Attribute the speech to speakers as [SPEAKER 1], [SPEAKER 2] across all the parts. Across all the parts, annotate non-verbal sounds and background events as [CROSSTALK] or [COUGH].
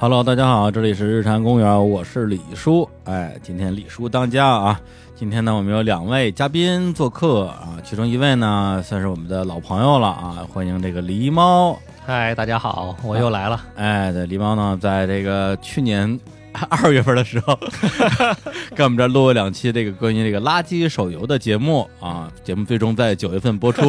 [SPEAKER 1] Hello，大家好，这里是日坛公园，我是李叔。哎，今天李叔当家啊！今天呢，我们有两位嘉宾做客啊，其中一位呢算是我们的老朋友了啊，欢迎这个狸猫。
[SPEAKER 2] 嗨，大家好，我又来了。
[SPEAKER 1] 哎，对，狸猫呢，在这个去年 [LAUGHS] 二月份的时候， [LAUGHS] 跟我们这儿录了两期这个关于这个垃圾手游的节目啊，节目最终在九月份播出，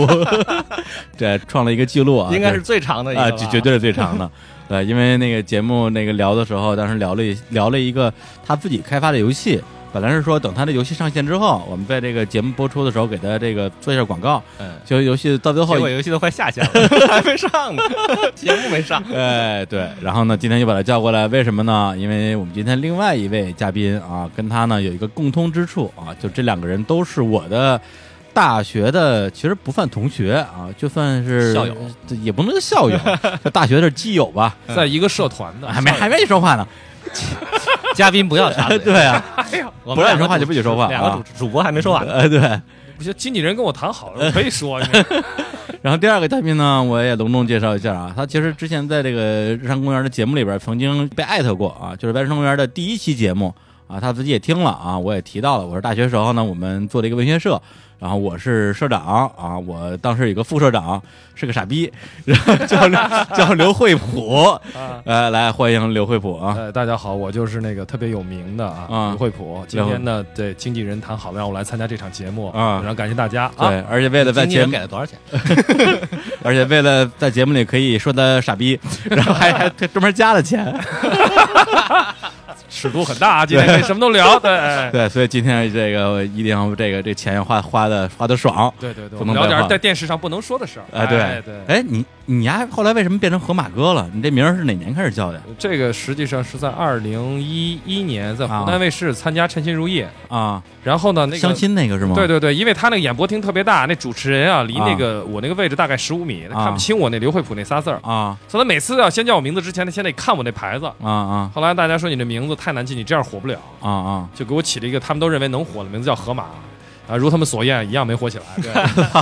[SPEAKER 1] [LAUGHS] 这创了一个记录啊，
[SPEAKER 2] 应该
[SPEAKER 1] 这
[SPEAKER 2] 是最长的一个
[SPEAKER 1] 啊，
[SPEAKER 2] 吧
[SPEAKER 1] 绝绝对是最长
[SPEAKER 2] [LAUGHS]
[SPEAKER 1] 的。对，因为那个节目那个聊的时候，当时聊了一聊了一个他自己开发的游戏，本来是说等他的游戏上线之后，我们在这个节目播出的时候给他这个做一下广告。
[SPEAKER 2] 嗯，
[SPEAKER 1] 就游戏到最后
[SPEAKER 2] 结，果游戏都快下线
[SPEAKER 1] [LAUGHS]
[SPEAKER 2] 了，还没上呢，节目没上。
[SPEAKER 1] 哎对，然后呢，今天就把他叫过来，为什么呢？因为我们今天另外一位嘉宾啊，跟他呢有一个共通之处啊，就这两个人都是我的。大学的其实不算同学啊，就算是
[SPEAKER 2] 校友，
[SPEAKER 1] 也不能叫校
[SPEAKER 2] [LAUGHS]
[SPEAKER 1] 友，就大学的基友吧。
[SPEAKER 3] 在一个社团的，
[SPEAKER 1] 还没还没说话呢，
[SPEAKER 2] 啊嘉宾不要插嘴，
[SPEAKER 1] [LAUGHS] 对啊，
[SPEAKER 2] 我们
[SPEAKER 1] 不让你
[SPEAKER 2] 两个
[SPEAKER 1] 说话就不许说话
[SPEAKER 2] 两个
[SPEAKER 1] 啊
[SPEAKER 2] 主主播还没说完呢。
[SPEAKER 1] 呃对。
[SPEAKER 3] 不行，经纪人跟我谈好了，我可以说，你看
[SPEAKER 1] 然后第二个嘉宾呢，我也隆重介绍一下啊，他其实之前在这个日常公园的节目里边曾经被艾特过啊，就是在日常公园的第一期节目啊，他自己也听了啊，我也提到了，我说大学时候呢，我们做了一个文学社。然后我是社长啊，我当时有一个副社长是个傻逼， [LAUGHS] 然后叫刘叫刘惠普，
[SPEAKER 3] 啊。
[SPEAKER 1] 呃，来欢迎刘惠普啊，
[SPEAKER 3] [LAUGHS] 呃，大家好，我就是那个特别有名的啊
[SPEAKER 1] 啊，
[SPEAKER 3] 刘惠普。今天呢，对经纪人谈好了让我来参加这场节目
[SPEAKER 1] 啊
[SPEAKER 3] 然后感谢大家啊。
[SPEAKER 1] 对，而且为了在
[SPEAKER 2] 经纪
[SPEAKER 1] 节
[SPEAKER 2] 人
[SPEAKER 1] 目
[SPEAKER 2] 给了多少钱？
[SPEAKER 1] 而且为了在节目里可以说他傻逼， [LAUGHS] 然后还还专门加了钱，
[SPEAKER 3] 尺度很大啊，今天可以什么
[SPEAKER 1] [LAUGHS]
[SPEAKER 3] 都聊。 [LAUGHS] 对哎
[SPEAKER 1] 对，所以今天这个一定要这个这钱花花的花的爽，
[SPEAKER 3] 对对对，
[SPEAKER 1] 不
[SPEAKER 3] 我
[SPEAKER 1] 能
[SPEAKER 3] 们
[SPEAKER 1] 白
[SPEAKER 3] 聊点
[SPEAKER 1] 话
[SPEAKER 3] 在电视上不能说的事儿。
[SPEAKER 1] 哎
[SPEAKER 3] 哎
[SPEAKER 1] 对
[SPEAKER 3] 对，
[SPEAKER 1] 哎，你你呀，后来为什么变成河马哥了？你这名儿是哪年开始叫的
[SPEAKER 3] 这个实际上是在二零一一年在湖南卫视参加《称心如意》，
[SPEAKER 1] 啊？
[SPEAKER 3] 然后呃呢，那个
[SPEAKER 1] 相亲那个是吗？
[SPEAKER 3] 对对对，因为他那个演播厅特别大，那主持人啊离
[SPEAKER 1] 啊
[SPEAKER 3] 那个我那个位置大概十五米，他
[SPEAKER 1] 啊
[SPEAKER 3] 看不清我那刘惠普那仨字儿，
[SPEAKER 1] 啊
[SPEAKER 3] 所以他每次要先叫我名字之前，他先得看我那牌子。
[SPEAKER 1] 啊啊
[SPEAKER 3] 后来大家说你这名字太难记，你这样火不了，
[SPEAKER 1] 啊啊！ [LAUGHS]
[SPEAKER 3] 就给我起了一个他们都认为能火的名字，叫河马。啊，如他们所愿，一样没火起来。
[SPEAKER 1] [LAUGHS]
[SPEAKER 3] 对，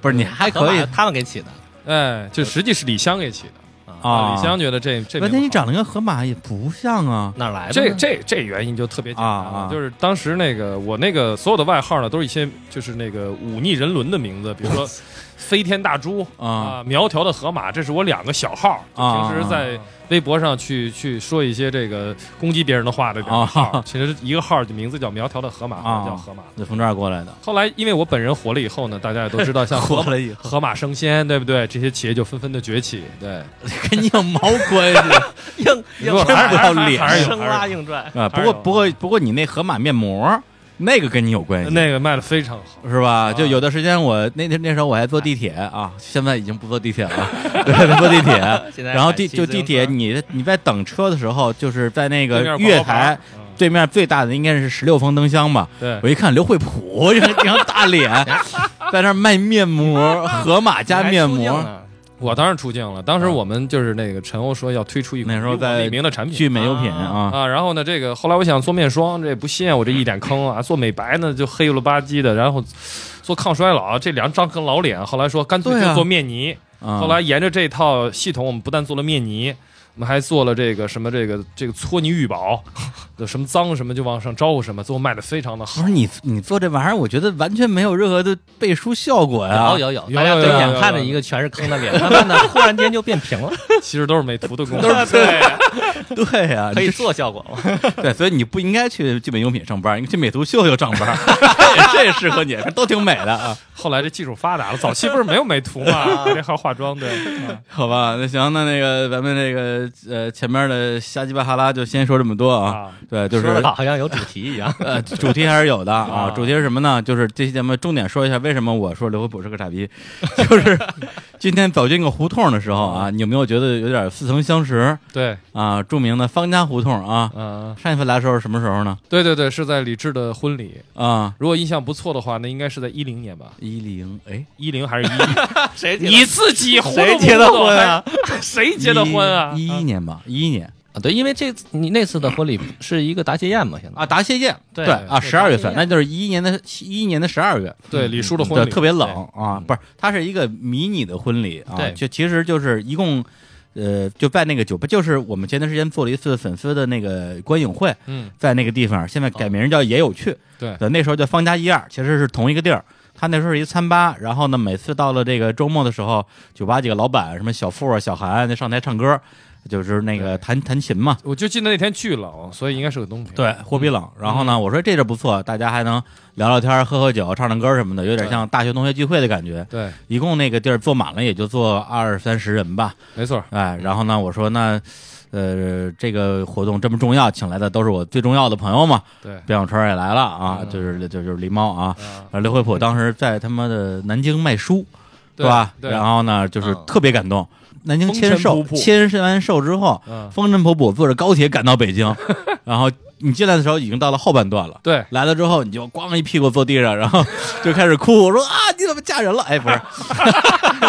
[SPEAKER 1] 不是你还可以
[SPEAKER 2] 河马，他们给起的。
[SPEAKER 3] 哎，就实际是李湘给起的
[SPEAKER 1] 啊
[SPEAKER 3] 李湘觉得这这
[SPEAKER 1] 关键你
[SPEAKER 3] 名字好
[SPEAKER 1] 长得跟河马也不像啊
[SPEAKER 2] 哪儿来的
[SPEAKER 3] 这
[SPEAKER 2] 呢？
[SPEAKER 3] 这这原因就特别简单
[SPEAKER 1] 啊啊
[SPEAKER 3] 了，就是当时那个我那个所有的外号呢，都是一些就是那个忤逆人伦的名字，比如
[SPEAKER 1] [LAUGHS]
[SPEAKER 3] 说飞天大猪
[SPEAKER 1] 啊
[SPEAKER 3] 啊，苗条的河马，这是我两个小号，就
[SPEAKER 1] 啊
[SPEAKER 3] 平时在微博上去去说一些这个攻击别人的话的两个号
[SPEAKER 1] 啊，
[SPEAKER 3] 其实一个号就名字叫苗条的河马，或
[SPEAKER 1] 啊！
[SPEAKER 3] 者叫河马。
[SPEAKER 1] 就从这儿过来的，
[SPEAKER 3] 后来因为我本人火了以后呢，大家也都知道，
[SPEAKER 1] [LAUGHS]
[SPEAKER 3] 像河
[SPEAKER 1] 了以后
[SPEAKER 3] 河马生鲜，对不对？这些企业就纷纷的崛起，对，
[SPEAKER 1] 跟你有毛关
[SPEAKER 3] [LAUGHS]
[SPEAKER 1] 系
[SPEAKER 2] 硬
[SPEAKER 3] 你说
[SPEAKER 2] 硬
[SPEAKER 1] 还是
[SPEAKER 2] 拽，
[SPEAKER 1] 不要脸
[SPEAKER 3] 还是有
[SPEAKER 2] 生
[SPEAKER 3] 还是有
[SPEAKER 2] 拉硬拽。
[SPEAKER 1] 啊？不过不过不过你那河马面膜那个跟你有关系，
[SPEAKER 3] 那个卖的非常好。
[SPEAKER 1] 是
[SPEAKER 2] 啊
[SPEAKER 1] 吧？就有的时间我那那那时候我还坐
[SPEAKER 2] 哎
[SPEAKER 1] 地铁啊，现在已经不坐地铁了， [LAUGHS] 对，坐地
[SPEAKER 2] [LAUGHS]
[SPEAKER 1] 铁。
[SPEAKER 2] 现在
[SPEAKER 1] 然后
[SPEAKER 2] 还
[SPEAKER 1] 地
[SPEAKER 2] 骑
[SPEAKER 1] 就
[SPEAKER 2] 自行
[SPEAKER 1] 地铁，
[SPEAKER 2] 车
[SPEAKER 1] 你你在等车的时候，就是在那
[SPEAKER 3] 对
[SPEAKER 1] 个
[SPEAKER 3] 面广告
[SPEAKER 1] 月
[SPEAKER 3] 牌
[SPEAKER 1] 台对面最大的应该是十六方灯箱吧。
[SPEAKER 3] 嗯对
[SPEAKER 1] 我，一看刘惠普， [LAUGHS] 一张大
[SPEAKER 2] [LAUGHS]
[SPEAKER 1] 脸，在那儿卖面膜，河马加面
[SPEAKER 2] 你还出镜
[SPEAKER 1] 膜，
[SPEAKER 2] 呢
[SPEAKER 3] 我当然出镜了。当时
[SPEAKER 1] 啊
[SPEAKER 3] 我们就是那个陈欧说要推出一款
[SPEAKER 1] 那时候在
[SPEAKER 3] 李明的产品，
[SPEAKER 1] 聚美优品
[SPEAKER 2] 啊
[SPEAKER 1] 啊
[SPEAKER 3] 啊，然后呢，这个后来我想做面霜，这也不信我这一点坑啊；做美白呢，就黑了吧唧的；然后做抗衰老，啊这两张跟老脸。后来说干脆
[SPEAKER 1] 对啊
[SPEAKER 3] 就做面泥。
[SPEAKER 1] 啊！
[SPEAKER 3] 后来沿着这套系统，我们不但做了面泥，我们还做了这个什么这个这个搓泥浴宝，什么脏什么就往上招呼什么，最后卖的非常的
[SPEAKER 1] 不
[SPEAKER 3] 好
[SPEAKER 1] 是。你你做这玩意儿，我觉得完全没有任何的背书效果呀。
[SPEAKER 2] 哦有有有，
[SPEAKER 3] 有
[SPEAKER 2] 大家
[SPEAKER 3] 有
[SPEAKER 2] 就
[SPEAKER 3] 有有
[SPEAKER 2] 眼
[SPEAKER 3] 有
[SPEAKER 2] 看
[SPEAKER 3] 有
[SPEAKER 2] 着一个全是坑的脸，慢慢的忽然间就变
[SPEAKER 1] [LAUGHS]
[SPEAKER 2] 平了，
[SPEAKER 3] 其实都是美图的功
[SPEAKER 1] 都
[SPEAKER 3] 夫。
[SPEAKER 1] 是对 [LAUGHS] 对呀，
[SPEAKER 2] 可
[SPEAKER 1] 你
[SPEAKER 2] 以
[SPEAKER 1] 这
[SPEAKER 2] 做效果了。
[SPEAKER 3] [LAUGHS]
[SPEAKER 1] 对，所以你不应该去聚美用品上班，应该去美图秀秀上班， [LAUGHS] 这也适合你，都挺美的啊。
[SPEAKER 3] 后来这技术发达了，早期不是没有美图嘛， [LAUGHS] 那还有化妆对。啊
[SPEAKER 1] 好吧，那行，那那个咱们这个呃前面的瞎鸡巴哈拉就先说这么多啊。
[SPEAKER 3] 啊
[SPEAKER 1] 对，就是
[SPEAKER 2] 说的好像有主题一样。
[SPEAKER 1] 呃主题还是有的啊
[SPEAKER 3] 啊，
[SPEAKER 1] 主题是什么呢？就是这期节目重点说一下为什么我说刘惠普是个傻逼， [LAUGHS] 就是今天走进个胡同的时候啊，你有没有觉得有点似曾相识
[SPEAKER 3] [LAUGHS] 对，
[SPEAKER 1] 啊？著名的方家胡同啊，
[SPEAKER 3] 嗯。
[SPEAKER 1] 上一次来的时候是什么时候呢？
[SPEAKER 3] 对对对，是在李志的婚礼。
[SPEAKER 1] 啊，
[SPEAKER 3] 如果印象不错的话，那应该是在一零年吧，
[SPEAKER 1] 一零哎。
[SPEAKER 3] 一零还是一？
[SPEAKER 2] 谁
[SPEAKER 3] 你自己糊弄
[SPEAKER 2] 谁结的婚啊？
[SPEAKER 3] 谁结的婚啊？
[SPEAKER 1] 一一年吧，一一年
[SPEAKER 2] 啊，对，因为这次你那次的婚礼是一个答谢宴嘛，现在
[SPEAKER 1] 啊，答谢宴，
[SPEAKER 2] 对
[SPEAKER 1] 啊，
[SPEAKER 2] 对
[SPEAKER 1] 十二月
[SPEAKER 2] 答
[SPEAKER 1] 份
[SPEAKER 2] 谢，宴
[SPEAKER 1] 那就是一一年的一一年的十二月，嗯
[SPEAKER 3] 对，李叔的婚
[SPEAKER 1] 对，
[SPEAKER 3] 礼
[SPEAKER 1] 特别冷。啊，不是，它是一个迷你的婚礼啊，
[SPEAKER 2] 嗯对
[SPEAKER 1] 就其实就是一共呃，就在那个酒吧，就是我们前段时间做了一次粉丝的那个观影会，
[SPEAKER 3] 嗯，
[SPEAKER 1] 在那个地方，现在改名叫也有趣。
[SPEAKER 2] 哦
[SPEAKER 3] 对
[SPEAKER 1] 那时候叫方家一二，其实是同一个地儿。他那时候是一餐吧，然后呢，每次到了这个周末的时候，酒吧几个老板，什么小付啊、小韩，就上台唱歌，就是那个
[SPEAKER 3] 对
[SPEAKER 1] 弹弹琴嘛。
[SPEAKER 3] 我就记得那天去了哦，所以应该是个冬天。
[SPEAKER 1] 对，货币
[SPEAKER 3] 嗯
[SPEAKER 1] 冷。然后呢，我说这地儿不错，大家还能聊聊天儿、喝喝酒、唱唱歌什么的，有点
[SPEAKER 3] 对
[SPEAKER 1] 像大学同学聚会的感觉。
[SPEAKER 3] 对，
[SPEAKER 1] 一共那个地儿坐满了，也就坐二三十人吧。
[SPEAKER 3] 没错，
[SPEAKER 1] 哎，然后呢，我说那，呃，这个活动这么重要，请来的都是我最重要的朋友嘛。
[SPEAKER 3] 对。
[SPEAKER 1] 边小川也来了啊，
[SPEAKER 3] 嗯
[SPEAKER 1] 就是就就是狸猫啊。
[SPEAKER 3] 啊，
[SPEAKER 1] 然后刘惠普当时在他妈的南京卖书，
[SPEAKER 3] 对
[SPEAKER 1] 吧？
[SPEAKER 3] 对
[SPEAKER 1] 然后呢，就是
[SPEAKER 2] 嗯
[SPEAKER 1] 特别感动。南京
[SPEAKER 3] 风
[SPEAKER 1] 签
[SPEAKER 3] 尘
[SPEAKER 1] 售，
[SPEAKER 3] 仆仆
[SPEAKER 1] 签完售之后，
[SPEAKER 3] 嗯，
[SPEAKER 1] 风尘仆仆坐着高铁赶到北
[SPEAKER 3] [LAUGHS]
[SPEAKER 1] 京，然后你进来的时候已经到了后半段了。
[SPEAKER 3] 对，
[SPEAKER 1] 来了之后，你就咣一屁股坐地上，然后 [LAUGHS] 就开始哭。我说啊，你怎么嫁人了？哎，不是， [LAUGHS]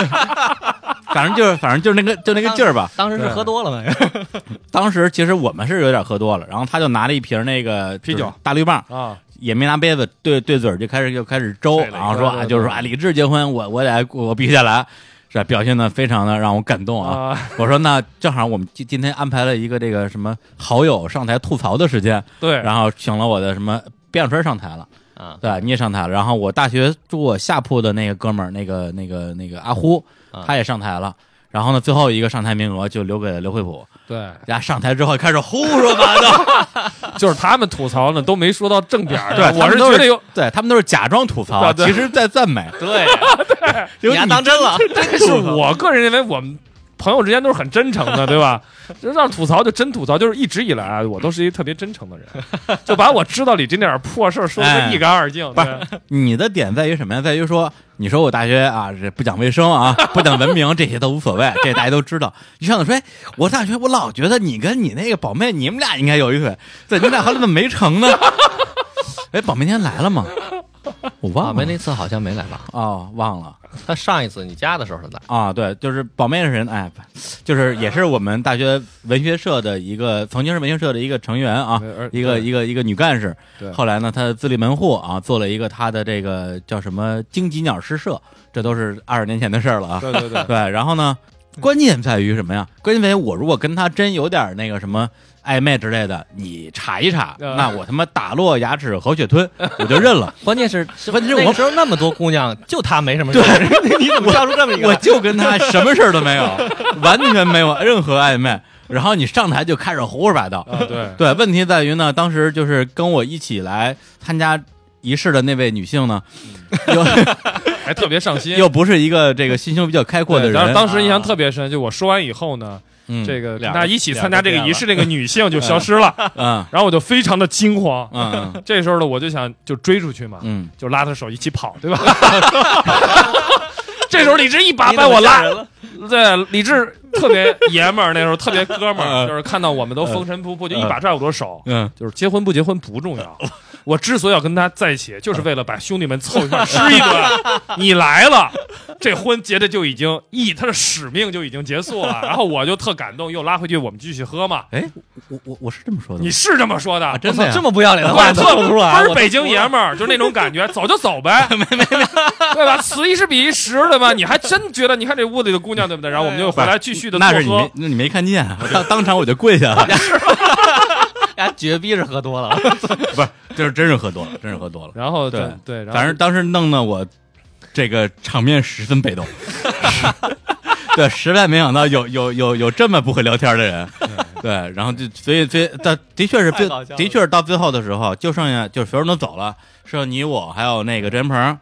[SPEAKER 1] 反正就是反正就是那个就那个劲儿吧。
[SPEAKER 2] 当时是喝多了嘛，
[SPEAKER 1] 当时其实我们是有点喝多了，然后他就拿了一瓶那个
[SPEAKER 3] 啤酒
[SPEAKER 1] 就是大绿棒，
[SPEAKER 3] 啊，
[SPEAKER 1] 也没拿杯子，对对嘴儿就开始就开始周，
[SPEAKER 3] 对了
[SPEAKER 1] 然后说
[SPEAKER 3] 对
[SPEAKER 1] 啊，
[SPEAKER 3] 对
[SPEAKER 1] 就是说啊，李志结婚，我我得我必须得来，是吧表现的非常的让我感动啊。
[SPEAKER 3] 啊，
[SPEAKER 1] 我说那正好我们今今天安排了一个这个什么好友上台吐槽的时间，
[SPEAKER 3] 对，
[SPEAKER 1] 然后请了我的什么边小川上台了，
[SPEAKER 2] 啊，
[SPEAKER 1] 对，你也上台了，然后我大学住我下铺的那个哥们儿，那个那个那个阿呼
[SPEAKER 2] 啊，
[SPEAKER 1] 他也上台了。然后呢，最后一个上台名额就留给了刘惠普。
[SPEAKER 3] 对，
[SPEAKER 1] 人家上台之后开始胡说八道，
[SPEAKER 3] 就是他们吐槽呢，都没说到正点儿。
[SPEAKER 1] 对
[SPEAKER 3] 呃我
[SPEAKER 1] 他们都
[SPEAKER 3] 觉
[SPEAKER 1] 是 [LAUGHS]
[SPEAKER 3] 得有，
[SPEAKER 1] 对他们都是假装吐槽，
[SPEAKER 3] 啊对
[SPEAKER 1] 其实在赞
[SPEAKER 3] [LAUGHS]
[SPEAKER 1] 美。
[SPEAKER 2] [LAUGHS] 对， [LAUGHS]
[SPEAKER 1] 有
[SPEAKER 2] 你还当真了？ [LAUGHS]
[SPEAKER 3] 但是我个人认为我们。朋友之间都是很真诚的，对吧？ [LAUGHS] 就让吐槽就真吐槽，就是一直以来啊，我都是一特别真诚的人，就把我知道里这点儿破事儿说
[SPEAKER 1] 哎
[SPEAKER 3] 的一干二净。
[SPEAKER 1] 不
[SPEAKER 3] 对
[SPEAKER 1] 是你的点在于什么呀？在于说，你说我大学啊，这不讲卫生啊，不讲文明，这些都无所谓，这大家都知道。你上次说，哎，我大学我老觉得你跟你那个宝妹，你们俩应该有一腿，对，你俩后来怎么没成呢？ [LAUGHS] 哎，宝妹今天来了吗？我
[SPEAKER 2] 宝
[SPEAKER 1] 忘
[SPEAKER 2] 妹
[SPEAKER 1] 了
[SPEAKER 2] 那次好像没来吧？
[SPEAKER 1] 哦，忘了
[SPEAKER 2] 他上一次你加的时候他来，
[SPEAKER 1] 啊、对，就是宝妹的人，哎，就是也是我们大学文学社的一个，曾经是文学社的一个成员啊，
[SPEAKER 3] 而
[SPEAKER 1] 一个
[SPEAKER 3] 对
[SPEAKER 1] 一个一个女干事。
[SPEAKER 3] 对
[SPEAKER 1] 后来呢，她自立门户啊，做了一个她的这个叫什么荆棘鸟诗社，这都是二十年前的事儿了啊。
[SPEAKER 3] 对对对，
[SPEAKER 1] 对，然后呢，关键在于什么呀？关键在于我如果跟她真有点那个什么暧昧之类的，你查一查，
[SPEAKER 3] 呃
[SPEAKER 1] 那我他妈打落牙齿和血吞，我就认了。
[SPEAKER 2] 关键是
[SPEAKER 1] 关键是
[SPEAKER 2] 那
[SPEAKER 1] 我
[SPEAKER 2] 个时候那么多姑娘，就她没什么事儿，
[SPEAKER 3] [LAUGHS]
[SPEAKER 2] 你怎么挑出这么一个
[SPEAKER 1] 我
[SPEAKER 2] 来？
[SPEAKER 1] 就跟他什么事儿都没有，完全没有任何暧昧。然后你上台就开始胡说八道。
[SPEAKER 3] 啊
[SPEAKER 1] [LAUGHS]
[SPEAKER 3] 对，
[SPEAKER 1] 对，问题在于呢，当时就是跟我一起来参加仪式的那位女性呢，又
[SPEAKER 3] 还特别上心。
[SPEAKER 1] 又不是一个这个心胸比较开阔的
[SPEAKER 3] 对当
[SPEAKER 1] 人。啊
[SPEAKER 3] 当时印象特别深，就我说完以后呢，
[SPEAKER 1] 嗯，
[SPEAKER 3] 这个跟
[SPEAKER 2] 俩
[SPEAKER 3] 大家
[SPEAKER 2] 人
[SPEAKER 3] 一起
[SPEAKER 2] 俩
[SPEAKER 3] 参
[SPEAKER 2] 人
[SPEAKER 3] 加这个
[SPEAKER 2] 变
[SPEAKER 3] 仪
[SPEAKER 2] 了
[SPEAKER 3] 式，那个女性就
[SPEAKER 1] [LAUGHS]
[SPEAKER 3] 消失了，
[SPEAKER 1] 嗯
[SPEAKER 3] 然后我就非常的惊慌。
[SPEAKER 1] 嗯嗯
[SPEAKER 3] 这时候呢，我就想就追出去嘛，
[SPEAKER 1] 嗯，
[SPEAKER 3] 就拉他手一起跑，
[SPEAKER 2] [LAUGHS]
[SPEAKER 3] 对吧？这时候李志一把把我
[SPEAKER 2] 你怎么吓
[SPEAKER 3] 拉
[SPEAKER 2] 人，了，
[SPEAKER 3] 对，李志特别爷们儿，那时候特别
[SPEAKER 2] [LAUGHS]
[SPEAKER 3] 哥们
[SPEAKER 1] 嗯
[SPEAKER 2] 啊
[SPEAKER 3] 儿，就是看到我们都风尘仆仆，就一把拽我的手，
[SPEAKER 1] 嗯，
[SPEAKER 3] 就是结婚不结婚不重
[SPEAKER 2] 嗯
[SPEAKER 3] 要，我之所以要跟他在一起，就是为了把兄弟们凑一块儿吃一顿。
[SPEAKER 2] [LAUGHS]
[SPEAKER 3] 你来了，这婚结的就已经意，他的使命就已经结束了。然后我就特感动，又拉回去，我们继续喝嘛。
[SPEAKER 1] 哎，我我我是这么说的吗
[SPEAKER 3] 你，是这么说的？
[SPEAKER 1] 真的呀
[SPEAKER 2] 这么不
[SPEAKER 1] [LAUGHS]
[SPEAKER 2] 要脸的
[SPEAKER 3] 我
[SPEAKER 2] 话
[SPEAKER 3] 特
[SPEAKER 2] 说不出来，我
[SPEAKER 3] 不是北京爷们儿，就是那种感觉，走就
[SPEAKER 1] [LAUGHS]
[SPEAKER 3] 走呗，没没没， [LAUGHS] 对吧？此一时彼一时，对吧？你还真觉得，你看这屋里的姑娘，对不对？然后我们就回来继续的
[SPEAKER 1] 那是你
[SPEAKER 3] 喝
[SPEAKER 1] 没，那你没看见，我当当场我就跪下了， [LAUGHS]
[SPEAKER 2] 呀，绝逼是喝多 [LAUGHS] 了，
[SPEAKER 1] 不是，就是真是喝多了，真是喝多了。
[SPEAKER 3] 然后
[SPEAKER 1] 对
[SPEAKER 3] 对对，然后
[SPEAKER 1] 反正当时弄得我这个场面十分被动。 [LAUGHS] 对，实在没想到有有有有这么不会聊天的人，对，然后就所以所以但的确是最
[SPEAKER 2] 太搞笑了
[SPEAKER 1] 的确是到最后的时候，就剩下就是所有人都走了，剩下你我还有那个郑云鹏，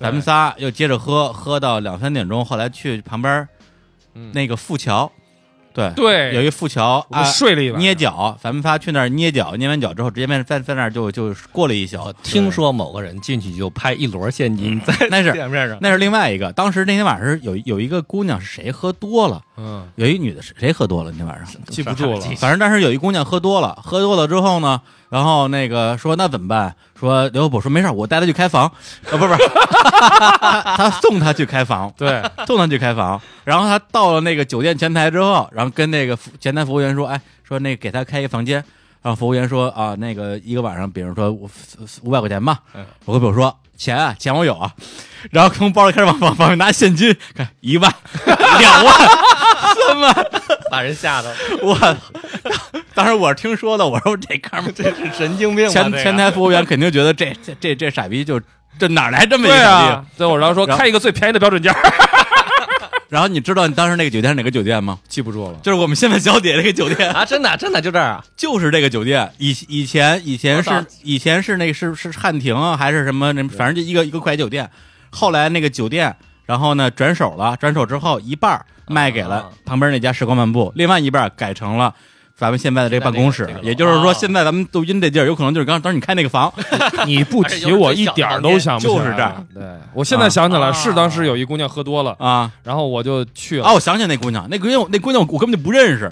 [SPEAKER 1] 咱们仨又接着喝，喝到两三点钟，后来去旁边
[SPEAKER 3] 嗯
[SPEAKER 1] 那个富桥，对，
[SPEAKER 3] 对
[SPEAKER 1] 有一富桥
[SPEAKER 3] 我
[SPEAKER 1] 啊
[SPEAKER 3] 睡了一晚上，
[SPEAKER 1] 捏脚，咱们仨去那儿捏脚，捏完脚之后直接在在在那儿就就过了一宿
[SPEAKER 3] 哦
[SPEAKER 2] 我，听说某个人进去就拍一摞现金在
[SPEAKER 1] 那
[SPEAKER 2] [LAUGHS]
[SPEAKER 1] 是
[SPEAKER 2] 店面上，
[SPEAKER 1] [LAUGHS] 那是另外一个。当时那天晚上是有有一个姑娘是谁喝多了， [LAUGHS]
[SPEAKER 3] 嗯，
[SPEAKER 1] 有一女的是谁喝多了那天晚上，
[SPEAKER 3] 记不住了，
[SPEAKER 1] 反正当时有一姑娘喝多了，喝多了之后呢，然后那个说那怎么办？说刘伯说没事儿，我带她去开房，呃，不是不 [LAUGHS] 是，他他送她去开房，
[SPEAKER 3] 对，
[SPEAKER 1] 送她去开房。然后她到了那个酒店前台之后，然后跟那个服前台服务员说，哎，说那个给她开一个房间。然后服务员说啊，那个一个晚上，比如说五五百块钱吧。
[SPEAKER 2] 嗯
[SPEAKER 1] 我跟我说钱啊，钱我有啊。然后从包里开始往往往外拿现金，看一万、两万、三万、
[SPEAKER 2] 把人吓的，
[SPEAKER 1] 我当时我是听说的，我说这
[SPEAKER 2] [LAUGHS]
[SPEAKER 1] 哥们儿
[SPEAKER 2] [LAUGHS] 这是神经病吧？
[SPEAKER 1] 前
[SPEAKER 2] 这个
[SPEAKER 1] 前台服务员肯定觉得这这这这傻逼就这哪儿来这么一个
[SPEAKER 3] 对
[SPEAKER 1] 傻逼？
[SPEAKER 3] 啊，对我然后说
[SPEAKER 1] 然后
[SPEAKER 3] 开一个最便宜的标准价，
[SPEAKER 1] 然后你知道你当时那个酒店是哪个酒店吗？
[SPEAKER 3] 记不住了。
[SPEAKER 1] 就是我们现在小姐这个酒店，
[SPEAKER 2] 啊，真的真的就这儿啊，
[SPEAKER 1] 就是这个酒店。以以前以前
[SPEAKER 2] 我
[SPEAKER 1] 是
[SPEAKER 2] 操
[SPEAKER 1] 以前是那个是是汉庭啊，还是什么？那反正就一个一个快捷酒店。后来那个酒店，然后呢转手了，转手之后一半儿卖给了
[SPEAKER 2] 啊
[SPEAKER 1] 旁边那家时光漫步，另外一半儿改成了。咱们现在的这个办公室
[SPEAKER 2] 现在这，个
[SPEAKER 1] 也就是说，
[SPEAKER 2] 哦
[SPEAKER 1] 现在咱们录音这地儿，有可能就是刚当时你开那个房，
[SPEAKER 3] [LAUGHS] 你不提我一点儿都想不起来，
[SPEAKER 1] 就是这样。
[SPEAKER 3] 对我现在想起来
[SPEAKER 2] 啊
[SPEAKER 3] 是当时有一姑娘喝多了，
[SPEAKER 1] 啊
[SPEAKER 3] 然后我就去了
[SPEAKER 1] 啊！我想起那姑娘，那姑娘我那姑娘我根本就不认识，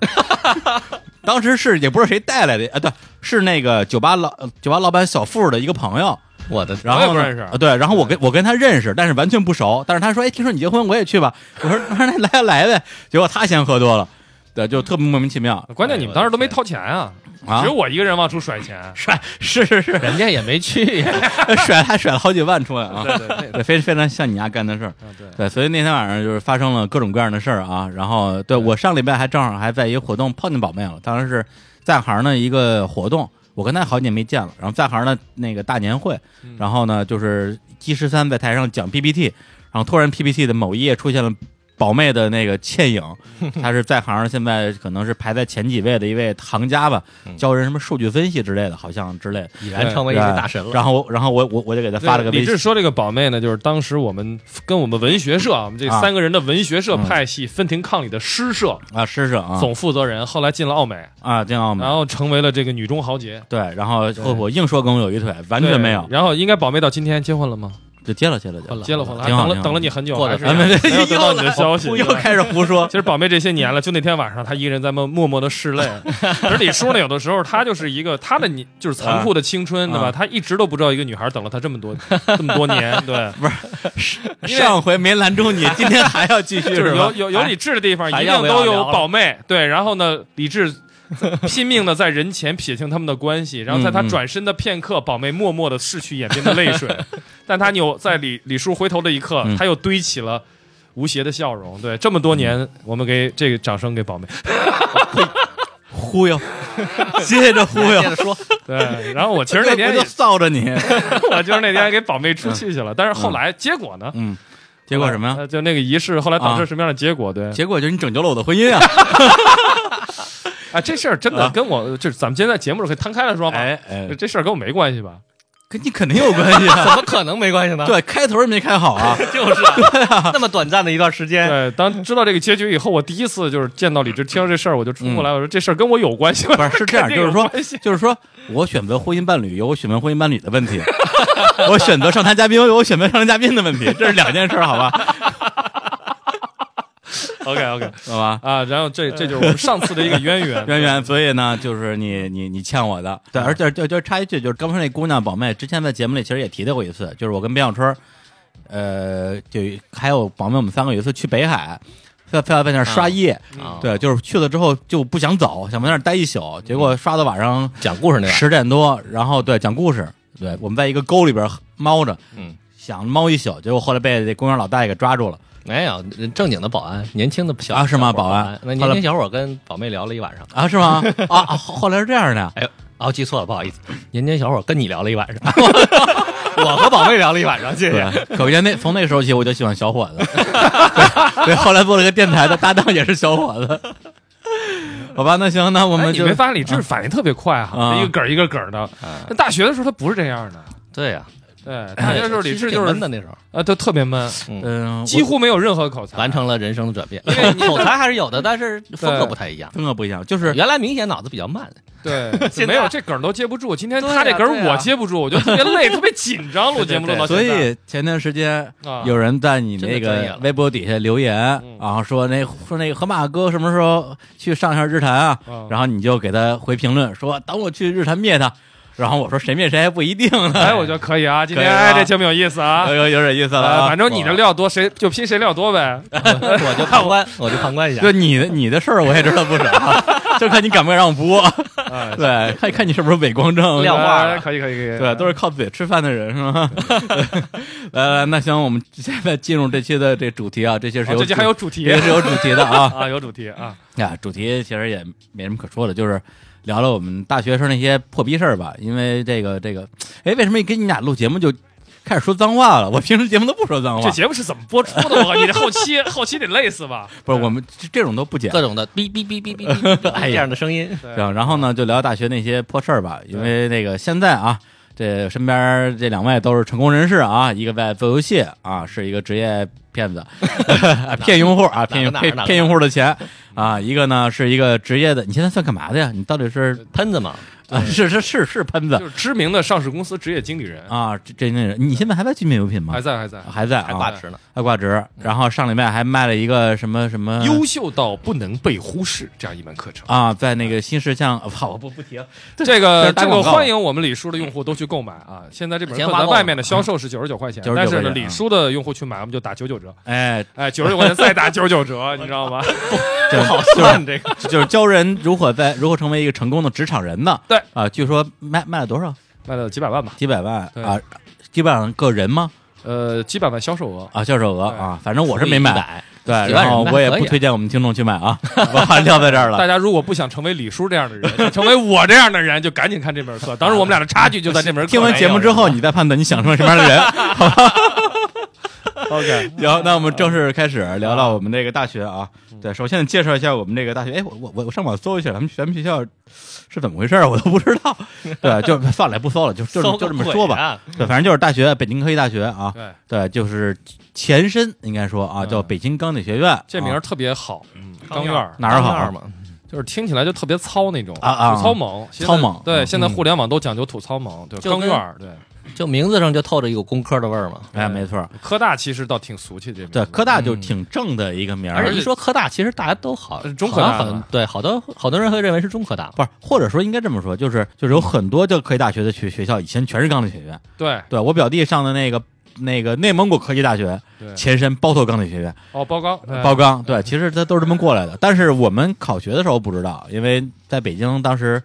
[SPEAKER 1] [LAUGHS] 当时是也不知道谁带来的啊，对，是那个酒吧老呃酒吧老板小付的一个朋友，
[SPEAKER 2] 我 [LAUGHS] 的
[SPEAKER 1] 然
[SPEAKER 3] 我也
[SPEAKER 1] 后
[SPEAKER 3] 不
[SPEAKER 1] 呢
[SPEAKER 3] 认识
[SPEAKER 1] 啊，对，然后我跟我跟他认识，但是完全不熟，但是他说哎，听说你结婚，我也去吧，我说 [LAUGHS] 我说那来啊来呗，结果他先喝多了，对，就特别莫名其妙
[SPEAKER 3] 关键你们当时都没掏钱啊，
[SPEAKER 1] 啊
[SPEAKER 3] 只有，我一个人往出甩钱。
[SPEAKER 1] 甩是是是，
[SPEAKER 2] 人家也没去呀，
[SPEAKER 1] [LAUGHS] 甩还甩了好几万出来啊，
[SPEAKER 3] 对对对啊
[SPEAKER 1] 对，非非常像你丫干的事儿。
[SPEAKER 3] 对，
[SPEAKER 1] 对，所以那天晚上就是发生了各种各样的事儿啊。然后，对我上礼拜还正好还在一个活动碰见宝妹了，当时是在行的一个活动，我跟她好几年没见了。然后在行的那个大年会，
[SPEAKER 3] 嗯
[SPEAKER 1] 然后呢就是季十三在台上讲 PPT，然后突然 PPT 的某一页出现了。宝妹的那个倩
[SPEAKER 3] [LAUGHS]
[SPEAKER 1] 影，她是在行现在可能是排在前几位的一位行家吧，
[SPEAKER 2] 嗯
[SPEAKER 1] 教人什么数据分析之类的，好像之类的。
[SPEAKER 2] 已然成为一位大神了。
[SPEAKER 1] 然后我，然后我我我就给她发了个微
[SPEAKER 3] 李
[SPEAKER 1] 信
[SPEAKER 3] 志，说这个宝妹呢，就是当时我们跟我们文学社啊，我们这
[SPEAKER 1] 啊
[SPEAKER 3] 三个人的文学社
[SPEAKER 1] 嗯
[SPEAKER 3] 派系分庭抗礼的诗社
[SPEAKER 1] 啊，试试啊，
[SPEAKER 3] 总负责人，后来进了奥美，
[SPEAKER 1] 啊，挺好嘛
[SPEAKER 3] 然后成为了这个女中豪杰，
[SPEAKER 1] 对，然后
[SPEAKER 3] 对
[SPEAKER 1] 后我硬说跟我有一腿，完
[SPEAKER 3] 对
[SPEAKER 1] 全没有，
[SPEAKER 3] 然后应该宝妹到今天结婚了吗？
[SPEAKER 1] 就接了接了接
[SPEAKER 2] 婚了
[SPEAKER 3] 结了婚了，还
[SPEAKER 1] 挺好
[SPEAKER 3] 等
[SPEAKER 1] 挺
[SPEAKER 3] 了
[SPEAKER 1] 好
[SPEAKER 3] 等了你很久，
[SPEAKER 2] 过得
[SPEAKER 3] 还是
[SPEAKER 1] 哎没没
[SPEAKER 3] 没有得到你的消息。
[SPEAKER 1] [LAUGHS] 又开始胡说
[SPEAKER 3] 其，实宝妹这些年了，就那天晚上，她一个人在默默默的拭
[SPEAKER 1] [LAUGHS]
[SPEAKER 3] 泪。而李叔呢，有的时候他就是一个他的你就是残酷的青春，对
[SPEAKER 1] 啊
[SPEAKER 3] 吧？他一直都不知道一个女孩等了他这么多这么多年，对，
[SPEAKER 1] [LAUGHS]
[SPEAKER 3] 因为
[SPEAKER 1] 上回没拦住你，今天还要 [LAUGHS] 继续
[SPEAKER 3] 就是是
[SPEAKER 1] 吧哎
[SPEAKER 3] 有有有理智的地方，
[SPEAKER 2] 还
[SPEAKER 3] 一
[SPEAKER 2] 要
[SPEAKER 3] 定
[SPEAKER 2] 不要
[SPEAKER 3] 都有
[SPEAKER 2] 聊了
[SPEAKER 3] 宝妹。对，然后呢，李智拼命的在人前撇清他们的关系，然后在他
[SPEAKER 1] 嗯嗯
[SPEAKER 3] 转身的片刻，宝妹默默的拭去眼边的泪
[SPEAKER 1] [LAUGHS]
[SPEAKER 3] 水，但他扭在李李叔回头的一刻
[SPEAKER 1] 嗯，
[SPEAKER 3] 他又堆起了。无邪的笑容，对，这么
[SPEAKER 1] 嗯
[SPEAKER 3] 多年，我们给这个掌声给宝妹。
[SPEAKER 1] 忽悠，接着忽悠
[SPEAKER 2] 接，着说， [LAUGHS]
[SPEAKER 3] 对，然后我 [LAUGHS] 其实那天
[SPEAKER 1] 我就臊着你，
[SPEAKER 3] [LAUGHS] 我就是那天给宝妹出气去了，但是后来结果呢？
[SPEAKER 1] 嗯，啊结果什么呀？
[SPEAKER 3] 呃就那个仪式后来导致什么样的结果？对，
[SPEAKER 1] 结果就是你拯救了我的婚姻啊！
[SPEAKER 3] 啊，这事儿真的
[SPEAKER 1] 啊
[SPEAKER 3] 跟我就是咱们今天在节目里可以摊开了说嘛，
[SPEAKER 1] 哎哎，
[SPEAKER 3] 这事儿跟我没关系吧？
[SPEAKER 1] 跟你肯定有关系
[SPEAKER 3] [LAUGHS]
[SPEAKER 1] 啊！
[SPEAKER 2] 怎么可能没关系呢？
[SPEAKER 1] 对，开头也没开好啊！
[SPEAKER 2] 就是啊那么短暂的一段时
[SPEAKER 1] 哎
[SPEAKER 2] 间，
[SPEAKER 3] 对，当知道这个结局以后，我第一次就是见到李志，听到这事儿我就冲过来，我说这事儿跟我有关系吗？
[SPEAKER 1] 不是，是这样，
[SPEAKER 3] 肯定
[SPEAKER 1] 就是说
[SPEAKER 3] 有关系，
[SPEAKER 1] 就是说我选择婚姻伴侣有我选择婚姻伴侣的问题， [LAUGHS] 我选择上台嘉宾有我选择上台嘉宾的问题，这是两件事儿，好吧？
[SPEAKER 3] OK OK
[SPEAKER 1] 好吧？
[SPEAKER 3] 啊，然后这这就是我
[SPEAKER 1] 哎
[SPEAKER 3] 们上次的一个
[SPEAKER 1] [LAUGHS]
[SPEAKER 3] 渊源，
[SPEAKER 1] 圆圆，所以呢，就是你你你欠我的。对，而且就就插一句，就是刚才那姑娘宝妹，之前在节目里其实也提到过一次，就是我跟边小春，呃，就还有宝妹，我们三个有一次去北海，非要非要在那儿刷夜，
[SPEAKER 2] 啊
[SPEAKER 1] 对，就是去了之后就不想走，想在那儿待一宿，结果刷到晚上
[SPEAKER 2] 讲故事那个
[SPEAKER 1] 十点多，然后对讲故事，对我们在一个沟里边猫着，
[SPEAKER 2] 嗯，
[SPEAKER 1] 想猫一宿，结果后来被这公园老大爷给抓住了。
[SPEAKER 2] 没有人哎正经的保安，年轻的小
[SPEAKER 1] 啊是吗
[SPEAKER 2] 小伙
[SPEAKER 1] 保安
[SPEAKER 2] 那
[SPEAKER 1] 后
[SPEAKER 2] 年
[SPEAKER 1] 来
[SPEAKER 2] 轻小伙跟宝妹聊了一晚上。
[SPEAKER 1] 啊，是吗？ [LAUGHS] 啊，啊后后来是这样的，
[SPEAKER 2] 哎呦，哦，记错了，不好意思。年轻小伙跟你聊了一晚上， [LAUGHS] 我和宝妹聊了一晚上，谢谢。
[SPEAKER 1] 对，可见那从那时候起我就喜欢小伙子，对 [LAUGHS] 对，后来做了个电台的搭档也是小伙子，好吧，那行，那我
[SPEAKER 3] 我
[SPEAKER 1] 们
[SPEAKER 3] 啊哎你
[SPEAKER 1] 就、
[SPEAKER 3] 没发现李志反应特别快哈，
[SPEAKER 1] 啊
[SPEAKER 3] 一个梗儿一个梗儿的。但大学的时候他不是这样的，
[SPEAKER 2] 对呀，
[SPEAKER 1] 哎
[SPEAKER 3] 对，大学的时候李志
[SPEAKER 2] 挺
[SPEAKER 3] 就
[SPEAKER 2] 闷
[SPEAKER 3] 是
[SPEAKER 2] 的那时候，
[SPEAKER 3] 啊，他特别闷，
[SPEAKER 1] 嗯、
[SPEAKER 3] 几乎没有任何口才，
[SPEAKER 2] 完成了人生的转变
[SPEAKER 3] 因为。你
[SPEAKER 2] 口才还是有的，但是风格不太一样
[SPEAKER 1] 我。风格不一样，就是
[SPEAKER 2] 原来明显脑子比较慢，
[SPEAKER 1] [LAUGHS]
[SPEAKER 3] 对，
[SPEAKER 2] 现在
[SPEAKER 3] 没有这梗儿都接不住。今天
[SPEAKER 2] 对呀
[SPEAKER 3] 他这梗
[SPEAKER 2] 对
[SPEAKER 1] 啊
[SPEAKER 3] 儿
[SPEAKER 2] 呀
[SPEAKER 3] 我接不住，我就特别累，特别紧张。录节目录到
[SPEAKER 1] 所
[SPEAKER 3] 现在
[SPEAKER 1] 以前段时间
[SPEAKER 3] 啊
[SPEAKER 1] 有人在你
[SPEAKER 2] 真的
[SPEAKER 1] 那
[SPEAKER 2] 专业
[SPEAKER 1] 个
[SPEAKER 2] 了
[SPEAKER 1] 微博底下留言，
[SPEAKER 3] 嗯
[SPEAKER 1] 然后说那说那个河马哥什么时候去上一下日坛啊？
[SPEAKER 3] 啊
[SPEAKER 1] 然后你就给他回评论说等我去日坛灭他，然后我说谁灭谁还不一定呢，
[SPEAKER 3] 哎，我觉得可以啊，今天
[SPEAKER 1] 可以吧
[SPEAKER 3] 哎这节目有意思啊。
[SPEAKER 1] 有有点意思了啊、
[SPEAKER 3] 呃反正你的料多，谁就拼谁料多呗。
[SPEAKER 1] [LAUGHS]
[SPEAKER 2] 我就旁观，我就旁观一下。
[SPEAKER 1] 就你的你的事儿我也知道不少、啊， [LAUGHS] 就看你敢不敢让我播， [LAUGHS]
[SPEAKER 3] 哎
[SPEAKER 1] 对，看看你是不是伪光正，
[SPEAKER 2] 亮化了
[SPEAKER 3] 哎可以可以可以，
[SPEAKER 1] 对，都
[SPEAKER 3] 是
[SPEAKER 1] 是靠嘴吃饭的人是吗？ [LAUGHS] 来来，那行，我们 [LAUGHS] 现在进入这期的这主题啊，这些是有、
[SPEAKER 3] 这期还有主题
[SPEAKER 1] 也是有主题的啊。
[SPEAKER 3] [LAUGHS] 啊，有主题
[SPEAKER 1] [LAUGHS]
[SPEAKER 3] 啊，
[SPEAKER 1] 呀，主题其实也没什么可说的，就是聊聊我们大学生那些破逼事儿吧。因为这个这个，哎，为什么一跟你俩录节目就开始说脏话了？我平时节目都不说脏话
[SPEAKER 3] 这，节目是怎么播出的？我你这后期后期得累死吧？
[SPEAKER 1] 不是我们这这种都不剪。
[SPEAKER 2] 各种的哔哔哔哔哔哔
[SPEAKER 1] [LAUGHS]
[SPEAKER 2] 哔
[SPEAKER 1] 哎
[SPEAKER 2] 这样的声音，
[SPEAKER 3] 对
[SPEAKER 1] 行，然后呢，就聊大学那些破事儿吧。因为那个现在啊，这身边这两位都是成功人士啊，一个在做游戏啊，是一个职业骗子， [LAUGHS] 啊骗用户啊，骗用
[SPEAKER 2] 哪个
[SPEAKER 1] 骗
[SPEAKER 2] 哪个
[SPEAKER 1] 骗用户的钱啊；一个呢是一个职业的，你现在算干嘛的呀？你到底是
[SPEAKER 2] 喷子嘛，
[SPEAKER 1] 啊是是是是喷子
[SPEAKER 3] 就是知名的上市公司职业经理人，
[SPEAKER 1] 啊？这这那人，你现在还在聚美优品吗
[SPEAKER 3] 还？在还在，
[SPEAKER 1] 还在
[SPEAKER 2] 还
[SPEAKER 1] 啊，
[SPEAKER 2] 挂嗯职呢。
[SPEAKER 1] 还挂职。然后上礼拜还卖了一个什么什么
[SPEAKER 3] 嗯优秀到不能被忽视这样一门课程。
[SPEAKER 1] 啊，在那个新事项，哦好，我不不提了。
[SPEAKER 3] 这
[SPEAKER 1] 这
[SPEAKER 3] 个
[SPEAKER 1] 是打
[SPEAKER 3] 这
[SPEAKER 1] 广
[SPEAKER 3] 个
[SPEAKER 1] 告
[SPEAKER 3] 欢迎我们李叔的用户都去购买啊！现在这本
[SPEAKER 2] 钱
[SPEAKER 3] 课
[SPEAKER 2] 花
[SPEAKER 3] 在
[SPEAKER 2] 够
[SPEAKER 3] 外
[SPEAKER 2] 了
[SPEAKER 3] 面的销售是九十九块钱，
[SPEAKER 1] 99
[SPEAKER 3] 但是呢，
[SPEAKER 1] 块钱啊
[SPEAKER 3] 李叔的用户去买，我们就打九九折，
[SPEAKER 1] 哎，
[SPEAKER 3] 哎，九十九块钱再打九九折， [LAUGHS] 你知道吗？
[SPEAKER 1] [LAUGHS] 这
[SPEAKER 2] 好
[SPEAKER 1] 就是
[SPEAKER 2] 算这个，
[SPEAKER 1] 就是教人如何在如何成为一个成功的职场人呢？
[SPEAKER 3] 对
[SPEAKER 1] 啊、据说卖卖了多少？
[SPEAKER 3] 卖了几百万吧，
[SPEAKER 1] 几百万
[SPEAKER 3] 对
[SPEAKER 1] 啊？几百万个人吗？
[SPEAKER 3] 呃，几百万销售额，
[SPEAKER 1] 啊，销售额
[SPEAKER 3] 对
[SPEAKER 1] 啊，反正我是没买。，对，
[SPEAKER 2] 几万
[SPEAKER 1] 然后
[SPEAKER 2] 人吧
[SPEAKER 1] 我也
[SPEAKER 2] 可以
[SPEAKER 1] 不推荐我们听众去买啊， [LAUGHS] 我撂在这儿
[SPEAKER 3] 大
[SPEAKER 1] 了。
[SPEAKER 3] 家如果不想成为李叔这样的人， [LAUGHS] 想成为我这样的人，就赶紧看这本课。当时我们俩的差距就在这 [LAUGHS] 门课。
[SPEAKER 1] 听完节目之后，你再判断你想成为什么样的人。 [LAUGHS]
[SPEAKER 3] ，OK，
[SPEAKER 1] 行，那我们正式开始聊聊我们这个大学啊。对，首先介绍一下我们这个大学。哎，我我我我上网搜一下，咱们咱们学校是怎么回事儿，我都不知道。对，就算了，也不搜了，就就就这么说吧。
[SPEAKER 3] 啊
[SPEAKER 2] 吧。
[SPEAKER 1] 对，反正就是大学，北京科技大学啊。
[SPEAKER 3] 对，
[SPEAKER 1] 对，就是前身应该说啊，
[SPEAKER 3] 嗯
[SPEAKER 1] 叫北京钢铁学院，
[SPEAKER 3] 这名儿
[SPEAKER 1] 啊
[SPEAKER 3] 特别好，嗯，钢院儿
[SPEAKER 1] 哪儿好
[SPEAKER 2] 钢嘛？
[SPEAKER 3] 就是听起来就特别糙那种
[SPEAKER 1] 啊啊
[SPEAKER 3] 吐槽猛，现在
[SPEAKER 1] 糙猛
[SPEAKER 3] 对，
[SPEAKER 1] 嗯
[SPEAKER 3] 现在互联网都讲究吐槽猛，对，
[SPEAKER 2] 就
[SPEAKER 3] 钢
[SPEAKER 2] 跟
[SPEAKER 3] 院儿对。
[SPEAKER 2] 就名字上就透着一股工科的味儿嘛。
[SPEAKER 1] 哎，没错儿，
[SPEAKER 3] 科大其实倒挺俗气，这名字
[SPEAKER 1] 对，科大就
[SPEAKER 2] 嗯
[SPEAKER 1] 挺正的一个名
[SPEAKER 2] 而
[SPEAKER 1] 儿
[SPEAKER 2] 且一，说科大，其实大家都好
[SPEAKER 3] 呃，中科大
[SPEAKER 2] 好像很
[SPEAKER 3] 吧
[SPEAKER 2] 对，好多好多人会认为是中科大。
[SPEAKER 1] 不是，或者说应该这么说，就是就是有很多就科技大学的学学校以前全是钢铁学院，
[SPEAKER 3] 对
[SPEAKER 1] 对我表弟上的那个。那个内蒙古科技大学
[SPEAKER 3] 对
[SPEAKER 1] 前身包头钢铁学院，
[SPEAKER 3] 哦，包钢对
[SPEAKER 1] 包钢对，其实他都是这么过来的。但是我们考学的时候不知道，因为在北京当时，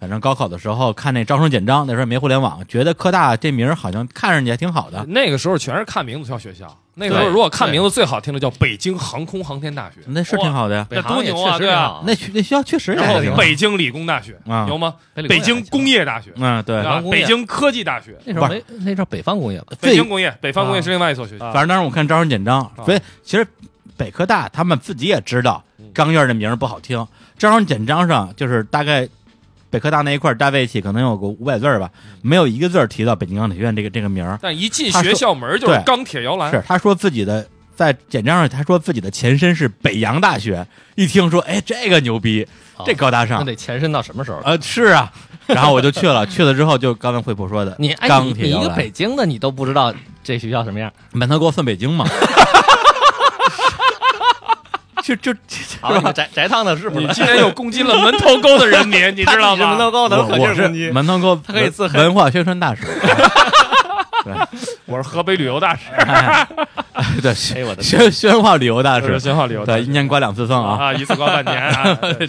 [SPEAKER 1] 反正高考的时候看那招生简章，那时候也没互联网，觉得科大这名儿好像看上去还挺好的，
[SPEAKER 3] 那个时候全是看名字挑学校，那个时候
[SPEAKER 2] 对
[SPEAKER 3] 如果看
[SPEAKER 2] 对
[SPEAKER 3] 名字最好听的叫北京航空航天大学，
[SPEAKER 1] 那是挺好的呀。
[SPEAKER 2] 北
[SPEAKER 3] 那
[SPEAKER 2] 航
[SPEAKER 3] 多
[SPEAKER 2] 也
[SPEAKER 3] 牛啊
[SPEAKER 2] 确实
[SPEAKER 3] 对啊
[SPEAKER 2] 挺好
[SPEAKER 1] 那嗯学那学校确实也
[SPEAKER 3] 然
[SPEAKER 1] 还
[SPEAKER 3] 后
[SPEAKER 1] 行。
[SPEAKER 3] 北京理工大学
[SPEAKER 1] 啊
[SPEAKER 3] 有吗？
[SPEAKER 2] 北理工
[SPEAKER 3] 北
[SPEAKER 2] 也
[SPEAKER 3] 京
[SPEAKER 2] 还行
[SPEAKER 3] 工业大学
[SPEAKER 1] 嗯，对，
[SPEAKER 3] 啊
[SPEAKER 2] 南工业
[SPEAKER 3] 北京科技大学，
[SPEAKER 2] 那时候没那时候北方工业吧？
[SPEAKER 1] 最
[SPEAKER 3] 北京工业，北方工业是另外一所学校。
[SPEAKER 1] 啊反正当时我看招生简章，
[SPEAKER 2] 啊
[SPEAKER 1] 所以其实北科大他们自己也知道
[SPEAKER 3] 嗯
[SPEAKER 1] 钢院的名儿不好听，招生简章上就是大概。北科大那一块儿加在一起，可能有个五百字儿吧，
[SPEAKER 2] 嗯
[SPEAKER 1] 没有一个字儿提到北京钢铁学院这个这个名儿。
[SPEAKER 3] 但一进学校门就是
[SPEAKER 1] 对
[SPEAKER 3] 钢铁摇
[SPEAKER 2] 啊
[SPEAKER 3] 篮，
[SPEAKER 1] 是他说自己的在简章上，他说自己的前身是北洋大学，一听说哎这个牛逼，
[SPEAKER 2] 啊
[SPEAKER 1] 这高大
[SPEAKER 2] 那
[SPEAKER 1] 上，
[SPEAKER 2] 得前身到什么时候？
[SPEAKER 1] 呃是啊，然后我就去
[SPEAKER 2] [LAUGHS]
[SPEAKER 1] 了，去了之后就刚才惠普说的，
[SPEAKER 2] 你哎，
[SPEAKER 1] 钢
[SPEAKER 2] 你
[SPEAKER 1] 铁
[SPEAKER 2] 你一
[SPEAKER 1] 摇
[SPEAKER 2] 个
[SPEAKER 1] 篮
[SPEAKER 2] 北京的，你都不知道这学校什么样？
[SPEAKER 1] 满头给我算北
[SPEAKER 2] [LAUGHS]
[SPEAKER 1] 京嘛， [LAUGHS] 就就
[SPEAKER 2] 好了，你宅宅烫的是不
[SPEAKER 3] 你
[SPEAKER 2] 是？
[SPEAKER 3] 竟然又攻击了门头沟的
[SPEAKER 1] [LAUGHS]
[SPEAKER 3] 人民，
[SPEAKER 2] [LAUGHS]
[SPEAKER 3] 你知道
[SPEAKER 2] 你这门
[SPEAKER 3] 吗
[SPEAKER 2] 头？沟的
[SPEAKER 1] 我
[SPEAKER 2] 可劲
[SPEAKER 1] 我
[SPEAKER 2] 儿
[SPEAKER 1] 是
[SPEAKER 2] 攻击
[SPEAKER 1] 门头沟
[SPEAKER 2] 他可以自黑
[SPEAKER 1] 文化宣传大
[SPEAKER 2] [LAUGHS]
[SPEAKER 1] 使，
[SPEAKER 3] 我是河北旅游大使，
[SPEAKER 1] 对，
[SPEAKER 2] 哎我的
[SPEAKER 1] 宣宣化旅游大
[SPEAKER 3] 我是
[SPEAKER 1] 使，
[SPEAKER 3] 宣化旅游大
[SPEAKER 1] 对，一
[SPEAKER 3] 使
[SPEAKER 1] 年刮两次蹭啊。
[SPEAKER 3] 啊，一次搞
[SPEAKER 1] [LAUGHS]
[SPEAKER 3] 半年啊，对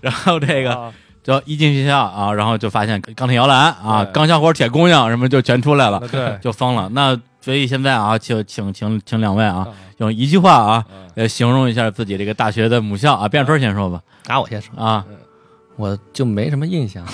[SPEAKER 1] 然后这个
[SPEAKER 3] 啊
[SPEAKER 1] 就一进学校啊，然后就发现钢铁摇篮啊，
[SPEAKER 3] 对
[SPEAKER 1] 钢小伙、铁姑娘什么就全出来了，
[SPEAKER 3] 对
[SPEAKER 1] 就疯了。那所以现在啊，请请请请两位啊
[SPEAKER 3] 啊，
[SPEAKER 1] 用一句话啊
[SPEAKER 3] 嗯，
[SPEAKER 1] 呃，形容一下自己这个大学的母校啊。卞春先说吧，
[SPEAKER 2] 拿我先说，
[SPEAKER 1] 啊，
[SPEAKER 2] 我就没什么印象，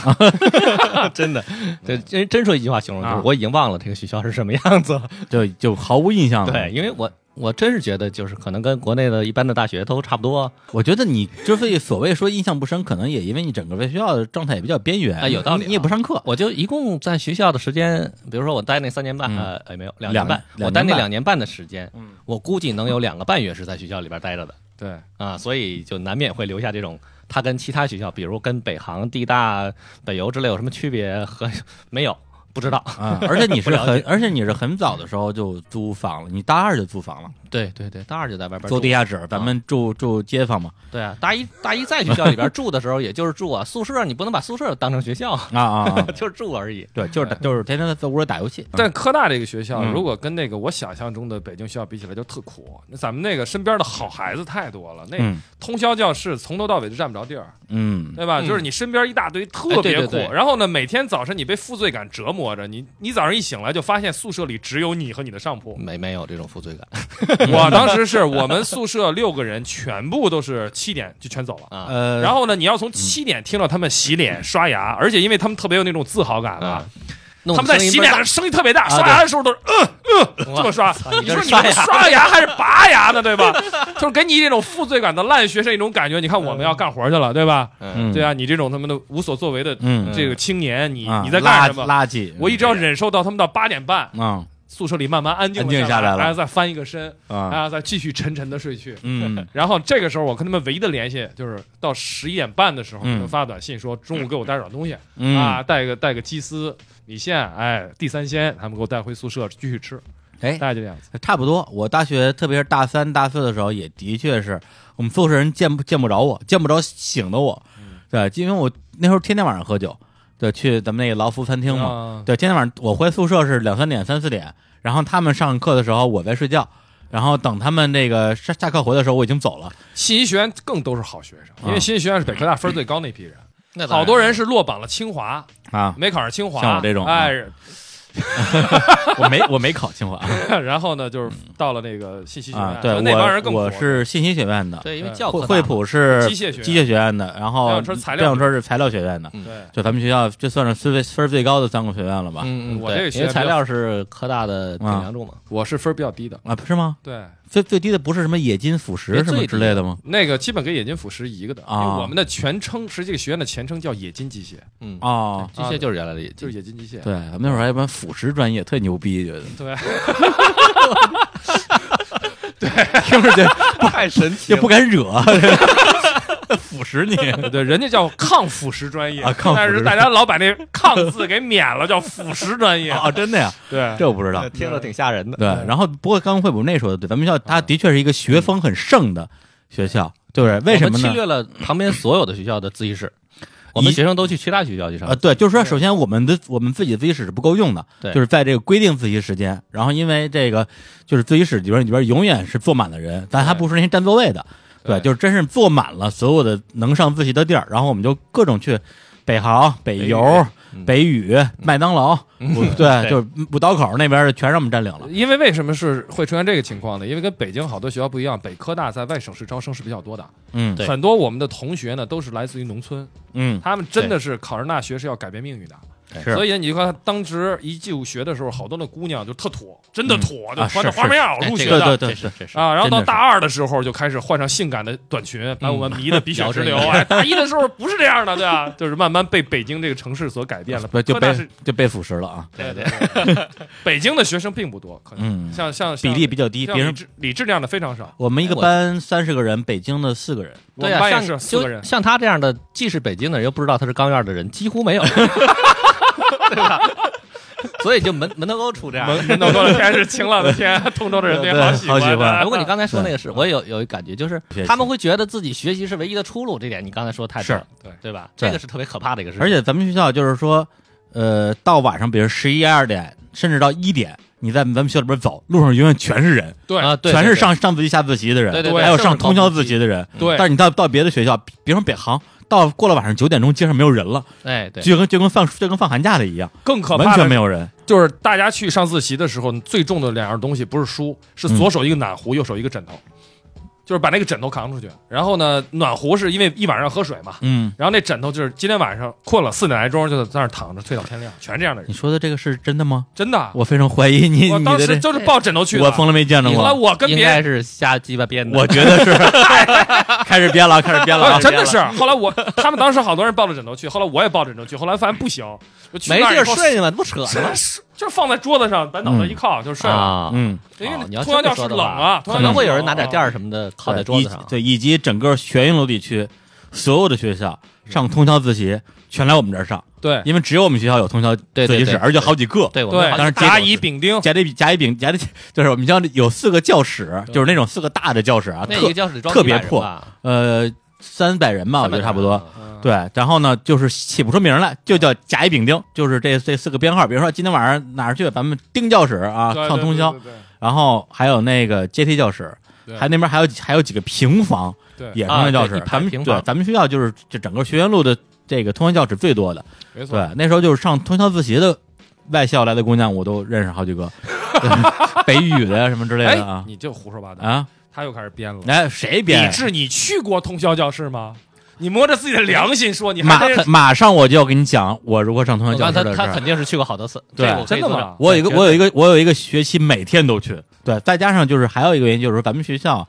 [SPEAKER 2] [LAUGHS] 真 [LAUGHS] 的。这真真说一句话形容，就是
[SPEAKER 3] 啊
[SPEAKER 2] 我已经忘了这个学校是什么样子了。
[SPEAKER 1] 就就毫无印象了。
[SPEAKER 2] 对，因为我我真是觉得，就是可能跟国内的一般的大学都差不多
[SPEAKER 1] 我觉得你之所以所谓说印象不深，可能也因为你整个在学校的状态也比较边缘
[SPEAKER 2] 啊有道理啊
[SPEAKER 1] 你你也不上课，
[SPEAKER 2] 我就一共在学校的时间，比如说我待那三年半，
[SPEAKER 1] 嗯
[SPEAKER 2] 呃，哎没有两
[SPEAKER 1] 两
[SPEAKER 2] 年半，
[SPEAKER 1] 两
[SPEAKER 2] 我待
[SPEAKER 1] 年
[SPEAKER 2] 那
[SPEAKER 1] 半
[SPEAKER 2] 两年半的时间，
[SPEAKER 1] 嗯
[SPEAKER 2] 我估计能有两个半月是在学校里边待着的
[SPEAKER 3] 对，
[SPEAKER 2] 啊，所以就难免会留下这种它跟其他学校，比如跟北航、地大、北邮之类有什么区别和没有。不知道。
[SPEAKER 1] 啊， [LAUGHS] 而且你是
[SPEAKER 2] 不了
[SPEAKER 1] 很，而且你是很早的时候就租房了，你大二就租房了，
[SPEAKER 2] 对对对，大二就在外边
[SPEAKER 1] 租
[SPEAKER 2] 住
[SPEAKER 1] 地下室，咱们住
[SPEAKER 3] 啊
[SPEAKER 1] 住街坊嘛，
[SPEAKER 2] 对啊，大一大一在学校里边住的时候，也就是住啊，宿舍你不能把宿舍当成学校，
[SPEAKER 1] 啊
[SPEAKER 2] [LAUGHS]
[SPEAKER 1] 啊，
[SPEAKER 3] [LAUGHS]
[SPEAKER 1] 啊
[SPEAKER 2] 就是住而已。
[SPEAKER 1] 对，就是打就是天天在屋里打游戏，
[SPEAKER 3] 但科大这个学校，
[SPEAKER 1] 嗯
[SPEAKER 3] 如果跟那个我想象中的北京学校比起来，就特苦。那咱们那个身边的好孩子太多了，那
[SPEAKER 1] 嗯
[SPEAKER 3] 通宵教室从头到尾就占不着地儿，
[SPEAKER 1] 嗯，
[SPEAKER 3] 对吧？
[SPEAKER 2] 嗯
[SPEAKER 3] 就是你身边一大堆特
[SPEAKER 2] 哎
[SPEAKER 3] 别
[SPEAKER 2] 对
[SPEAKER 3] 苦
[SPEAKER 2] 对，对
[SPEAKER 3] 然后呢，每天早晨你被负罪感折磨着，你你早上一醒来就发现宿舍里只有你和你的
[SPEAKER 2] [LAUGHS]
[SPEAKER 3] 上铺。
[SPEAKER 2] 没没有这种负罪感
[SPEAKER 3] 我当时是我们宿舍六个人全部都是七点就全走了。
[SPEAKER 2] 啊，
[SPEAKER 1] 呃，
[SPEAKER 3] 然后呢，你要从七点听到他们洗脸、刷牙，
[SPEAKER 2] 嗯
[SPEAKER 3] 而且因为他们特别有那种自豪感啊，
[SPEAKER 2] 弄
[SPEAKER 3] 他们在
[SPEAKER 2] 声音
[SPEAKER 3] 洗
[SPEAKER 2] 倍儿大
[SPEAKER 3] 脸的时候声音特别大，
[SPEAKER 1] 啊
[SPEAKER 3] 刷牙的时候都是嗯嗯
[SPEAKER 2] 哇
[SPEAKER 3] 这么刷。你
[SPEAKER 2] 你这
[SPEAKER 3] 说
[SPEAKER 2] 是
[SPEAKER 3] 你
[SPEAKER 2] 刷
[SPEAKER 3] 们
[SPEAKER 2] 牙
[SPEAKER 3] 刷牙还是拔牙呢，对吧？就是给你这种负罪感的烂学生一种感觉。你看我们要干活去了，对吧？
[SPEAKER 2] 嗯
[SPEAKER 1] 嗯
[SPEAKER 3] 对，啊，你这种他们的无所作为的
[SPEAKER 1] 嗯，
[SPEAKER 3] 这个青年，你
[SPEAKER 1] 啊
[SPEAKER 3] 你在干什
[SPEAKER 1] 垃
[SPEAKER 3] 么？
[SPEAKER 1] 垃圾，
[SPEAKER 3] 我一直要忍受到他们到八点半，
[SPEAKER 1] 嗯
[SPEAKER 3] 宿舍里慢慢安静
[SPEAKER 1] 安静下来了
[SPEAKER 3] 然后啊再翻一个身，然
[SPEAKER 1] 啊
[SPEAKER 3] 后再继续沉沉的睡去。 [LAUGHS]
[SPEAKER 1] 嗯
[SPEAKER 3] 然后这个时候，我跟他们唯一的联系就是到十一点半的时候，
[SPEAKER 1] 嗯
[SPEAKER 3] 他们发短信说中午给我带点东西、
[SPEAKER 1] 嗯
[SPEAKER 3] 啊，，带个带个鸡丝、米线，哎，地三鲜，他们给我带回宿舍继续吃，
[SPEAKER 1] 哎
[SPEAKER 3] 大，概就这样子。
[SPEAKER 1] 差不多。我大学，特别是大三、大四的时候，也的确是我们宿舍人见不见不着我，见不着醒的我，
[SPEAKER 3] 嗯
[SPEAKER 1] 对，因为我那时候天天晚上喝酒，对，去咱们那个劳福餐厅嘛，
[SPEAKER 3] 啊
[SPEAKER 1] 对，天天晚上我回宿舍是两三点、三四点，然后他们上课的时候我在睡觉。然后等他们那个下下课回的时候，我已经走了。
[SPEAKER 3] 信息学院更都是好学生，因为
[SPEAKER 1] 啊
[SPEAKER 3] 信息学院是北科大分儿最高那批人，
[SPEAKER 2] 那当然
[SPEAKER 3] 好多人是落榜了清华，
[SPEAKER 1] 啊，
[SPEAKER 3] 没考上清华，
[SPEAKER 1] 像我这种嗯
[SPEAKER 3] 哎，
[SPEAKER 1] [LAUGHS] 我没我没考清华
[SPEAKER 3] [LAUGHS] 然后呢，就是到了那个信息学院，
[SPEAKER 1] 啊。对，
[SPEAKER 3] 那帮人
[SPEAKER 1] 我
[SPEAKER 3] 更啊苦
[SPEAKER 1] 我是信息学院的，
[SPEAKER 2] 对，因为教
[SPEAKER 1] 惠
[SPEAKER 2] 科
[SPEAKER 1] 惠
[SPEAKER 2] 大嘛
[SPEAKER 1] 普是
[SPEAKER 3] 机械学院
[SPEAKER 1] 机械学院的，然后
[SPEAKER 3] 电动车材料
[SPEAKER 1] 电动车是材料学院的，
[SPEAKER 3] 对。
[SPEAKER 1] 就咱们学校这算是分分儿最高的三个学院了吧？
[SPEAKER 2] 嗯，嗯
[SPEAKER 3] 我
[SPEAKER 2] 对
[SPEAKER 3] 这个学
[SPEAKER 2] 因
[SPEAKER 3] 比
[SPEAKER 2] 为材
[SPEAKER 3] 较
[SPEAKER 2] 料是科大的顶
[SPEAKER 1] 啊
[SPEAKER 2] 梁柱嘛，
[SPEAKER 3] 我是分儿比较低的，
[SPEAKER 1] 啊，不是吗？
[SPEAKER 3] 对，
[SPEAKER 1] 最最低的不是什么冶金腐蚀
[SPEAKER 2] 别
[SPEAKER 1] 什么
[SPEAKER 2] 最
[SPEAKER 1] 之
[SPEAKER 2] 低
[SPEAKER 1] 类的吗？
[SPEAKER 3] 那个基本跟冶金腐蚀一个的，
[SPEAKER 1] 啊
[SPEAKER 3] 因为我们的全称是这个学院的前称叫冶金机械，
[SPEAKER 2] 嗯，
[SPEAKER 1] 哦，
[SPEAKER 2] 机械就是原来的，
[SPEAKER 3] 就
[SPEAKER 2] 就是
[SPEAKER 3] 冶金机械。
[SPEAKER 1] 对，我们那会儿还有一帮腐蚀专业，特牛逼，觉得 [LAUGHS]
[SPEAKER 3] 对，
[SPEAKER 1] 听着就
[SPEAKER 2] 太神奇
[SPEAKER 1] 就不敢惹， [LAUGHS] 腐蚀你。
[SPEAKER 3] 对对，人家叫抗腐蚀专业
[SPEAKER 1] 啊抗腐蚀
[SPEAKER 3] 但是大家老把那“抗”字给免了，叫腐蚀专业。
[SPEAKER 1] 哦，真的呀，
[SPEAKER 3] 对，
[SPEAKER 1] 这我不知道。
[SPEAKER 2] 听着挺吓人的。
[SPEAKER 1] 对，然后不过刚刚惠普那说的对，咱们学校它的确是一个学风很盛的学校，对不对？为什么
[SPEAKER 2] 我们
[SPEAKER 1] 呢
[SPEAKER 2] 侵？略了旁边所有的学校的自习室，我们
[SPEAKER 1] 一
[SPEAKER 2] 学生都去其他学校去上
[SPEAKER 1] 啊，。对，就是说，首先我们的我们自己的自习室是不够用的，
[SPEAKER 2] 对
[SPEAKER 1] 就是在这个规定自习时间，然后因为这个就是自习室里边里边永远是坐满了人，咱还不说那些占座位的，对，
[SPEAKER 3] 对
[SPEAKER 1] 就是真是坐满了所有的能上自习的地儿，然后我们就各种去北航、北邮、北语、麦当劳，五对，
[SPEAKER 2] 对
[SPEAKER 1] 就是五道口那边的全让我们占领了，
[SPEAKER 3] 因为为什么是会出现这个情况呢？因为跟北京好多学校不一样，北科大在外省市招生是比较多的，
[SPEAKER 1] 嗯
[SPEAKER 2] 对
[SPEAKER 3] 很多我们的同学呢都是来自于农村，
[SPEAKER 1] 嗯，
[SPEAKER 3] 他们真的是考上大学是要改变命运的。
[SPEAKER 1] 是
[SPEAKER 3] 所以呢你就看当时一就学的时候，好多那姑娘就特土，真的土，
[SPEAKER 1] 嗯
[SPEAKER 3] 就穿着
[SPEAKER 1] 啊是
[SPEAKER 3] 花棉袄
[SPEAKER 2] 哎
[SPEAKER 3] 入
[SPEAKER 2] 这
[SPEAKER 3] 学
[SPEAKER 2] 个
[SPEAKER 1] 对对
[SPEAKER 3] 的。
[SPEAKER 1] 对
[SPEAKER 2] 这是这是
[SPEAKER 3] 啊，然后
[SPEAKER 1] 真
[SPEAKER 3] 到
[SPEAKER 1] 的是嗯
[SPEAKER 3] 大二的时候就开始换上性感的短裙，把我们迷得鼻血直流。
[SPEAKER 2] 嗯
[SPEAKER 3] 哎，大一的时候不是这样的，对吧？ [LAUGHS] 就是慢慢被北京这个城市所改变了
[SPEAKER 1] 不，就
[SPEAKER 3] 科大
[SPEAKER 1] 被
[SPEAKER 3] 是
[SPEAKER 1] 就被腐蚀了啊，
[SPEAKER 3] 对对，对 [LAUGHS] 北京的学生并不多，可能
[SPEAKER 1] 嗯，
[SPEAKER 3] 像像
[SPEAKER 1] 比例比较低，
[SPEAKER 3] 像
[SPEAKER 1] 别
[SPEAKER 3] 李
[SPEAKER 1] 人
[SPEAKER 3] 志李志这样的非常少。
[SPEAKER 1] 我们一个
[SPEAKER 2] 我
[SPEAKER 1] 班三十个人，北京的四个人，
[SPEAKER 3] 我
[SPEAKER 2] 对
[SPEAKER 3] 们
[SPEAKER 2] 呀，
[SPEAKER 3] 班也
[SPEAKER 2] 像
[SPEAKER 3] 是四个人
[SPEAKER 2] 就，像他这样的，既是北京的人，又不知道他是钢院的人，几乎
[SPEAKER 3] [LAUGHS]
[SPEAKER 2] 没有，对吧？所以就门门头沟出这样的。
[SPEAKER 3] 门门头沟的啊天是晴朗的天，通州的人
[SPEAKER 1] [LAUGHS]
[SPEAKER 3] 民
[SPEAKER 1] 对对
[SPEAKER 3] 喜
[SPEAKER 1] 好喜
[SPEAKER 3] 欢
[SPEAKER 1] 欢
[SPEAKER 2] 哎
[SPEAKER 3] 的。
[SPEAKER 2] 不过你刚才说那个是，我也有有一感觉，就是
[SPEAKER 1] 学习
[SPEAKER 2] 他们会觉得自己学习是唯一的出路，这点你刚才说太对了，
[SPEAKER 3] 是对
[SPEAKER 2] 对吧？
[SPEAKER 1] 对
[SPEAKER 2] 这个是特别可怕的一个事情。
[SPEAKER 1] 而且咱们学校就是说，呃，到晚上，比如十一二点，甚至到一点，你在咱们学校里边走，路上永远全是人，
[SPEAKER 3] 对
[SPEAKER 2] 啊，对，
[SPEAKER 1] 全是
[SPEAKER 2] 对
[SPEAKER 1] 上上自习、下自习的人，
[SPEAKER 2] 对对
[SPEAKER 3] 对
[SPEAKER 1] 还有
[SPEAKER 2] 甚至
[SPEAKER 1] 上通宵
[SPEAKER 2] 高自
[SPEAKER 1] 自
[SPEAKER 2] 习
[SPEAKER 1] 习的人。
[SPEAKER 3] 对
[SPEAKER 1] 但是你到到别的学校，比比如说北航，到过了晚上九点钟，街上没有人了，
[SPEAKER 2] 对哎对，
[SPEAKER 1] 就跟就跟放就跟放寒假了一样，
[SPEAKER 3] 更可
[SPEAKER 1] 完
[SPEAKER 3] 怕
[SPEAKER 1] 全没
[SPEAKER 3] 的
[SPEAKER 1] 有人。
[SPEAKER 3] 就是大家去上自习的时候，最重的两样东西不是书，是
[SPEAKER 2] 嗯
[SPEAKER 3] 左手一个暖壶，右手一个枕头，就是把那个枕头扛出去。然后呢，暖壶是因为一晚上喝水嘛，
[SPEAKER 1] 嗯，
[SPEAKER 3] 然后那枕头就是今天晚上困了四点来钟就在那儿躺着睡到天亮，全这样的人
[SPEAKER 2] 嗯
[SPEAKER 1] 你，说的这个是真的吗？
[SPEAKER 3] 真的。啊
[SPEAKER 1] 我非常怀疑你
[SPEAKER 3] 我
[SPEAKER 1] 你
[SPEAKER 3] 当
[SPEAKER 1] 的
[SPEAKER 3] 时
[SPEAKER 1] 这，
[SPEAKER 3] 就是抱枕头去的。
[SPEAKER 1] 我从来没见着
[SPEAKER 3] 后来
[SPEAKER 1] 过。
[SPEAKER 3] 我跟
[SPEAKER 2] 应
[SPEAKER 3] 别人
[SPEAKER 2] 该是瞎鸡巴编的。
[SPEAKER 1] 我觉得是， [LAUGHS] 开始编了，开始编了
[SPEAKER 3] 啊，
[SPEAKER 1] 啊，
[SPEAKER 3] 真的是。后来我 [LAUGHS] 他们当时好多人抱着枕头去，后来我也抱着枕头去，后来发现不行，就去
[SPEAKER 2] 没
[SPEAKER 3] 那
[SPEAKER 2] 地
[SPEAKER 3] 以
[SPEAKER 2] 儿
[SPEAKER 3] 后
[SPEAKER 2] 睡嘛，不扯呢吗？
[SPEAKER 3] 真是啊就放在桌子上，把脑袋一靠就睡了。
[SPEAKER 2] 啊，
[SPEAKER 1] 嗯，
[SPEAKER 3] 因为
[SPEAKER 2] 哦你要
[SPEAKER 3] 通宵
[SPEAKER 2] 这
[SPEAKER 3] 教
[SPEAKER 2] 么
[SPEAKER 3] 室
[SPEAKER 2] 说的
[SPEAKER 3] 冷
[SPEAKER 2] 话
[SPEAKER 3] 啊，通宵
[SPEAKER 2] 可
[SPEAKER 3] 教
[SPEAKER 2] 能
[SPEAKER 3] 室
[SPEAKER 2] 会有
[SPEAKER 3] 冷
[SPEAKER 2] 人拿点
[SPEAKER 3] 啊
[SPEAKER 2] 垫儿什么的靠在
[SPEAKER 1] 对
[SPEAKER 2] 桌
[SPEAKER 1] 以
[SPEAKER 2] 子上。
[SPEAKER 1] 对，以及整个学云楼地区所有的学校上通宵自习，全来我们这儿上。
[SPEAKER 3] 对
[SPEAKER 1] 因为只有我们学校有通宵
[SPEAKER 2] 对
[SPEAKER 1] 自习
[SPEAKER 2] 对
[SPEAKER 1] 室，而且好几个。
[SPEAKER 2] 对，我们
[SPEAKER 3] 对，
[SPEAKER 2] 好像
[SPEAKER 1] 当时街
[SPEAKER 3] 甲
[SPEAKER 1] 头
[SPEAKER 3] 乙
[SPEAKER 1] 是
[SPEAKER 3] 丙丁，
[SPEAKER 1] 甲乙丙甲乙丙甲的， [LAUGHS] 就是我们学校有四个教室，就是那种四个大的教室啊，
[SPEAKER 2] 那一
[SPEAKER 1] 特
[SPEAKER 2] 个教室装
[SPEAKER 1] 特别
[SPEAKER 2] 100人
[SPEAKER 1] 破
[SPEAKER 2] 吧啊
[SPEAKER 1] 呃三百
[SPEAKER 3] 啊
[SPEAKER 1] 人吧，我觉得差不多。。
[SPEAKER 3] 对，
[SPEAKER 1] 对，然后呢，就是起不出名来，就叫甲乙丙丁，就是这这四个编号。比如说今天晚上哪儿去，咱们丁教室啊，
[SPEAKER 3] 对
[SPEAKER 1] 上通宵，，
[SPEAKER 3] 对对
[SPEAKER 1] 然后还有那个阶梯教室
[SPEAKER 3] 对，
[SPEAKER 1] 还那边还有还有几个平房，
[SPEAKER 3] 对对，
[SPEAKER 1] 也通宵教
[SPEAKER 2] 啊
[SPEAKER 1] 室
[SPEAKER 2] 对一。排
[SPEAKER 1] 咱们
[SPEAKER 2] 平
[SPEAKER 1] 对
[SPEAKER 2] 房
[SPEAKER 1] 咱们学校就是这整个学院路的这个通宵教室最多的。
[SPEAKER 3] 没错，
[SPEAKER 1] 对，那时候就是上通宵自习的外校来的姑娘，我都认识好
[SPEAKER 2] [LAUGHS]
[SPEAKER 1] 几个，对北语的呀什么之类的
[SPEAKER 3] 哎
[SPEAKER 1] 啊，
[SPEAKER 3] 你就胡说八道，
[SPEAKER 1] 啊！
[SPEAKER 3] 他又开始编了。
[SPEAKER 1] 来谁
[SPEAKER 3] 李
[SPEAKER 1] 编？
[SPEAKER 3] 志，你去过通宵教室吗？你摸着自己的良心说，你
[SPEAKER 1] 马
[SPEAKER 3] 还真
[SPEAKER 1] 马上我就要跟你讲，我如何上通
[SPEAKER 2] 我
[SPEAKER 1] 宵教
[SPEAKER 2] 刚才
[SPEAKER 1] 室的
[SPEAKER 2] 啊哦他
[SPEAKER 1] 事
[SPEAKER 2] 他
[SPEAKER 1] 儿。
[SPEAKER 2] 肯定是去过好多次，
[SPEAKER 1] 对
[SPEAKER 2] 这我可以
[SPEAKER 3] 真的
[SPEAKER 2] 作
[SPEAKER 3] 吗
[SPEAKER 2] 证
[SPEAKER 1] 我有一个，我有
[SPEAKER 2] 一
[SPEAKER 1] 一个，我有一个学期每天都去。对，再加上就是还有一个原因，就是说咱们学校，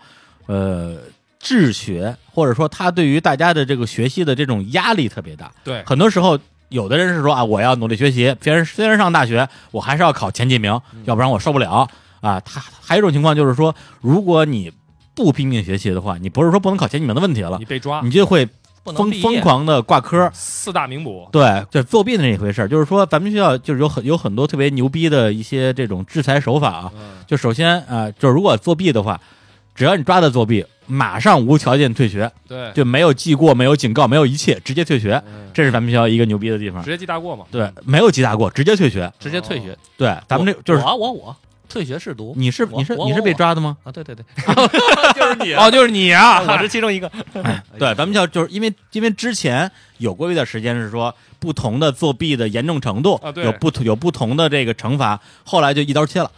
[SPEAKER 1] 呃，治学或者说他对于大家的这个学习的这种压力特别大。
[SPEAKER 3] 对
[SPEAKER 1] 很多时候有的人是说啊，我要努力学习，虽然虽然上大学，我还是要考前几名，要不然我受不了啊。他还有一种情况就是说，如果你不拼命学习的话，你不是说不能考前几名的问题了
[SPEAKER 3] 你，被抓
[SPEAKER 1] 你就会
[SPEAKER 2] 不能
[SPEAKER 1] 疯
[SPEAKER 2] 毕业
[SPEAKER 1] 疯狂的挂科。
[SPEAKER 3] 四大名捕，
[SPEAKER 1] 对，这作弊的那一回事儿，就是说咱们学校就是有很有很多特别牛逼的一些这种制裁手法啊。
[SPEAKER 3] 嗯
[SPEAKER 1] 就首先啊、呃就是如果作弊的话，只要你抓到作弊，马上无条件退学，
[SPEAKER 3] 对，
[SPEAKER 2] 哎
[SPEAKER 1] 就没有记过，没有警告，没有一切，直接退学。
[SPEAKER 3] 嗯
[SPEAKER 1] 这是咱们学校一个牛逼的地方
[SPEAKER 3] 直。接记大过嘛，
[SPEAKER 1] 对，没有记大过，直接退学。
[SPEAKER 2] 直接退学。
[SPEAKER 1] 对，哦咱们这
[SPEAKER 2] 我
[SPEAKER 1] 就是
[SPEAKER 2] 我我我退学试读
[SPEAKER 1] 你是
[SPEAKER 2] 我
[SPEAKER 1] 你是
[SPEAKER 2] 我
[SPEAKER 1] 你是被
[SPEAKER 2] 我
[SPEAKER 1] 抓的吗？
[SPEAKER 2] 啊，对对对，
[SPEAKER 3] 就是
[SPEAKER 1] [LAUGHS]
[SPEAKER 3] 你哦，就是你啊，
[SPEAKER 2] 我是其哎中一个。
[SPEAKER 1] 对，
[SPEAKER 3] 哎
[SPEAKER 1] 咱们叫就是因为因为之前有过一段时间是说不同的作弊的严重程度，
[SPEAKER 3] 啊对
[SPEAKER 1] 有不同有不同的这个惩罚，后来就一刀切了。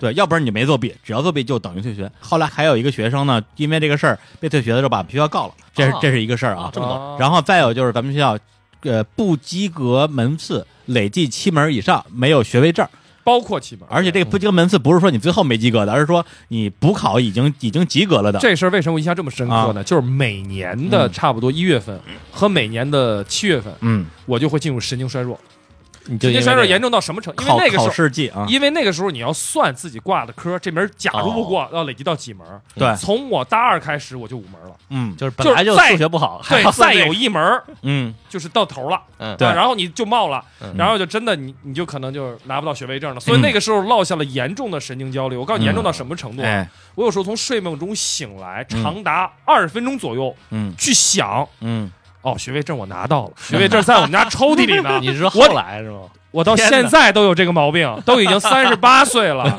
[SPEAKER 2] 对
[SPEAKER 1] 要不然你就没作弊，只要作弊就等于退学。后来还有一个学生呢，因为这个事儿被退学的时候把学校告了，这是、
[SPEAKER 2] 啊
[SPEAKER 1] 这是一个事儿
[SPEAKER 2] 啊
[SPEAKER 1] 啊。
[SPEAKER 2] 这么
[SPEAKER 3] 哦
[SPEAKER 1] 然后再有就是咱们学校，呃，不及格门次累计七门以上没有学位证，
[SPEAKER 3] 包括七门，
[SPEAKER 1] 而且这个不及格门次不是说你最后没及格的，而是说你补考已经已经及格了的。
[SPEAKER 3] 这事儿为什么我印象这么深
[SPEAKER 1] 啊
[SPEAKER 3] 刻呢？就是每年的差不多一月份和每年的七月份，
[SPEAKER 1] 嗯，
[SPEAKER 3] 我就会进入神经衰弱。
[SPEAKER 2] 你就
[SPEAKER 3] 神
[SPEAKER 2] 因
[SPEAKER 3] 经
[SPEAKER 2] 为
[SPEAKER 3] 衰弱
[SPEAKER 2] 这个
[SPEAKER 3] 严重到什么程度？因
[SPEAKER 1] 考
[SPEAKER 3] 为那个
[SPEAKER 1] 考
[SPEAKER 3] 时候，
[SPEAKER 1] 试季啊，
[SPEAKER 3] 因为那个时候你要算自己挂的科，这门假如
[SPEAKER 1] 哦
[SPEAKER 3] 不过，要累积到几门？
[SPEAKER 1] 对，
[SPEAKER 3] 从我大二开始我就五门了，
[SPEAKER 1] 嗯
[SPEAKER 2] 就是本来就
[SPEAKER 3] 就
[SPEAKER 2] 是
[SPEAKER 3] 再
[SPEAKER 2] 数学不好，还要
[SPEAKER 3] 对，
[SPEAKER 2] 算
[SPEAKER 3] 再
[SPEAKER 2] 这
[SPEAKER 3] 有
[SPEAKER 2] 个
[SPEAKER 3] 一门
[SPEAKER 1] 嗯，
[SPEAKER 3] 就是到头了。
[SPEAKER 2] 嗯
[SPEAKER 1] 对
[SPEAKER 3] 啊然后你就冒了，
[SPEAKER 2] 嗯
[SPEAKER 3] 然后就真的你你就可能就拿不到学位证了，所以那个时候落下了严重的神经焦虑。我告诉你，
[SPEAKER 1] 嗯
[SPEAKER 3] 严重到什么程度啊？
[SPEAKER 1] 哎，
[SPEAKER 3] 我有时候从睡梦中醒来，
[SPEAKER 1] 嗯
[SPEAKER 3] 长达二十分钟左右
[SPEAKER 1] 嗯
[SPEAKER 3] 去想，
[SPEAKER 1] 嗯，
[SPEAKER 3] 哦，学位证我拿到了，学位证在我们家抽屉里
[SPEAKER 2] [LAUGHS]
[SPEAKER 3] 呢。
[SPEAKER 2] 你是说
[SPEAKER 3] 我
[SPEAKER 2] 后来是吗？
[SPEAKER 3] 我到
[SPEAKER 2] 天哪
[SPEAKER 3] 现在都有这个毛病，都已经三十八岁了，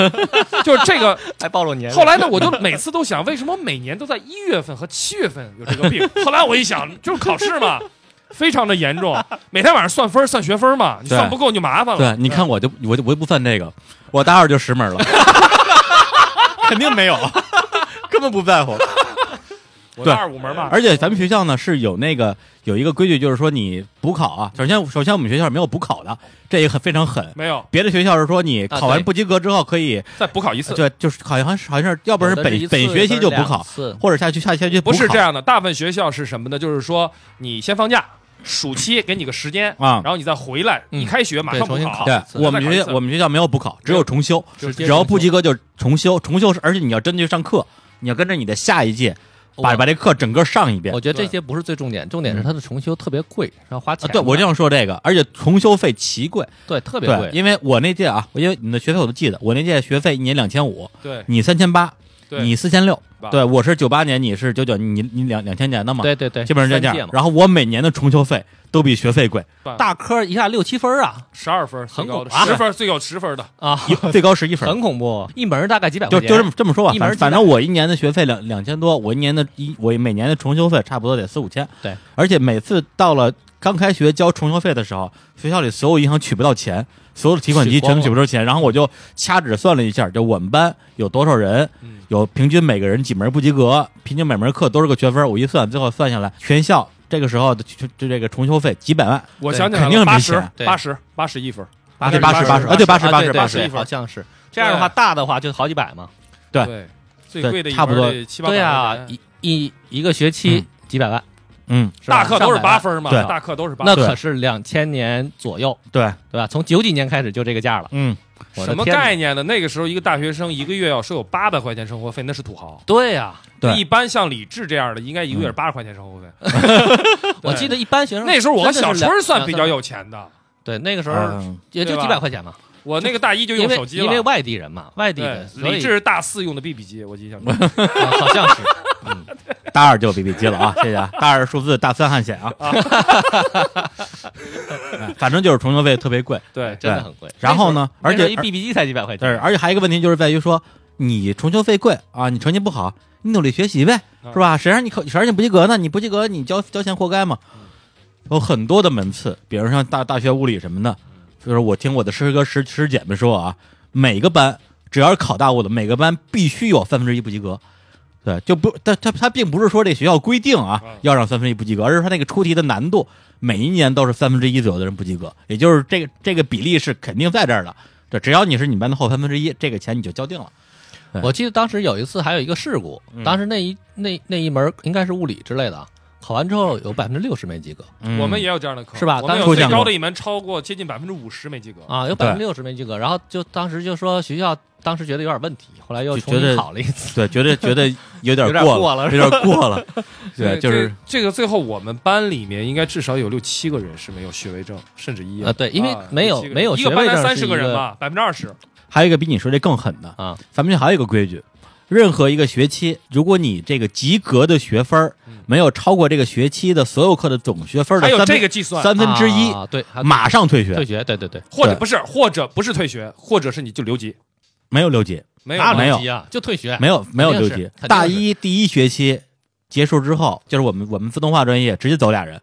[SPEAKER 3] 就是这个。
[SPEAKER 2] 还暴露年
[SPEAKER 3] 后来呢，我就每次都想，为什么每年都在一月份和七月份有这
[SPEAKER 1] [LAUGHS]
[SPEAKER 3] 个病？后来我一想，就是考试嘛，非常的严重，每天晚上算分儿算学分儿嘛，你算
[SPEAKER 1] 对
[SPEAKER 3] 不够你就麻烦了。
[SPEAKER 1] 对，你看我就我就我就不算这个，我大二就十门了， [LAUGHS] 肯定没有， [LAUGHS] 根本不在乎。
[SPEAKER 3] 我
[SPEAKER 1] 对
[SPEAKER 3] 大二五门嘛，
[SPEAKER 1] 而且咱们学校呢是有那个有一个规矩，就是说你补考啊，首先首先我们学校是没有补考的，这也很非常狠。
[SPEAKER 3] 没有
[SPEAKER 1] 别的学校是说你
[SPEAKER 2] 啊
[SPEAKER 1] 考完
[SPEAKER 2] 对
[SPEAKER 1] 不及格之后可以，
[SPEAKER 3] 再补考一次，
[SPEAKER 1] 对，就是好像是好像是，要不然
[SPEAKER 2] 有
[SPEAKER 1] 是
[SPEAKER 2] 的
[SPEAKER 1] 本
[SPEAKER 2] 一次
[SPEAKER 1] 本学期就补
[SPEAKER 2] 有的
[SPEAKER 1] 考，
[SPEAKER 2] 是两次
[SPEAKER 1] 或者下去下学期补
[SPEAKER 3] 不
[SPEAKER 1] 考
[SPEAKER 3] 是这样的。大部分学校是什么呢？就是说你先放假，暑期给你个时间
[SPEAKER 1] 啊
[SPEAKER 3] 然后你再回来，
[SPEAKER 2] 嗯
[SPEAKER 3] 你开学马
[SPEAKER 2] 对
[SPEAKER 3] 上
[SPEAKER 2] 重
[SPEAKER 3] 补
[SPEAKER 2] 新
[SPEAKER 3] 考
[SPEAKER 2] 考。
[SPEAKER 1] 对，
[SPEAKER 2] 次
[SPEAKER 1] 我们
[SPEAKER 3] 再考
[SPEAKER 1] 学
[SPEAKER 3] 一
[SPEAKER 1] 校
[SPEAKER 3] 次
[SPEAKER 1] 我们学校没有补考，只有重修，
[SPEAKER 2] 直接
[SPEAKER 1] 只要不及
[SPEAKER 2] 格，
[SPEAKER 1] 格就重修，重修是而且你要真去上课，你要跟着你的下一届把
[SPEAKER 2] 我
[SPEAKER 1] 把这课整个上一遍。
[SPEAKER 2] 我觉得这些不是最重点，重点是它的重修特别贵，是要花
[SPEAKER 1] 嗯啊
[SPEAKER 2] 钱的。
[SPEAKER 1] 对，我就想说这个，而且重修费奇贵，
[SPEAKER 2] 对特别
[SPEAKER 1] 对，
[SPEAKER 2] 贵，
[SPEAKER 1] 因为我那届啊，因为你的学费我都记得，我那届学费一年两千五，
[SPEAKER 3] 对
[SPEAKER 1] 你三千八，
[SPEAKER 3] 对，
[SPEAKER 1] 你四千六
[SPEAKER 3] 吧，
[SPEAKER 1] 对我是九八年，你是九九，你你两两千年的嘛，
[SPEAKER 2] 对对对，
[SPEAKER 1] 基本上
[SPEAKER 2] 三
[SPEAKER 1] 这
[SPEAKER 2] 届
[SPEAKER 1] 样
[SPEAKER 2] 嘛。
[SPEAKER 1] 然后我每年的重修费都比学费贵，
[SPEAKER 2] 大科一下六七分啊
[SPEAKER 3] 十二分最高
[SPEAKER 2] 很恐
[SPEAKER 3] 的，
[SPEAKER 2] 怖啊
[SPEAKER 3] 十分最有十分的，
[SPEAKER 2] 啊，
[SPEAKER 1] 一最高十一分，
[SPEAKER 2] 很恐怖，一门大概几百
[SPEAKER 1] 就
[SPEAKER 2] 块钱，
[SPEAKER 1] 就这么这么说吧，
[SPEAKER 2] 一门
[SPEAKER 1] 反
[SPEAKER 2] 儿
[SPEAKER 1] 反
[SPEAKER 2] 几百
[SPEAKER 1] 正我一年的学费两两千多，我一年的一我每年的重修费差不多得四五千。
[SPEAKER 2] 对，
[SPEAKER 1] 而且每次到了刚开学交重修费的时候，学校里所有银行取不到钱，所有的提款机
[SPEAKER 2] 取光
[SPEAKER 1] 全
[SPEAKER 2] 了
[SPEAKER 1] 都取不到钱。然后我就掐指算了一下，就我们班有多少人
[SPEAKER 3] 嗯，
[SPEAKER 1] 有平均每个人几门不及格，平均每门课都是个学分。我一算，最后算下来，全校这个时候的就就这个重修费几百万，
[SPEAKER 3] 我想起来
[SPEAKER 1] 肯定是
[SPEAKER 3] 了，八
[SPEAKER 1] 没啊
[SPEAKER 3] 十
[SPEAKER 1] 钱，
[SPEAKER 2] 对
[SPEAKER 3] 八十，八十一分，
[SPEAKER 1] 八
[SPEAKER 2] 十
[SPEAKER 1] 八十
[SPEAKER 3] 八
[SPEAKER 1] 八
[SPEAKER 3] 十
[SPEAKER 1] 十啊，对八
[SPEAKER 2] 啊
[SPEAKER 1] 十八
[SPEAKER 2] 对
[SPEAKER 1] 十
[SPEAKER 2] 对
[SPEAKER 1] 八
[SPEAKER 2] 对
[SPEAKER 1] 十，
[SPEAKER 2] 好像是这样的话，
[SPEAKER 3] 对
[SPEAKER 2] 大的话就好几百嘛。
[SPEAKER 1] 对
[SPEAKER 3] 对，最
[SPEAKER 1] 对
[SPEAKER 3] 贵的一
[SPEAKER 1] 差不
[SPEAKER 3] 门
[SPEAKER 1] 多
[SPEAKER 3] 得七八百
[SPEAKER 2] 对
[SPEAKER 3] 块
[SPEAKER 2] 啊
[SPEAKER 3] 钱，
[SPEAKER 2] 一一一个学期几百万，
[SPEAKER 1] 嗯，
[SPEAKER 2] 是吧
[SPEAKER 3] 大课都
[SPEAKER 2] 上
[SPEAKER 3] 是
[SPEAKER 2] 百
[SPEAKER 3] 八
[SPEAKER 2] 万
[SPEAKER 3] 分嘛，
[SPEAKER 1] 对
[SPEAKER 3] 大课都是八
[SPEAKER 2] 那
[SPEAKER 3] 分，
[SPEAKER 2] 可是两千年左右，
[SPEAKER 1] 对，
[SPEAKER 2] 对吧？从九几年开始就这个价了，
[SPEAKER 1] 嗯，
[SPEAKER 2] 我的
[SPEAKER 3] 什么
[SPEAKER 2] 天哪
[SPEAKER 3] 概念呢？那个时候一个大学生一个月要收有八百块钱生活费，那是土豪。
[SPEAKER 2] 对嗯呀，
[SPEAKER 1] 对
[SPEAKER 3] 一般像李志这样的，应该一个月是八十块钱生活费。
[SPEAKER 2] [LAUGHS] 我
[SPEAKER 3] 对
[SPEAKER 2] 记得一般学生，
[SPEAKER 3] 那时候我和小
[SPEAKER 2] 真的是
[SPEAKER 3] 春
[SPEAKER 2] 两
[SPEAKER 3] 算比较，有钱的，
[SPEAKER 2] 对，那个时候
[SPEAKER 1] 嗯
[SPEAKER 2] 也就
[SPEAKER 3] 对吧
[SPEAKER 2] 几百块钱嘛，
[SPEAKER 3] 我那个大一就
[SPEAKER 2] 因
[SPEAKER 3] 用
[SPEAKER 2] 为
[SPEAKER 3] 手机了，
[SPEAKER 2] 因为外地人嘛，外地
[SPEAKER 3] 对
[SPEAKER 2] 人，，所
[SPEAKER 3] 李
[SPEAKER 2] 以
[SPEAKER 3] 志大四用的 BB 机，我印象中
[SPEAKER 2] 啊好像是，
[SPEAKER 1] 大二就有 BB 机了啊，谢谢啊。大二数字，大三汗显啊。 [LAUGHS] 哎反正就是重修费特别贵。
[SPEAKER 2] [LAUGHS]
[SPEAKER 3] 对
[SPEAKER 2] 真的很贵。
[SPEAKER 1] 然后呢，而
[SPEAKER 2] 那时候
[SPEAKER 1] 且
[SPEAKER 2] 一 BB 机才几百块
[SPEAKER 1] 对，
[SPEAKER 2] 钱，
[SPEAKER 1] 而且还有一个问题就是在于说，你重修费贵啊，你成绩不好，你努力学习呗，
[SPEAKER 3] 嗯
[SPEAKER 1] 是吧？谁让你考，谁让你不及格呢？你不及格，你交交钱活该嘛。有很多的门次，比如像大大学物理什么的，就是我听我的师哥师师姐们说啊，每个班只要是考大物的，每个班必须有三分之一不及格。对，就不，但他他并不是说这学校规定啊
[SPEAKER 3] 嗯
[SPEAKER 1] 要让三分之一不及格，而是他那个出题的难度，每一年都是三分之一左右的人不及格，也就是这个这个比例是肯定在这儿的。对，只要你是你们班的后三分之一，这个钱你就交定了。对
[SPEAKER 2] 我记得当时有一次还有一个事故，当时那一那那一门儿应该是物理之类的啊，考完之后有百分之六十没及格
[SPEAKER 1] 嗯
[SPEAKER 3] 我们也有这样的课，
[SPEAKER 2] 是吧
[SPEAKER 3] 我
[SPEAKER 2] 当
[SPEAKER 3] 们
[SPEAKER 2] 时
[SPEAKER 3] 有
[SPEAKER 1] 出
[SPEAKER 3] 最
[SPEAKER 1] 现
[SPEAKER 3] 高
[SPEAKER 1] 过
[SPEAKER 3] 的一门超过接近百分之五十没及格，
[SPEAKER 2] 啊，有
[SPEAKER 1] 对
[SPEAKER 2] 百分之六十没及格，然后就当时就说学校当时觉得有点问题，后来又
[SPEAKER 1] 就
[SPEAKER 2] 重
[SPEAKER 1] 觉得
[SPEAKER 2] 新考了一次，
[SPEAKER 1] 对，觉得觉得有点
[SPEAKER 2] 有点
[SPEAKER 1] 过
[SPEAKER 2] 过了
[SPEAKER 1] 有点过 [LAUGHS] 了。对，就
[SPEAKER 3] 这
[SPEAKER 1] 是
[SPEAKER 3] 这个最后我们班里面应该至少有六七个人是没有学位证，甚至一
[SPEAKER 2] 啊对因为
[SPEAKER 3] 啊
[SPEAKER 2] 没有
[SPEAKER 3] 六七个人
[SPEAKER 2] 没有
[SPEAKER 3] 一个
[SPEAKER 2] 学
[SPEAKER 3] 班
[SPEAKER 2] 位
[SPEAKER 3] 才
[SPEAKER 2] 证
[SPEAKER 3] 三
[SPEAKER 2] 是
[SPEAKER 3] 十个
[SPEAKER 2] 一
[SPEAKER 3] 人
[SPEAKER 2] 个
[SPEAKER 3] 吧，百分之二十，
[SPEAKER 1] 还有一个比你说这更狠的
[SPEAKER 2] 啊，
[SPEAKER 1] 咱们学校还有一个规矩，任何一个学期，如果你这个及格的学分儿
[SPEAKER 3] 嗯
[SPEAKER 1] 没有超过这个学期的所有课的总学分儿的
[SPEAKER 3] 还有
[SPEAKER 1] 三分
[SPEAKER 3] 这个计算，
[SPEAKER 1] 三分之一，
[SPEAKER 2] 啊对，还
[SPEAKER 1] 马上退学
[SPEAKER 2] 退，学，对对对，
[SPEAKER 3] 或者
[SPEAKER 1] 对
[SPEAKER 3] 不是，或者不是退学，或者是你就留级，
[SPEAKER 1] 没有留级，
[SPEAKER 3] 没有
[SPEAKER 2] 哪
[SPEAKER 1] 没有
[SPEAKER 2] 留级啊，就退学，
[SPEAKER 1] 没有没有
[SPEAKER 2] 肯
[SPEAKER 1] 留
[SPEAKER 2] 定是
[SPEAKER 1] 级
[SPEAKER 2] 肯定。是
[SPEAKER 1] 大一第一学期结束之后，就是我们我们自动化专业直接走俩
[SPEAKER 2] [LAUGHS]
[SPEAKER 1] 人，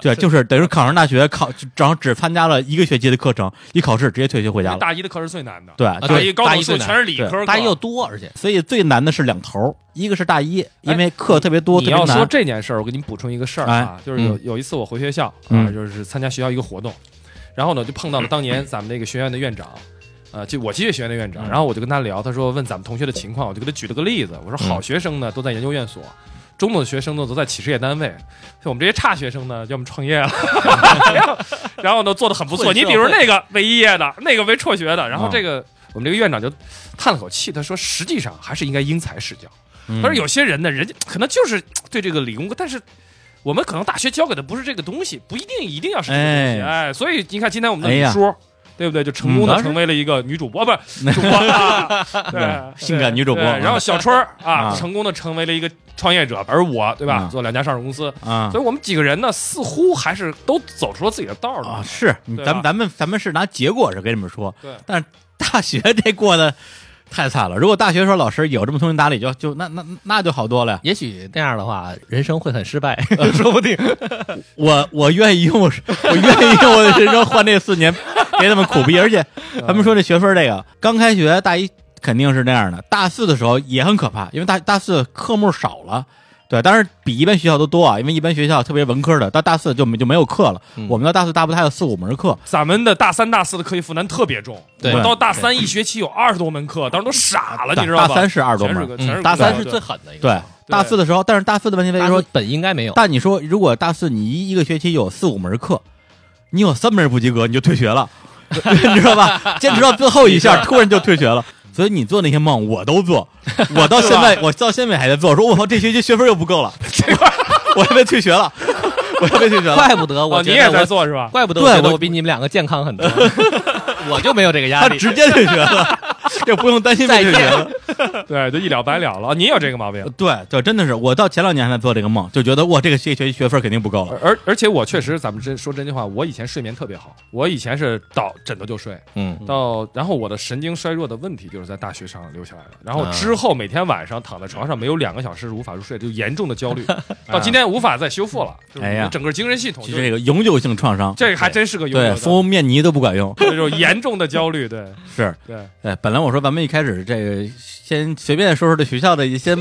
[SPEAKER 1] 对，就是等于考上大学考，然后只参加了一个学期的课程，一考试直接退学回
[SPEAKER 3] 因
[SPEAKER 1] 家
[SPEAKER 3] 为
[SPEAKER 1] 了。
[SPEAKER 3] 大一的课是最难的，
[SPEAKER 1] 对，
[SPEAKER 2] 啊
[SPEAKER 1] 就
[SPEAKER 3] 大
[SPEAKER 2] 对
[SPEAKER 3] 一高
[SPEAKER 2] 大
[SPEAKER 3] 等
[SPEAKER 2] 一
[SPEAKER 3] 数
[SPEAKER 2] 最难
[SPEAKER 3] 全是理科课，
[SPEAKER 2] 大一又多，而且
[SPEAKER 1] 所以最难的是两头儿，一个是大一，因为课特别多，
[SPEAKER 3] 哎你
[SPEAKER 1] 特别
[SPEAKER 3] 要说
[SPEAKER 1] 难。哎
[SPEAKER 3] 这件事儿，我给你补充一个事儿啊，就是有有一次我回学校啊，
[SPEAKER 1] 嗯
[SPEAKER 3] 就是参加学校一个活动，然后呢就碰到了当年咱们那个学院的院长。啊，就我机械学院的院长，
[SPEAKER 1] 嗯
[SPEAKER 3] 然后我就跟他聊，他说问咱们同学的情况，我就给他举了个例子，我
[SPEAKER 1] 嗯
[SPEAKER 3] 说好学生呢都在研究院所，中等的学生呢都在企事业单位，像我们这些差学生呢，要么创业了， [LAUGHS] 然后然后呢做的很不错，
[SPEAKER 2] 混社
[SPEAKER 3] 你
[SPEAKER 2] 会
[SPEAKER 3] 比如那个为一业的，那个为辍学的，然后
[SPEAKER 1] 嗯
[SPEAKER 3] 这个我们这个院长就叹了口气，他说实际上还是应该因材施教。
[SPEAKER 1] 嗯
[SPEAKER 3] 他说有些人呢，人家可能就是对这个理工科，但是我们可能大学教给的不是这个东西，不一定一定要是这个东西。哎，所以你看今天我们的
[SPEAKER 1] 哎呀
[SPEAKER 3] 女说。对不对？就成功
[SPEAKER 1] 嗯当
[SPEAKER 3] 的
[SPEAKER 1] 时
[SPEAKER 3] 成为了一个女主播，啊不是主播啊， [LAUGHS] 对，
[SPEAKER 1] 性感女主播
[SPEAKER 3] 对然后小春儿啊，
[SPEAKER 1] 啊
[SPEAKER 3] 成功的成为了一个创业者，而我，对吧
[SPEAKER 1] 嗯？
[SPEAKER 3] 做两家上市公司，
[SPEAKER 1] 啊
[SPEAKER 3] 所以我们几个人呢，似乎还是都走出了自己的道儿
[SPEAKER 1] 啊，
[SPEAKER 3] 的。
[SPEAKER 1] 是你
[SPEAKER 3] 对吧
[SPEAKER 1] 咱们咱们咱们是拿结果是跟你们说，
[SPEAKER 3] 对
[SPEAKER 1] 但是大学这过得太惨了。如果大学时候老师有这么通情达理，就就那那那就好多了呀。
[SPEAKER 2] 也许那样的话，人生会很失败，说不定。
[SPEAKER 1] 我我愿意用 [LAUGHS] 我我愿意用我的人生换这四年给他们苦逼，而且咱们说这学分这个，刚开学大一肯定是那样的，大四的时候也很可怕，因为大大四科目少了。对，当然比一般学校都多啊，因为一般学校特别文科的，到大四就没就没有课了。
[SPEAKER 2] 嗯
[SPEAKER 1] 我们到大四大不大有四五门课，
[SPEAKER 3] 咱们的大三、大四的课业负担特别重，
[SPEAKER 2] 对
[SPEAKER 3] 我到大三一学期有二十多门课，当时都傻了，你知道
[SPEAKER 1] 大
[SPEAKER 3] 吧？
[SPEAKER 1] 大三是二十多
[SPEAKER 3] 全
[SPEAKER 1] 门
[SPEAKER 3] 是
[SPEAKER 1] 儿，
[SPEAKER 3] 个全是
[SPEAKER 2] 嗯
[SPEAKER 3] 个
[SPEAKER 2] [LAUGHS] 大三
[SPEAKER 3] 对
[SPEAKER 2] 是最狠的一个，
[SPEAKER 1] 对，大四的时候，但是大四的问题在于
[SPEAKER 2] 大
[SPEAKER 1] 说
[SPEAKER 2] 四，本应该
[SPEAKER 1] [LAUGHS]
[SPEAKER 2] 没有，
[SPEAKER 1] 但你说如果大四你一一个学期有四五门课，你有三门不及格，你就退学
[SPEAKER 3] [LAUGHS]
[SPEAKER 1] 了，你知道吧？坚持到最后一下，突然就退学了。所以你做那些梦我都
[SPEAKER 3] [LAUGHS]
[SPEAKER 1] 做，我到现在我到现在还在做，说我操，这学期学分又不够了，我要被退学了，我要被退学了。
[SPEAKER 2] 怪不得
[SPEAKER 3] 哦，
[SPEAKER 2] 我
[SPEAKER 3] 你
[SPEAKER 2] 觉
[SPEAKER 3] 也
[SPEAKER 2] 得
[SPEAKER 3] 在
[SPEAKER 2] 我
[SPEAKER 3] 做是吧？
[SPEAKER 2] [LAUGHS] 怪不得
[SPEAKER 1] 对
[SPEAKER 2] 我觉得
[SPEAKER 1] 我
[SPEAKER 2] 我比你们两个健康 [LAUGHS] 很多，我就没有这个压
[SPEAKER 1] 他
[SPEAKER 2] 力。
[SPEAKER 1] 直接退学了，
[SPEAKER 3] [LAUGHS]
[SPEAKER 1] 也不用担心被退学了。
[SPEAKER 3] 对，就一了百了哦了。你也有这个毛病，
[SPEAKER 1] 对对，真的是，我到前两年还在做这个梦，就觉得哇，这个这学期学分肯定不够了。
[SPEAKER 3] 呃而而而且我确实，咱们真说真心话，我以前睡眠特别好，我以前是倒枕头就睡，
[SPEAKER 2] 嗯，
[SPEAKER 3] 到然后我的神经衰弱的问题就是在大学上留下来的，然
[SPEAKER 1] 啊
[SPEAKER 3] 后之后每天晚上躺在床上没有两个小时是无法入睡，就严重的
[SPEAKER 1] [LAUGHS]
[SPEAKER 3] 焦虑，到今天无法再修复了，就是
[SPEAKER 1] 啊哎呀
[SPEAKER 3] 整个精神系统
[SPEAKER 1] 就
[SPEAKER 3] 就
[SPEAKER 1] 这个永久性创伤，
[SPEAKER 3] 这个还真是个有
[SPEAKER 1] 对，
[SPEAKER 3] 的
[SPEAKER 1] 敷面泥都不管用，
[SPEAKER 3] 这种严重的焦虑，对
[SPEAKER 1] 是。
[SPEAKER 3] 对，
[SPEAKER 1] 哎，本来我说咱们一开始这个先随便说说这学校的一些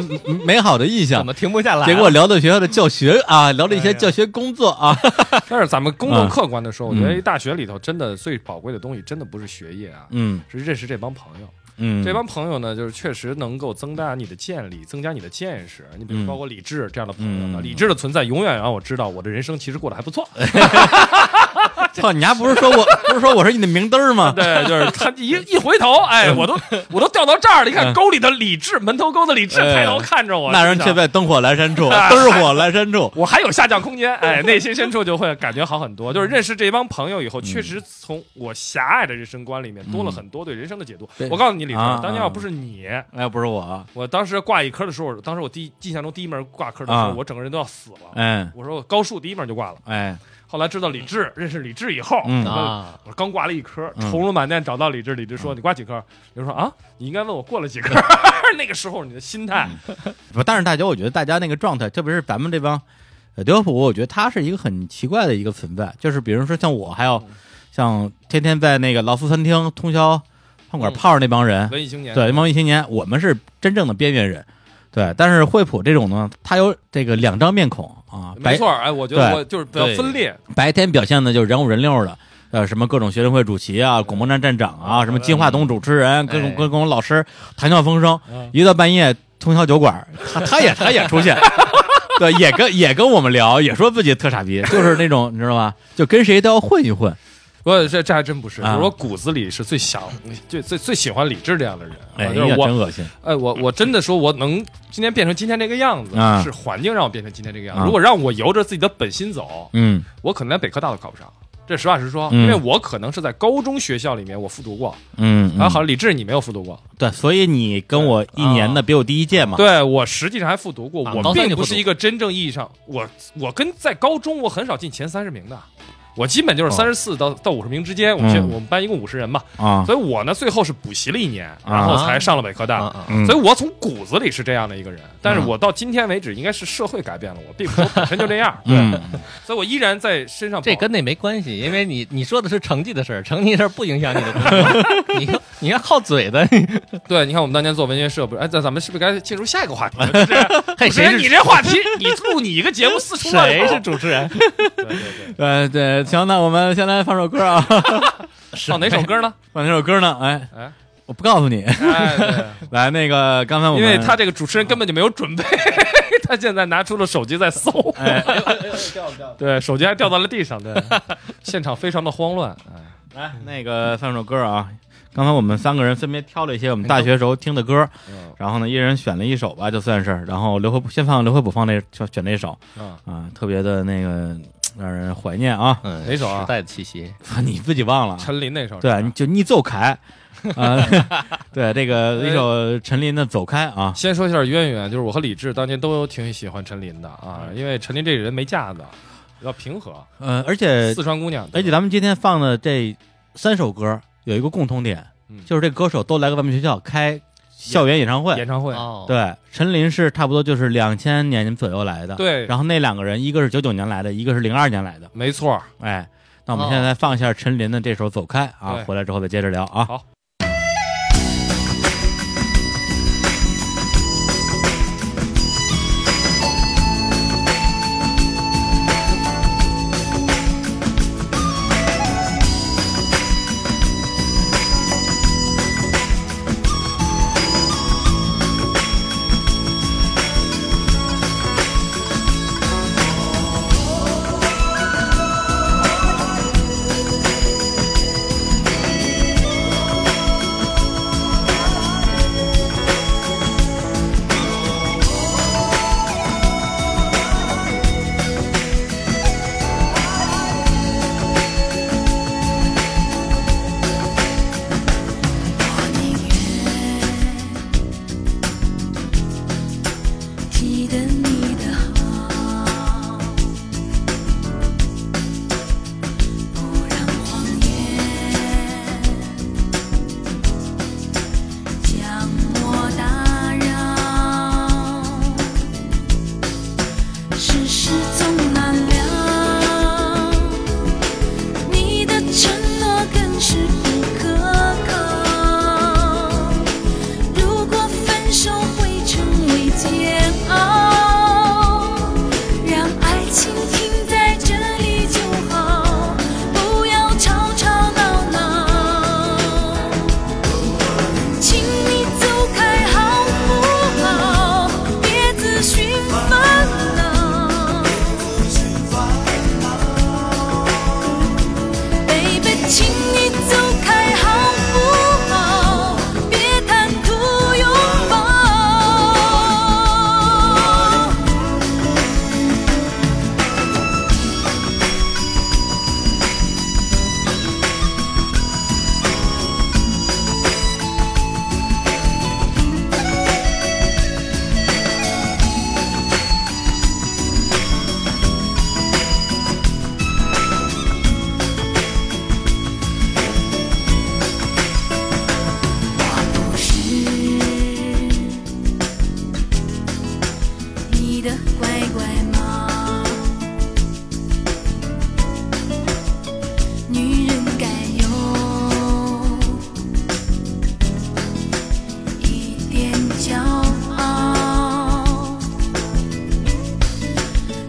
[SPEAKER 1] 美好的印
[SPEAKER 2] 怎
[SPEAKER 3] [LAUGHS]
[SPEAKER 1] 象，
[SPEAKER 2] 么停不下来？啊
[SPEAKER 1] 结果聊到学校的教学啊，聊了一
[SPEAKER 3] 哎
[SPEAKER 1] 些
[SPEAKER 3] 呀
[SPEAKER 1] 教学工作
[SPEAKER 3] [LAUGHS]
[SPEAKER 1] 啊，
[SPEAKER 3] 但是咱们
[SPEAKER 1] [LAUGHS]
[SPEAKER 3] 公
[SPEAKER 1] 嗯
[SPEAKER 3] 正客观的说，我觉得
[SPEAKER 1] 嗯
[SPEAKER 3] 大学里头真的最宝贵的东西，真的不是学业啊，
[SPEAKER 1] 嗯
[SPEAKER 3] 是认识这帮朋友。
[SPEAKER 1] 嗯，
[SPEAKER 3] 这帮朋友呢，就是确实能够增大你的见力，增加你的见识。你比如
[SPEAKER 1] 嗯
[SPEAKER 3] 包括李志这样的朋友，
[SPEAKER 1] 嗯
[SPEAKER 3] 李志的存在永远让我知道我的人生其实过得还
[SPEAKER 1] [LAUGHS]
[SPEAKER 3] 不错。
[SPEAKER 1] 操，哦你还不是说我不是说我是你的明灯儿吗？
[SPEAKER 3] 对，就是他一一回头，
[SPEAKER 1] 嗯
[SPEAKER 3] 哎，我都我都掉到这儿了。你看沟里的李志，门头沟的李志
[SPEAKER 1] 哎
[SPEAKER 3] 抬头看着我，
[SPEAKER 1] 嗯 [LAUGHS] 那人
[SPEAKER 3] 心
[SPEAKER 1] 却
[SPEAKER 3] 想
[SPEAKER 1] 在灯火阑
[SPEAKER 3] [LAUGHS]
[SPEAKER 1] 珊处，灯儿火阑珊处。
[SPEAKER 3] 我还有下降空间，哎，内心深处就会感觉好很多。就是认识这帮朋友以后，确实从我狭隘的人生观里面多了很多对人生的解读
[SPEAKER 1] 对。
[SPEAKER 3] 我告诉你，李叔
[SPEAKER 1] 啊，
[SPEAKER 3] 当年要不是你，
[SPEAKER 1] 哎，不是我，
[SPEAKER 3] 我当时挂一科的时候，当时我第一印象中第一门挂科的时
[SPEAKER 1] 啊
[SPEAKER 3] 候，我整个人都要死了。
[SPEAKER 1] 哎
[SPEAKER 3] 我说我高数第一门就挂了，
[SPEAKER 1] 哎，
[SPEAKER 3] 后来知道李志，认识李志以后，
[SPEAKER 1] 嗯
[SPEAKER 2] 啊，
[SPEAKER 3] 我刚挂了一科，
[SPEAKER 1] 嗯
[SPEAKER 3] 愁容满面找到李志，李志说你挂几科？李志说啊，你应该问我过了几
[SPEAKER 1] [LAUGHS]
[SPEAKER 3] 科。那个时候你的心态，
[SPEAKER 1] 嗯不，但是大家，我觉得大家那个状态，特别是咱们这帮呃德普，我觉得他是一个很奇怪的一个存在，就是比如说像我，还有像天天在那个劳斯餐厅通宵饭馆
[SPEAKER 3] 嗯
[SPEAKER 1] 泡着那帮人，
[SPEAKER 3] 文艺青年，
[SPEAKER 1] 对，文艺青年，我们是真正的边缘人。对，但是惠普这种呢，他有这个两张面孔啊，白
[SPEAKER 3] 没错，哎，我觉得
[SPEAKER 1] 对
[SPEAKER 3] 我就是比较
[SPEAKER 2] 对
[SPEAKER 3] 分裂，
[SPEAKER 1] 白天表现的就是人五人六的，呃，什么各种学生会主席啊、广播站站长啊，什么金话筒主持人，各种
[SPEAKER 2] 哎
[SPEAKER 1] 各种老师谈笑风生
[SPEAKER 3] 嗯，
[SPEAKER 1] 一到半夜通宵酒馆，他他也他也出现。 [LAUGHS] 对，也跟也跟我们聊，也说自己特傻逼，就是那种你知道吗？就跟谁都要混一混。
[SPEAKER 3] 不，这这还真不是，
[SPEAKER 1] 啊
[SPEAKER 3] 就是我骨子里是最想、最最最喜欢李志这样的人。
[SPEAKER 1] 哎
[SPEAKER 3] 啊就是
[SPEAKER 1] 呀，
[SPEAKER 3] 我，
[SPEAKER 1] 真恶心！
[SPEAKER 3] 哎，我我真的说，我能今天变成今天这个样子，
[SPEAKER 1] 啊
[SPEAKER 3] 是环境让我变成今天这个样子。
[SPEAKER 1] 啊
[SPEAKER 3] 如果让我由着自己的本心走，
[SPEAKER 1] 嗯
[SPEAKER 3] 我可能连北科大都考不上。这实话实说，
[SPEAKER 1] 嗯
[SPEAKER 3] 因为我可能是在高中学校里面我复读过，
[SPEAKER 1] 嗯，
[SPEAKER 3] 啊，
[SPEAKER 1] 嗯
[SPEAKER 3] 好像李志你没有复读过，
[SPEAKER 1] 对，所以你跟我一年的比我低一届嘛。
[SPEAKER 3] 对我实际上还复读过，
[SPEAKER 2] 啊
[SPEAKER 3] 我
[SPEAKER 2] 高三
[SPEAKER 3] 并
[SPEAKER 2] 就
[SPEAKER 3] 不
[SPEAKER 2] 复
[SPEAKER 3] 是
[SPEAKER 2] 读
[SPEAKER 3] 一个真正意义上，我我跟在高中我很少进前三十名的，我基本就是
[SPEAKER 1] 哦
[SPEAKER 3] 三十四到到五十名之间。我们学
[SPEAKER 1] 嗯
[SPEAKER 3] 我们班一共五十人嘛，
[SPEAKER 1] 啊，
[SPEAKER 3] 所以我呢最后是补习了一年，然后才上了北科大。
[SPEAKER 2] 啊啊
[SPEAKER 1] 嗯
[SPEAKER 3] 所以，我从骨子里是这样的一个人，但是
[SPEAKER 1] 嗯。
[SPEAKER 3] 我到今天为止，应该是社会改变了我，并不是我本身就这样
[SPEAKER 2] [LAUGHS]
[SPEAKER 1] 嗯，
[SPEAKER 3] 所以我依然在身上
[SPEAKER 2] 这
[SPEAKER 3] 保
[SPEAKER 2] 跟那没关系，因为你你说的是成绩的事儿，成绩的事儿不影响你的工 [LAUGHS] 作。你你要靠嘴的，
[SPEAKER 3] 对，你看我们当年做文学社，不是？哎，咱咱们是不是该进入下一个话题？就是
[SPEAKER 2] [LAUGHS] 嘿，
[SPEAKER 3] 主持人
[SPEAKER 2] 谁
[SPEAKER 3] 你
[SPEAKER 2] 是
[SPEAKER 3] 这话题，你录你一个节目四处乱
[SPEAKER 2] 谁
[SPEAKER 3] 跑
[SPEAKER 2] 是主持人？
[SPEAKER 3] 对
[SPEAKER 1] [LAUGHS] 对
[SPEAKER 3] 对
[SPEAKER 1] 对，行，那我们先来放首歌啊，
[SPEAKER 3] 对，放哪首歌呢？
[SPEAKER 1] 放哪首歌呢？哎
[SPEAKER 3] 哎，
[SPEAKER 1] 我不告诉你。 [LAUGHS]
[SPEAKER 3] 哎，对。
[SPEAKER 1] 来，那个刚才我们
[SPEAKER 3] [LAUGHS] 因为他这个主持人根本就没有准备， [LAUGHS] 他现在拿出了手机在搜，
[SPEAKER 1] 哎，
[SPEAKER 3] 对，手机还掉到了地上，对，现场非常的慌乱。哎
[SPEAKER 1] 来那个放首歌啊。刚才我们三个人分别挑了一些我们大学时候听的歌，
[SPEAKER 3] 嗯
[SPEAKER 1] 然后呢，一人选了一首吧，就算是。然后刘惠先放刘惠普放那选选那首
[SPEAKER 3] 嗯，
[SPEAKER 1] 啊，特别的那个让人怀念啊。 [LAUGHS]
[SPEAKER 2] 嗯，
[SPEAKER 3] 哪首啊
[SPEAKER 2] 时代的气息，
[SPEAKER 1] 你自己忘了？
[SPEAKER 3] 陈琳那首是吧，
[SPEAKER 1] 对，你就你走开啊！对，这个一首陈琳的《走开》啊，
[SPEAKER 3] 先说一下渊源，就是我和李志当年都挺喜欢陈琳的啊，因为陈琳这个人没架子，比较平和，
[SPEAKER 1] 呃，而且
[SPEAKER 3] 四川姑娘，
[SPEAKER 1] 而且
[SPEAKER 3] 对吧
[SPEAKER 1] 哎咱们今天放的这三首歌有一个共同点，
[SPEAKER 3] 嗯
[SPEAKER 1] 就是这歌手都来过咱们学校开校园演唱会。
[SPEAKER 3] 演唱会，
[SPEAKER 2] 哦，
[SPEAKER 1] 对，陈琳是差不多就是两千年左右来的，。
[SPEAKER 3] 对，
[SPEAKER 1] 然后那两个人，一个是九九年来的，一个是零二年来的。
[SPEAKER 3] 没错儿，
[SPEAKER 1] 哎，那我们
[SPEAKER 2] 哦
[SPEAKER 1] 现在放一下陈琳的这首《走开》啊
[SPEAKER 3] 对，
[SPEAKER 1] 回来之后再接着聊啊。
[SPEAKER 3] 好
[SPEAKER 4] 走开，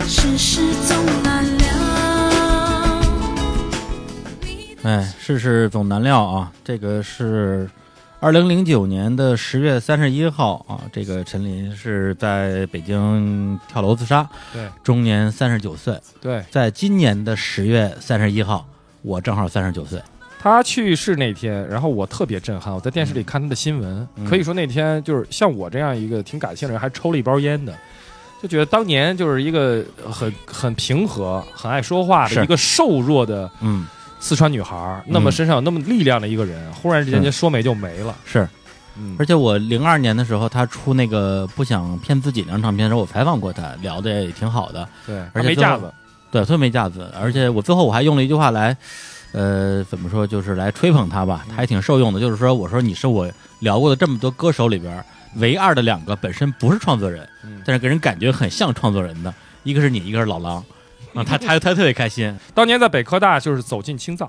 [SPEAKER 4] 世事总难料。你的
[SPEAKER 1] 哎，世事总难料啊！这个是二零零九年的十月三十一号啊，这个陈琳是在北京跳楼自杀，
[SPEAKER 3] 对，
[SPEAKER 1] 终年三十九岁。
[SPEAKER 3] 对
[SPEAKER 1] 在今年的十月三十一号，我正好三十九岁。
[SPEAKER 3] 他去世那天，然后我特别震撼，我在电视里看他的新闻，
[SPEAKER 1] 嗯
[SPEAKER 3] 可以说那天就是像我这样一个挺感性的人，还抽了一包烟的。就觉得当年就是一个很很平和、很爱说话
[SPEAKER 1] 是
[SPEAKER 3] 的一个瘦弱的
[SPEAKER 1] 嗯，
[SPEAKER 3] 四川女孩儿，那么身上有那么力量的一个人，忽然之间就说没就没了。
[SPEAKER 1] 是。
[SPEAKER 3] 嗯
[SPEAKER 1] 而且我零二年的时候，他出那个《不想骗自己》那张唱片的时候，我采访过他，聊的也挺好的。
[SPEAKER 3] 对，
[SPEAKER 1] 而且
[SPEAKER 3] 没
[SPEAKER 1] 最后
[SPEAKER 3] 架子，
[SPEAKER 1] 对，特别没架子。而且我最后我还用了一句话来，呃，怎么说，就是来吹捧他吧，他还挺受用的。就是说，我说你是我聊过的这么多歌手里边儿唯二的两个本身不是创作人，
[SPEAKER 3] 嗯
[SPEAKER 1] 但是给人感觉很像创作人的，一个是你，一个是老狼。啊，他他他特别开心，
[SPEAKER 3] 当年在北科大就是走进青藏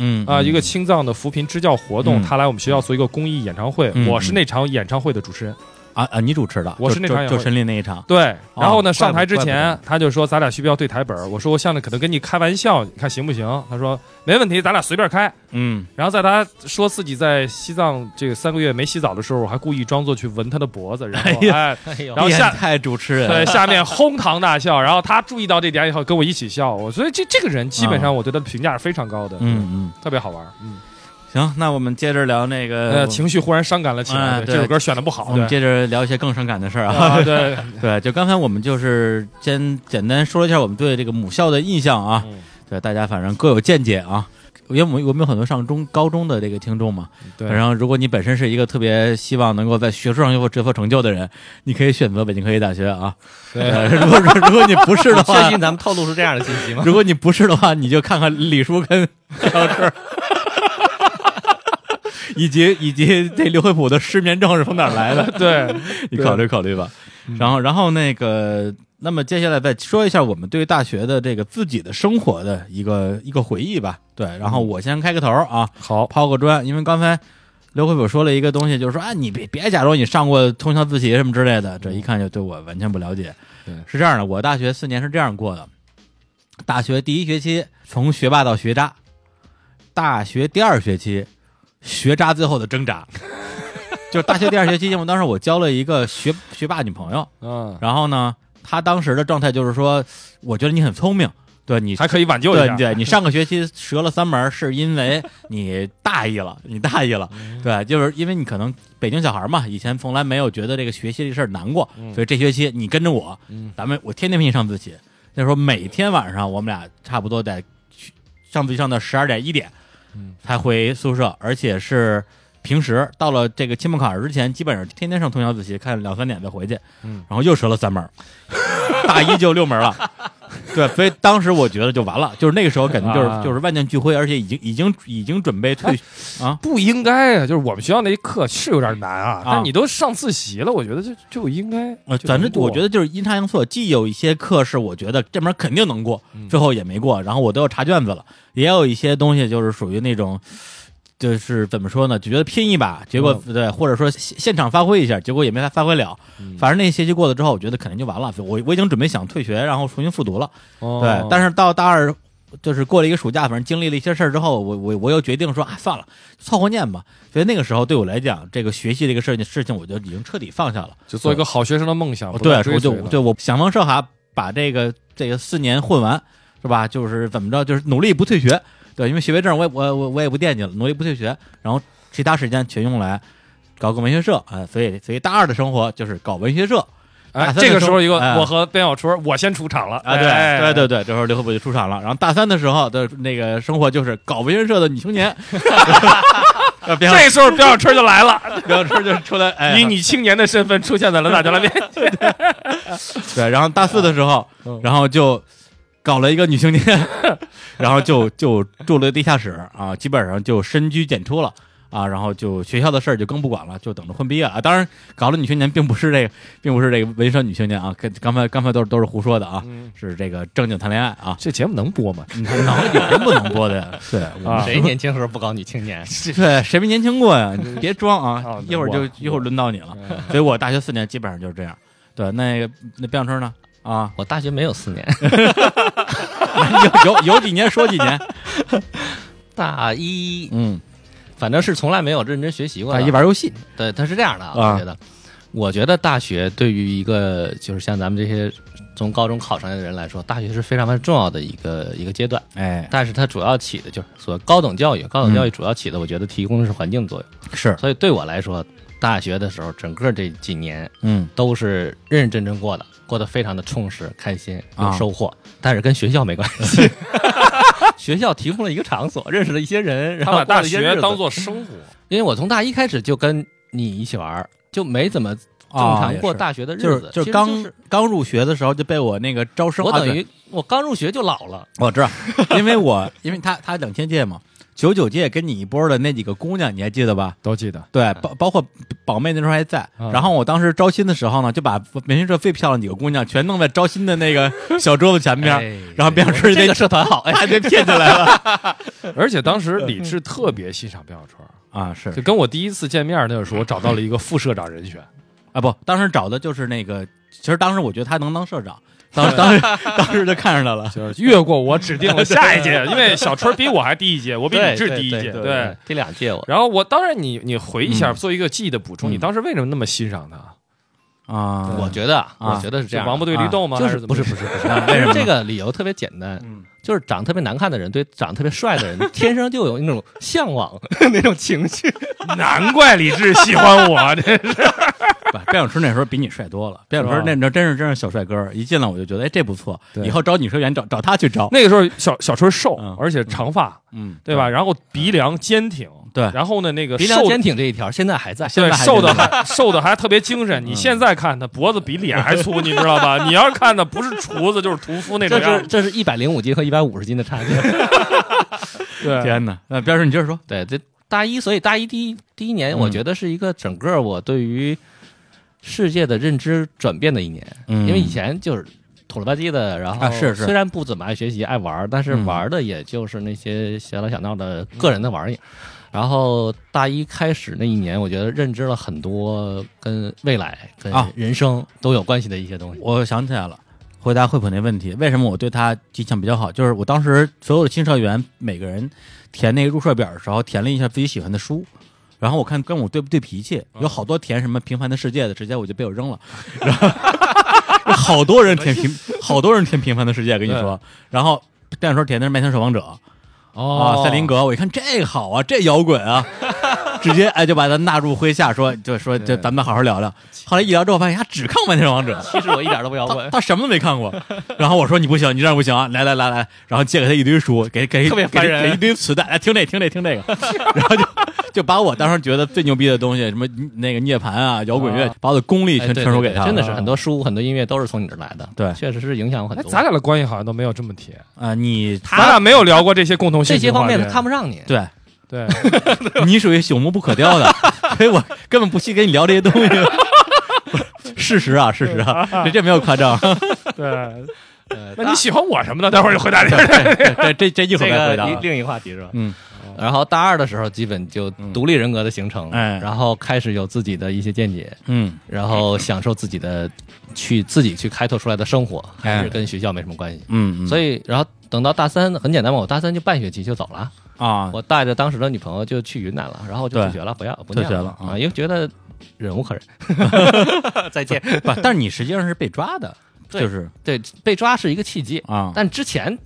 [SPEAKER 1] 嗯
[SPEAKER 3] 啊、一个青藏的扶贫支教活动，
[SPEAKER 1] 嗯
[SPEAKER 3] 他来我们学校做一个公益演唱会，
[SPEAKER 1] 嗯
[SPEAKER 3] 我是那场演唱会的主持人。
[SPEAKER 1] 啊啊，你主持的，
[SPEAKER 3] 我
[SPEAKER 1] 就是
[SPEAKER 3] 那
[SPEAKER 1] 就
[SPEAKER 3] 场演
[SPEAKER 1] 就
[SPEAKER 3] 会
[SPEAKER 1] 陈琳那一场，
[SPEAKER 3] 对，然后呢，
[SPEAKER 1] 哦
[SPEAKER 3] 上台之
[SPEAKER 1] 怪不
[SPEAKER 3] 前他就说咱俩需不需要对台本儿？我说我想可能跟你开玩笑，你看行不行？他说没问题，咱俩随便开。
[SPEAKER 1] 嗯
[SPEAKER 3] 然后在他说自己在西藏这个三个月没洗澡的时候，我还故意装作去闻他的脖子，然后
[SPEAKER 1] 哎呀
[SPEAKER 3] 哎，
[SPEAKER 2] 哎呦
[SPEAKER 3] 然后下
[SPEAKER 1] 变态主持人，
[SPEAKER 3] 在下面哄堂大笑，然后他注意到这点以后跟我一起笑，我所以这这个人基本上我对他的评价是非常高的，
[SPEAKER 1] 嗯，嗯，
[SPEAKER 3] 特别好玩，嗯，
[SPEAKER 1] 行，那我们接着聊那个
[SPEAKER 3] 呃，情绪忽然伤感了起来，
[SPEAKER 1] 嗯
[SPEAKER 3] 对
[SPEAKER 1] 对
[SPEAKER 3] 这首歌选的不
[SPEAKER 1] 我
[SPEAKER 3] 好，
[SPEAKER 1] 们
[SPEAKER 3] 对
[SPEAKER 1] 接着聊一些更伤感的事儿啊。
[SPEAKER 3] 啊，对，
[SPEAKER 1] 对，就刚才我们就是先简单说了一下我们对这个母校的印象啊，
[SPEAKER 3] 嗯
[SPEAKER 1] 对大家反正各有见解啊。因为我们我们有很多上中高中的这个听众嘛，[LAUGHS]
[SPEAKER 3] 对，
[SPEAKER 1] 然后如果你本身是一个特别希望能够在学术上有所折合成就的人，你可以选择北京科技大学啊。
[SPEAKER 3] 对，
[SPEAKER 1] 呃如果如果你不是
[SPEAKER 2] [LAUGHS]
[SPEAKER 1] 的
[SPEAKER 2] 确
[SPEAKER 1] 话，
[SPEAKER 2] 信咱们透露出这样的信息 [LAUGHS] 吗？
[SPEAKER 1] 如果你不是的话，你就看看李叔跟 [LAUGHS] 赵志，以及以及这刘惠普的失眠症是从哪儿来的？
[SPEAKER 3] 对，
[SPEAKER 1] 你考虑考虑吧。然后，然后那个，那么接下来再说一下我们对大学的这个自己的生活的一个一个回忆吧。对，然后我先开个头啊，
[SPEAKER 3] 好，
[SPEAKER 1] 抛个砖，因为刚才刘惠普说了一个东西，就是说啊，你别别假装你上过通宵自习什么之类的，这一看就对我完全不了解。
[SPEAKER 2] 对
[SPEAKER 1] 是这样的，我大学四年是这样过的：大学第一学期从学霸到学渣，大学第二学期学渣最后的挣扎。 [LAUGHS] 就是大学第二学期，因为当时我交了一个学学霸女朋友，
[SPEAKER 3] 嗯，
[SPEAKER 1] 然后呢，她当时的状态就是说，我觉得你很聪明，对你
[SPEAKER 3] 还可以挽救一
[SPEAKER 1] 对
[SPEAKER 3] 下，
[SPEAKER 1] 对，你上个学期折了三门儿，是因为你大意了，你大意了。
[SPEAKER 3] 嗯
[SPEAKER 1] 对，就是因为你可能北京小孩儿嘛，以前从来没有觉得这个学习这事儿难过，
[SPEAKER 3] 嗯
[SPEAKER 1] 所以这学期你跟着我，
[SPEAKER 3] 嗯
[SPEAKER 1] 咱们我天天陪你上自习。那时候每天晚上我们俩差不多得去上自习上到十二点一点
[SPEAKER 3] 嗯，
[SPEAKER 1] 才回宿舍，而且是。平时到了这个期末考试之前，基本上天天上通宵自习，看两三点再回去，
[SPEAKER 3] 嗯
[SPEAKER 1] 然后又折了三门儿， [LAUGHS] 大一就六门儿了，对，所以当时我觉得就完了，就是那个时候感觉就是、
[SPEAKER 3] 啊
[SPEAKER 1] 就是万念俱灰，而且已经已经已经准备
[SPEAKER 3] [LAUGHS]
[SPEAKER 1] 退
[SPEAKER 3] 不应该啊，就是我们学校那一课是有点难啊
[SPEAKER 1] 啊，
[SPEAKER 3] 但你都上自习了，我觉得就就应该
[SPEAKER 1] 呃，，
[SPEAKER 3] 就
[SPEAKER 1] 反正
[SPEAKER 3] 能过
[SPEAKER 1] 我觉得就是阴差阳错，既有一些课是我觉得这门肯定能过，
[SPEAKER 3] 嗯
[SPEAKER 1] 最后也没过，然后我都要查卷子了，也有一些东西就是属于那种，就是怎么说呢，就觉得拼一把，结果、对，或者说现现场发挥一下，结果也没法发挥了。
[SPEAKER 3] 嗯
[SPEAKER 1] 反正那学期过了之后，我觉得肯定就完了，我我已经准备想退学，然后重新复读了。
[SPEAKER 3] 哦
[SPEAKER 1] 对，但是到大二。就是过了一个暑假，反正经历了一些事儿之后，我我我又决定说啊，算了，凑合念吧。所以那个时候对我来讲，这个学习这个事儿事情，我就已经彻底放下了。
[SPEAKER 3] 就做一个好学生的梦想，
[SPEAKER 1] 我
[SPEAKER 3] 不
[SPEAKER 1] 对，
[SPEAKER 3] 再追
[SPEAKER 1] 我就
[SPEAKER 3] 随了
[SPEAKER 1] 对我想方设法把这个这个四年混完，是吧？就是怎么着，就是努力不退学。对，因为学位证我也我我我也不惦记了，努力不退学，然后其他时间全用来搞个文学社啊、哎所以所以大二的生活就是搞文学社
[SPEAKER 3] 哎
[SPEAKER 1] 打，算
[SPEAKER 3] 这个时候一个
[SPEAKER 1] 哎
[SPEAKER 3] 我和边小春，我先出场了
[SPEAKER 1] 啊，对对
[SPEAKER 3] 哎
[SPEAKER 1] 对对，这时候刘和普就出场了。然后大三的时候的那个生活就是搞文学社的女青年， [LAUGHS] 啊，边
[SPEAKER 3] 这时候边小春就来了，
[SPEAKER 1] 边春就出来，哎，
[SPEAKER 3] 以女青年的身份出现在了大家
[SPEAKER 1] [LAUGHS]
[SPEAKER 3] 的面前。
[SPEAKER 1] 对，然后大四的时候，
[SPEAKER 3] 嗯
[SPEAKER 1] 然后就搞了一个女青 [LAUGHS] 年，然后就就住了地下室啊，基本上就深居简出了啊，然后就学校的事儿就更不管了，就等着混毕业了啊。当然，搞了女青年并不是这个，并不是这个文社女青年啊，跟刚才刚才都是都是胡说的啊，是这个正经谈恋爱啊。
[SPEAKER 3] 嗯
[SPEAKER 1] [LAUGHS]
[SPEAKER 3] 这节目能播吗？
[SPEAKER 1] 能有什么不能播的呀？ [LAUGHS] 对，我
[SPEAKER 3] 啊
[SPEAKER 1] 们
[SPEAKER 2] 谁年轻时候不搞女青年？
[SPEAKER 1] 对，谁没年轻过呀？你别装啊
[SPEAKER 3] 哦！
[SPEAKER 1] 一会儿就
[SPEAKER 3] 我
[SPEAKER 1] 嗯一会儿轮到你了。所以我大学四年基本上就是这样。对，那个那卞小春呢？啊，
[SPEAKER 2] 我大学没有四年，
[SPEAKER 1] 有有有几年说几年，
[SPEAKER 2] 大一
[SPEAKER 1] 嗯，
[SPEAKER 2] 反正是从来没有认真学习过
[SPEAKER 1] 大
[SPEAKER 2] 的。
[SPEAKER 1] 一玩游戏，
[SPEAKER 2] 对，他是这样的
[SPEAKER 1] 啊
[SPEAKER 2] 啊，我觉得，我觉得大学对于一个就是像咱们这些从高中考上来的人来说，大学是非常非常重要的一个一个阶段。
[SPEAKER 1] 哎，
[SPEAKER 2] 但是它主要起的就是所谓高等教育，高等教育主要起的，我觉得提供的是环境作用。
[SPEAKER 1] 是，
[SPEAKER 2] 所以对我来说，大学的时候，整个这几年
[SPEAKER 1] 嗯，
[SPEAKER 2] 都是认认真真过的，过得非常的充实、开心、有
[SPEAKER 1] 啊
[SPEAKER 2] 收获。但是跟学校没关系，学校提供了一个场所，认识了一些人，然
[SPEAKER 3] 他
[SPEAKER 2] 后
[SPEAKER 3] 把大
[SPEAKER 2] 过了一些日
[SPEAKER 3] 学
[SPEAKER 2] 子
[SPEAKER 3] 当做生活，
[SPEAKER 2] 因为我从大一开始就跟你一起玩儿，就没怎么正常过
[SPEAKER 1] 啊
[SPEAKER 2] 大学的
[SPEAKER 1] 也
[SPEAKER 2] 日
[SPEAKER 1] 是就是
[SPEAKER 2] 子。
[SPEAKER 1] 就
[SPEAKER 2] 其
[SPEAKER 1] 是
[SPEAKER 2] 实
[SPEAKER 1] 刚
[SPEAKER 2] 是
[SPEAKER 1] 刚入学的时候就被我那个招生，
[SPEAKER 2] 我
[SPEAKER 1] 啊
[SPEAKER 2] 等
[SPEAKER 1] 对
[SPEAKER 2] 于我刚入学就老了，
[SPEAKER 1] 我知道，因为我因为他他两千届嘛，九九届跟你一波的那几个姑娘你还记得吧？
[SPEAKER 3] 都记得。
[SPEAKER 1] 对，包包括宝妹那时候还在，
[SPEAKER 3] 嗯
[SPEAKER 1] 然后我当时招新的时候呢，就把免学社最漂亮几个姑娘全弄在招新的那个小桌子前边，
[SPEAKER 2] 哎
[SPEAKER 1] 嗯然后边上吃
[SPEAKER 2] 这
[SPEAKER 1] 那
[SPEAKER 2] 个社团好，哎，
[SPEAKER 1] 还被骗进来
[SPEAKER 2] [LAUGHS]
[SPEAKER 1] 了
[SPEAKER 3] 而且当时李志特别欣赏标小川，
[SPEAKER 1] 啊！是
[SPEAKER 3] 就跟我第一次见面那个时候，我找到了一个副社长人选。
[SPEAKER 1] 啊，不，当时找的就是那个，其实当时我觉得他能当社长，当当时当时就看上他了。
[SPEAKER 3] 就是越过我指
[SPEAKER 2] [LAUGHS]
[SPEAKER 3] 定了下一届，因为小春比我还低一届，我比李志低一届。
[SPEAKER 1] 对对
[SPEAKER 3] 对，
[SPEAKER 2] 这两届我
[SPEAKER 3] 然后我当然你你回忆
[SPEAKER 2] 嗯
[SPEAKER 3] 一下，做一个记忆的补充，
[SPEAKER 1] 嗯
[SPEAKER 3] 你当时为什么那么欣赏他？
[SPEAKER 1] 啊，
[SPEAKER 2] 我觉得啊，
[SPEAKER 1] 啊
[SPEAKER 2] 我觉得是这
[SPEAKER 3] 是
[SPEAKER 2] 样的，
[SPEAKER 3] 王八对绿豆吗？
[SPEAKER 2] 就
[SPEAKER 3] 还
[SPEAKER 2] 是
[SPEAKER 3] 怎
[SPEAKER 2] 不
[SPEAKER 3] 么
[SPEAKER 2] 是
[SPEAKER 3] 着
[SPEAKER 2] 不 [LAUGHS] 是不是，
[SPEAKER 1] 啊为什么呢
[SPEAKER 2] 这个理由特别简单，
[SPEAKER 1] 嗯
[SPEAKER 2] 就是长得特别难看的人对长得特别帅的人天生就有那种向往 [LAUGHS] 那种情绪。
[SPEAKER 3] [LAUGHS] 难怪李志喜欢我， [LAUGHS] 这
[SPEAKER 1] 不，边小春那时候比你帅多了。边小春那时候真是真是小帅哥，一进来我就觉得，哎，这不错，
[SPEAKER 3] 对
[SPEAKER 1] 以后招女社员找找他去招。
[SPEAKER 3] 那个时候小小春瘦
[SPEAKER 1] 嗯，
[SPEAKER 3] 而且长发，
[SPEAKER 1] 嗯，
[SPEAKER 3] 对吧？然后鼻梁坚挺，
[SPEAKER 1] 对
[SPEAKER 3] 然后呢那个
[SPEAKER 2] 鼻梁
[SPEAKER 3] 瘦
[SPEAKER 2] 坚挺这一条现在还嗯在，
[SPEAKER 1] 现在
[SPEAKER 3] 对，
[SPEAKER 1] 还
[SPEAKER 3] 瘦
[SPEAKER 1] 真
[SPEAKER 3] 的还瘦的还特别
[SPEAKER 2] [LAUGHS]
[SPEAKER 3] 精神。你现在看他脖子比脸还粗，你知道吧？你要是看他不是厨子就是屠夫那种
[SPEAKER 2] 这
[SPEAKER 3] 样
[SPEAKER 2] 是
[SPEAKER 3] 子。
[SPEAKER 2] 这是一百零五斤和一百五十斤的差距。
[SPEAKER 3] 对，
[SPEAKER 1] 天哪！那边小春你接着说，
[SPEAKER 2] 对，这大一，所以大一第一第一年，
[SPEAKER 1] 嗯
[SPEAKER 2] 我觉得是一个整个我对于世界的认知转变的一年，
[SPEAKER 1] 嗯
[SPEAKER 2] 因为以前就是土了吧唧的，然后、
[SPEAKER 1] 啊是是
[SPEAKER 2] 虽然不怎么爱学习，爱玩儿，但是
[SPEAKER 1] 嗯
[SPEAKER 2] 玩的也就是那些小打小闹的个人的玩意儿。然后大一开始那一年，我觉得认知了很多跟未来、跟
[SPEAKER 1] 啊
[SPEAKER 2] 人生都有关系的一些东西。
[SPEAKER 1] 我想起来了，回答惠普那问题，为什么我对他印象比较好？就是我当时所有的新社员每个人填那个入社表的时候，填了一下自己喜欢的书。然后我看跟我对不对脾气，有好多填什么《平凡的世界》的，直接我就被我扔了。然后 [LAUGHS] 好多人填平，好多人填《平凡的世界》，跟你说。然后那时候填的是《麦田守望者》啊，
[SPEAKER 2] 哦
[SPEAKER 1] 赛林格。我一看这个好啊，这摇滚 [LAUGHS] 啊，直接哎就把他纳入麾下，说就说就咱们好好聊聊。后来一聊之后发现他只看《麦田守望者》，
[SPEAKER 2] 其实我一点都不摇
[SPEAKER 1] 他 [LAUGHS]
[SPEAKER 2] 滚，
[SPEAKER 1] 他什么都没看过。然后我说你不行，你这样不行啊！来来来来，然后借给他一堆书，给给
[SPEAKER 2] 特别
[SPEAKER 1] 给
[SPEAKER 2] 烦人
[SPEAKER 1] 给一堆磁带，来听这听这听这个， [LAUGHS] 然后就就把我当时觉得最牛逼的东西，什么那个涅槃啊、摇滚乐，把我的功力
[SPEAKER 2] 哎
[SPEAKER 1] 全
[SPEAKER 2] 对
[SPEAKER 1] 传授
[SPEAKER 2] 对
[SPEAKER 1] 给他了，啊
[SPEAKER 2] 真的是很多书、很多音乐都是从你这儿来的。
[SPEAKER 1] 对
[SPEAKER 2] 确实是影响我很
[SPEAKER 3] 哎，
[SPEAKER 2] 多。
[SPEAKER 3] 咱俩的关系好像都没有这么铁，
[SPEAKER 1] 啊！你
[SPEAKER 3] 咱俩没有聊过这些共同
[SPEAKER 2] 这
[SPEAKER 3] 兴
[SPEAKER 2] 些
[SPEAKER 3] 趣
[SPEAKER 2] 方面
[SPEAKER 3] 话
[SPEAKER 2] 他
[SPEAKER 3] 题
[SPEAKER 2] 看不上你。
[SPEAKER 1] 对
[SPEAKER 2] [LAUGHS]
[SPEAKER 3] 对，
[SPEAKER 1] 你属于朽木不可雕的，所以我根本不惜跟你聊这些东西。 [LAUGHS] 事实啊，事实啊，这这没有夸
[SPEAKER 2] [LAUGHS]
[SPEAKER 1] 张。
[SPEAKER 3] 对，
[SPEAKER 2] 呃
[SPEAKER 3] [LAUGHS] 那你喜欢我什么的？待会儿就回 [LAUGHS] 答你。
[SPEAKER 1] 这这这一会儿
[SPEAKER 2] 这
[SPEAKER 1] 再
[SPEAKER 2] 个
[SPEAKER 1] 回答啊。
[SPEAKER 2] 另另一话题是吧？哦
[SPEAKER 1] 嗯，
[SPEAKER 2] 然后大二的时候，基本就独立人格的形成，
[SPEAKER 1] 哎
[SPEAKER 2] 然后开始有自己的一些见解，
[SPEAKER 1] 嗯，
[SPEAKER 2] 然后享受自己的去自己去开拓出来的生活，
[SPEAKER 1] 哎
[SPEAKER 2] 还是跟学校没什么关系。
[SPEAKER 1] 嗯，
[SPEAKER 2] 所
[SPEAKER 1] 以
[SPEAKER 2] 以，然后等到大三，很简单嘛，我大三就半学期就走了，
[SPEAKER 1] 啊，
[SPEAKER 2] 我带着当时的女朋友就去云南了，然后就
[SPEAKER 1] 对
[SPEAKER 2] 退学了，不要不
[SPEAKER 1] 退
[SPEAKER 2] 念
[SPEAKER 1] 学了
[SPEAKER 2] 了
[SPEAKER 1] 啊
[SPEAKER 2] 啊，因为觉得忍无可忍，再见。
[SPEAKER 1] 不，但是你实际上是被抓的，
[SPEAKER 2] 对
[SPEAKER 1] 就是
[SPEAKER 2] 对，被抓是一个契机，
[SPEAKER 1] 啊
[SPEAKER 2] 但之前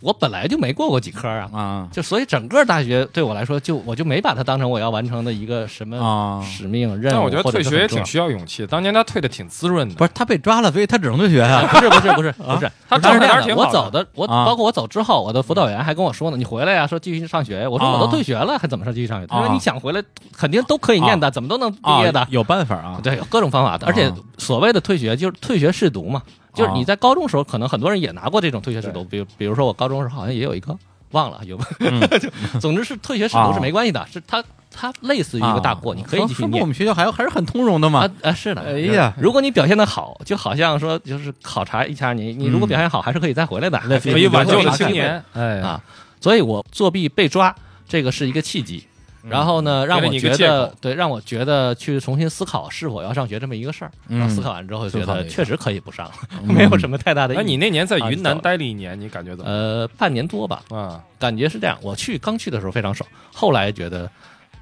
[SPEAKER 2] 我本来就没过过几科啊，
[SPEAKER 1] 啊
[SPEAKER 2] 就所以整个大学对我来说，就我就没把它当成我要完成的一个什么
[SPEAKER 1] 啊，
[SPEAKER 2] 使命任务。
[SPEAKER 3] 但我觉得
[SPEAKER 2] 或者
[SPEAKER 3] 退
[SPEAKER 2] 是
[SPEAKER 3] 学也
[SPEAKER 2] 很重
[SPEAKER 3] 挺
[SPEAKER 2] 要
[SPEAKER 3] 需要勇气的，当年他退的挺滋润的。
[SPEAKER 1] 不是他被抓了，所以他只能退学啊。
[SPEAKER 2] 不
[SPEAKER 1] [LAUGHS]
[SPEAKER 2] 是不是不是不是，
[SPEAKER 3] 他
[SPEAKER 2] 当
[SPEAKER 3] 状
[SPEAKER 2] 时
[SPEAKER 3] 态
[SPEAKER 2] 这
[SPEAKER 3] 还
[SPEAKER 2] 样
[SPEAKER 3] 是
[SPEAKER 2] 的，
[SPEAKER 3] 挺好
[SPEAKER 2] 我
[SPEAKER 3] 的
[SPEAKER 2] 走的，我
[SPEAKER 1] 啊嗯
[SPEAKER 2] 包括我走之后，我的辅导员还跟我说呢，你回来呀，说继续上学。我说
[SPEAKER 1] 啊
[SPEAKER 2] 我都退学了，还怎么上继续上学？他
[SPEAKER 1] 啊
[SPEAKER 2] 说你想回来，肯定都可以念的，怎么都能毕业的
[SPEAKER 1] 啊，。有办法啊。
[SPEAKER 2] 对，有各种方法的，而且
[SPEAKER 1] 啊
[SPEAKER 2] 所谓的退学就是退学试读嘛，就是你在高中时候，可能很多人也拿过这种退学试读，比如比如说我高中时候好像也有一个，忘了有， [LAUGHS]
[SPEAKER 1] 嗯
[SPEAKER 2] 就总之是退学试
[SPEAKER 1] 啊
[SPEAKER 2] 读是没关系的，是它它类似于一个大过，
[SPEAKER 1] 啊
[SPEAKER 2] 你可以继续
[SPEAKER 1] 说明我
[SPEAKER 2] 念。
[SPEAKER 1] 们学校还有还是很通融的嘛
[SPEAKER 2] 啊。啊是的，
[SPEAKER 1] 哎呀
[SPEAKER 2] 如果你表现的好，就好像说就是考察一下你，你如果
[SPEAKER 1] 嗯
[SPEAKER 2] 表现好，还是可以再回来的， [LAUGHS] 还
[SPEAKER 1] 对
[SPEAKER 3] 可以挽救
[SPEAKER 1] 了
[SPEAKER 3] 的青年，哎
[SPEAKER 2] 啊。所以我作弊被抓，这个是一个契机。然后呢，让
[SPEAKER 3] 嗯给了
[SPEAKER 2] 我
[SPEAKER 3] 你一个
[SPEAKER 2] 觉
[SPEAKER 3] 借
[SPEAKER 2] 得
[SPEAKER 3] 口
[SPEAKER 2] 对，让我觉得去重新思考是否要上学这么一个事儿。
[SPEAKER 1] 嗯
[SPEAKER 2] 然后思考完之后，
[SPEAKER 1] 思
[SPEAKER 2] 觉
[SPEAKER 1] 考了
[SPEAKER 2] 得
[SPEAKER 1] 一下
[SPEAKER 2] 确实可以不上， [LAUGHS] 没有什么太大的意义。
[SPEAKER 3] 嗯那你那年在
[SPEAKER 2] 啊
[SPEAKER 3] 云
[SPEAKER 2] 走
[SPEAKER 3] 南
[SPEAKER 2] 了
[SPEAKER 3] 待了一年，你感觉怎么
[SPEAKER 2] 呃，嗯半年多吧，
[SPEAKER 3] 样？啊，
[SPEAKER 2] 感觉是这样。我去刚去的时候非常爽，后来觉得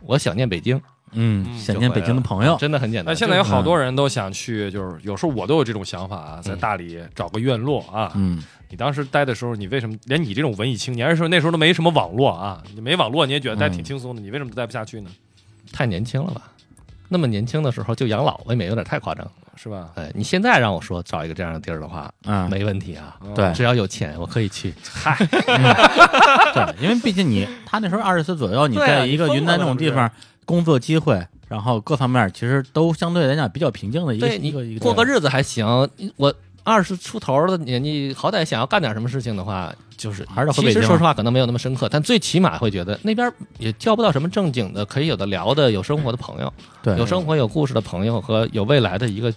[SPEAKER 2] 我想念北京，
[SPEAKER 1] 嗯，
[SPEAKER 3] 嗯
[SPEAKER 1] 想念北京的朋友，
[SPEAKER 2] 真的很简单。
[SPEAKER 3] 那现在有
[SPEAKER 2] 就
[SPEAKER 3] 好多人都想去，就是有时候我都有这种想法啊，
[SPEAKER 2] 嗯
[SPEAKER 3] 在大理找个院落啊。
[SPEAKER 1] 嗯，
[SPEAKER 3] 你当时待的时候，你为什么连你这种文艺青年，而且那时候都没什么网络啊，你没网络你也觉得
[SPEAKER 2] 嗯
[SPEAKER 3] 待挺轻松的，你为什么待不下去呢？
[SPEAKER 2] 太年轻了吧？那么年轻的时候就养老未免有点太夸张。
[SPEAKER 3] 是吧？
[SPEAKER 2] 哎，你现在让我说找一个这样的地儿的话，
[SPEAKER 1] 啊，
[SPEAKER 2] 没问题啊，
[SPEAKER 1] 对
[SPEAKER 2] 只要有钱我可以去。
[SPEAKER 1] 对，因为毕竟你他那时候二十岁左右，你
[SPEAKER 2] 对啊
[SPEAKER 1] 在一个
[SPEAKER 2] 你疯了
[SPEAKER 1] 云南这种地方，工作机会，然后各方面其实都相对来讲比较平静的一个
[SPEAKER 2] 对
[SPEAKER 1] 一个一
[SPEAKER 2] 你
[SPEAKER 1] 个
[SPEAKER 2] 过个
[SPEAKER 1] 日
[SPEAKER 2] 日子还行，我二十出头的年纪，好歹想要干点什么事情的话，就是
[SPEAKER 1] 还是得回
[SPEAKER 2] 其
[SPEAKER 1] 北
[SPEAKER 2] 实
[SPEAKER 1] 京啊
[SPEAKER 2] 说实话可能没有那么深刻，但最起码会觉得那边也交不到什么正经的、可以有的聊的、有生活的朋友，
[SPEAKER 1] 对
[SPEAKER 2] 有生活有故事的朋友和有未来的一个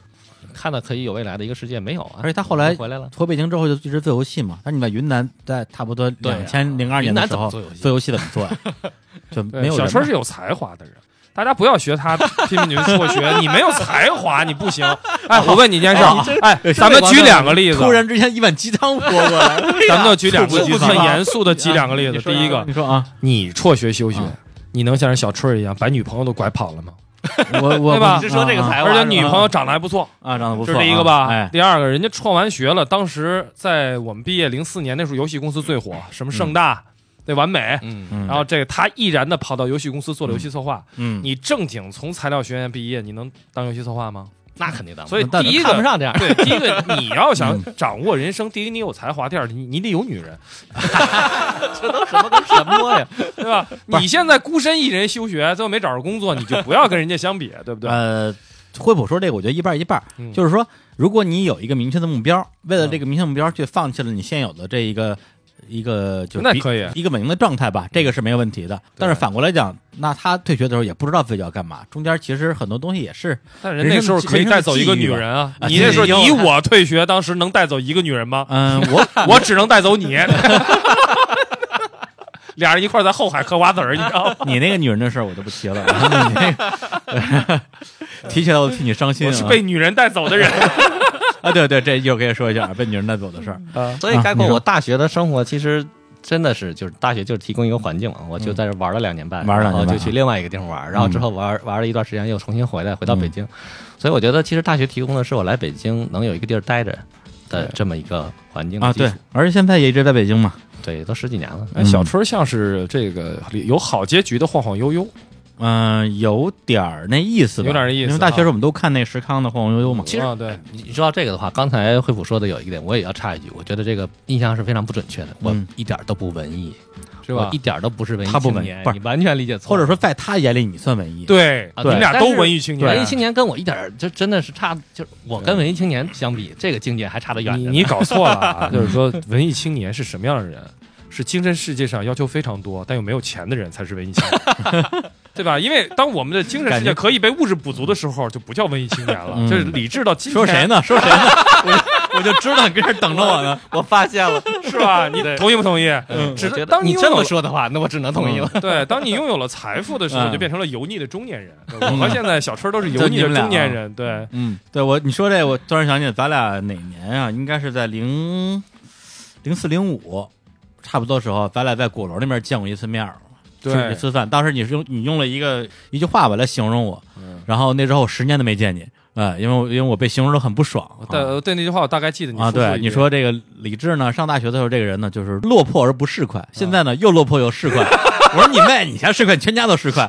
[SPEAKER 2] 看到可以有未来的一个世界没有啊。
[SPEAKER 1] 而且他后来
[SPEAKER 2] 回来了，
[SPEAKER 1] 回北京之后就一直做游戏嘛，但你在云南，在差不多
[SPEAKER 2] 对啊啊
[SPEAKER 1] 两千零二年的时候
[SPEAKER 2] 云南怎么做游戏
[SPEAKER 1] 做游戏怎么做呀？就没有
[SPEAKER 3] 小
[SPEAKER 1] 人
[SPEAKER 3] 春
[SPEAKER 1] 嘛
[SPEAKER 3] 是有才华的人。大家不要学他拼命去辍学，你没有才华，你不行。哎，我问你一件事儿，哎，咱们举两个例子，啊
[SPEAKER 1] 突然之间一碗鸡汤泼过来，
[SPEAKER 3] [LAUGHS] 咱们就举两个
[SPEAKER 1] 猝不及
[SPEAKER 3] 很
[SPEAKER 1] 防
[SPEAKER 3] 严肃的举两个例
[SPEAKER 2] 你
[SPEAKER 3] 子。
[SPEAKER 2] 说
[SPEAKER 3] 第一个
[SPEAKER 1] 你，说啊，
[SPEAKER 3] 你辍学休学
[SPEAKER 1] 嗯，
[SPEAKER 3] 你能像人小春儿一样把女朋友都拐跑了吗？ [LAUGHS]
[SPEAKER 1] 我我
[SPEAKER 3] 对
[SPEAKER 1] 我
[SPEAKER 3] 吧你
[SPEAKER 2] 是说这个
[SPEAKER 1] 啊
[SPEAKER 2] 才
[SPEAKER 1] 啊
[SPEAKER 2] 白话
[SPEAKER 3] 而且
[SPEAKER 2] 是吧
[SPEAKER 3] 女朋友长得还不错，
[SPEAKER 1] 啊长得不
[SPEAKER 3] 这
[SPEAKER 1] 错
[SPEAKER 3] 是
[SPEAKER 1] 啊，
[SPEAKER 3] 第一个吧？
[SPEAKER 1] 哎，
[SPEAKER 3] 第二个，人家创完学了，当时在我们毕业零四年那时候，游戏公司最火，什么盛大、对完美，
[SPEAKER 2] 嗯，
[SPEAKER 1] 嗯
[SPEAKER 3] 然后这个他毅然的跑到游戏公司做了游戏策划。
[SPEAKER 1] 嗯，
[SPEAKER 3] 你正经从材料学院毕业，你能当游戏策划吗？
[SPEAKER 2] 那肯定的嘛。
[SPEAKER 3] 所以
[SPEAKER 1] 但
[SPEAKER 3] 第一
[SPEAKER 2] 看不
[SPEAKER 3] 个。
[SPEAKER 2] 上这样，
[SPEAKER 3] [LAUGHS] 对，第一个你要想掌握人生，第一你有才华，第二你你得有女人，
[SPEAKER 2] 什么呀？
[SPEAKER 3] 对
[SPEAKER 2] [LAUGHS]
[SPEAKER 3] 吧？你现在孤身一人休学，最后没找着工作，你就不要跟人家相比， [LAUGHS] 对不对？
[SPEAKER 1] 呃，惠普说这个，我觉得一半儿一半儿，
[SPEAKER 3] 嗯
[SPEAKER 1] 就是说，如果你有一个明确的目标，为了这个明确目标去放弃了你现有的这一个一个就是
[SPEAKER 3] 那
[SPEAKER 1] 比
[SPEAKER 3] 可以啊嗯
[SPEAKER 1] 一个稳定的状态吧，这个是没有问题的。但是反过来讲，那他退学的时候也不知道自己要干嘛，中间其实很多东西也是
[SPEAKER 3] 但人那时候可以带走一个女人啊！
[SPEAKER 1] 人生的际遇吧
[SPEAKER 3] 你那时候
[SPEAKER 1] 啊
[SPEAKER 3] 以我退学，当时能带走一个女人 [LAUGHS] 吗？
[SPEAKER 1] 嗯，我
[SPEAKER 3] 我只能带走你。 [LAUGHS] 俩人一块儿在后海嗑瓜子儿，你知 [LAUGHS] 道吗？
[SPEAKER 1] [LAUGHS] 你那个女人的事儿我就不提了， [LAUGHS] 你那个 [LAUGHS] 提起来我替你伤心
[SPEAKER 3] 我
[SPEAKER 1] 啊！
[SPEAKER 3] 是被女人带走的人。 [LAUGHS]
[SPEAKER 1] 啊，对对，这又可以说一下被女人带走的事儿。
[SPEAKER 2] 所以
[SPEAKER 1] 啊
[SPEAKER 2] 概
[SPEAKER 1] 你
[SPEAKER 2] 括
[SPEAKER 1] 说
[SPEAKER 2] 我大学的生活，其实真的是就是大学就是提供一个环境嘛，我就在这玩了两年半，
[SPEAKER 1] 嗯玩了两
[SPEAKER 2] 然
[SPEAKER 1] 年半嗯
[SPEAKER 2] 后就去另外一个地方玩，然后之后玩玩了一段时间又重新回来，回到北京。所以我觉得其实大学提供的是我来北京能有一个地儿待着的这么一个环境
[SPEAKER 1] 啊，
[SPEAKER 2] 基础
[SPEAKER 1] 对，而且现在也一直在北京嘛，
[SPEAKER 2] 对，都十几年了。
[SPEAKER 1] 哎小
[SPEAKER 3] 春像是这个有好结局的晃晃悠悠，
[SPEAKER 1] 嗯、有点儿那意思吧，
[SPEAKER 3] 有点儿意思
[SPEAKER 1] 因为大学时候我们都看那石康的《晃晃悠悠》嘛，
[SPEAKER 2] 其实
[SPEAKER 3] 啊对，
[SPEAKER 2] 你你说到这个的话，刚才惠普说的有一点，我也要插一句，我觉得这个印象是非常不准确的，我
[SPEAKER 1] 嗯
[SPEAKER 2] 一点儿都不文艺，
[SPEAKER 3] 是吧
[SPEAKER 2] 我一？点儿都不是文艺
[SPEAKER 1] 他不
[SPEAKER 2] 青
[SPEAKER 1] 文艺
[SPEAKER 2] 年，
[SPEAKER 1] 不是
[SPEAKER 2] 你完全理解错
[SPEAKER 1] 或
[SPEAKER 2] 了，
[SPEAKER 1] 者说在他眼里你算文艺，
[SPEAKER 3] 对，
[SPEAKER 2] 啊
[SPEAKER 3] 你们俩
[SPEAKER 2] 对但
[SPEAKER 3] 都
[SPEAKER 2] 是
[SPEAKER 3] 文艺青年。
[SPEAKER 2] 文艺青年跟我一点儿就真的是差，就是我跟文艺青年相比，这个境界还差得远着
[SPEAKER 3] 你
[SPEAKER 2] 呢。
[SPEAKER 3] 你搞错了啊！就是 [LAUGHS] 说，文艺青年是什么样的人？是精神世界上要求非常多，但又没有钱的人才是文艺青年， [LAUGHS] 对吧？因为当我们的精神世
[SPEAKER 1] 感觉
[SPEAKER 3] 界可以被物质补足的时候，就不叫文艺青年了，
[SPEAKER 1] 嗯
[SPEAKER 3] 就是理智到今天，
[SPEAKER 1] 说谁呢？
[SPEAKER 3] 啊
[SPEAKER 1] 说谁呢？我我就知道你跟这儿等着我呢。
[SPEAKER 2] 我发现了，
[SPEAKER 3] 是吧？你同意不同意？只
[SPEAKER 2] 只嗯
[SPEAKER 3] 是
[SPEAKER 2] 觉得
[SPEAKER 3] 当
[SPEAKER 2] 你
[SPEAKER 3] 拥
[SPEAKER 2] 这
[SPEAKER 3] 有嗯
[SPEAKER 2] 么
[SPEAKER 3] 了
[SPEAKER 2] 说的话，那我只能同意了。
[SPEAKER 3] 对，当你拥有了财富的时候，
[SPEAKER 1] 嗯
[SPEAKER 3] 就变成了油腻的中
[SPEAKER 1] [LAUGHS]
[SPEAKER 3] 年人。我和现在小春都是油
[SPEAKER 1] 就
[SPEAKER 3] 腻
[SPEAKER 1] 你
[SPEAKER 3] 的
[SPEAKER 1] 们俩
[SPEAKER 3] 中年
[SPEAKER 1] 啊
[SPEAKER 3] 人，对，
[SPEAKER 1] 嗯，对我你说这，我突然想起来咱俩哪年啊？应该是在零零四零五差不多时候，咱俩在鼓楼那边见过一次面儿，吃过一
[SPEAKER 3] 对
[SPEAKER 1] 次饭。当时你是用你用了一个一句话吧来形容我，
[SPEAKER 3] 嗯
[SPEAKER 1] 然后那之后十年都没见你，啊，因为我因为我被形容的很不爽。啊
[SPEAKER 3] 对对那句话我大概记得你
[SPEAKER 1] 啊，
[SPEAKER 3] 复述一
[SPEAKER 1] 对，
[SPEAKER 3] 遍
[SPEAKER 1] 你说这个李志呢，上大学的时候这个人呢，就是落魄而不市
[SPEAKER 3] 嗯
[SPEAKER 1] 侩，现在呢又落魄又市侩。我说你妹，你才市侩，你全家都
[SPEAKER 3] [LAUGHS]
[SPEAKER 1] 市侩。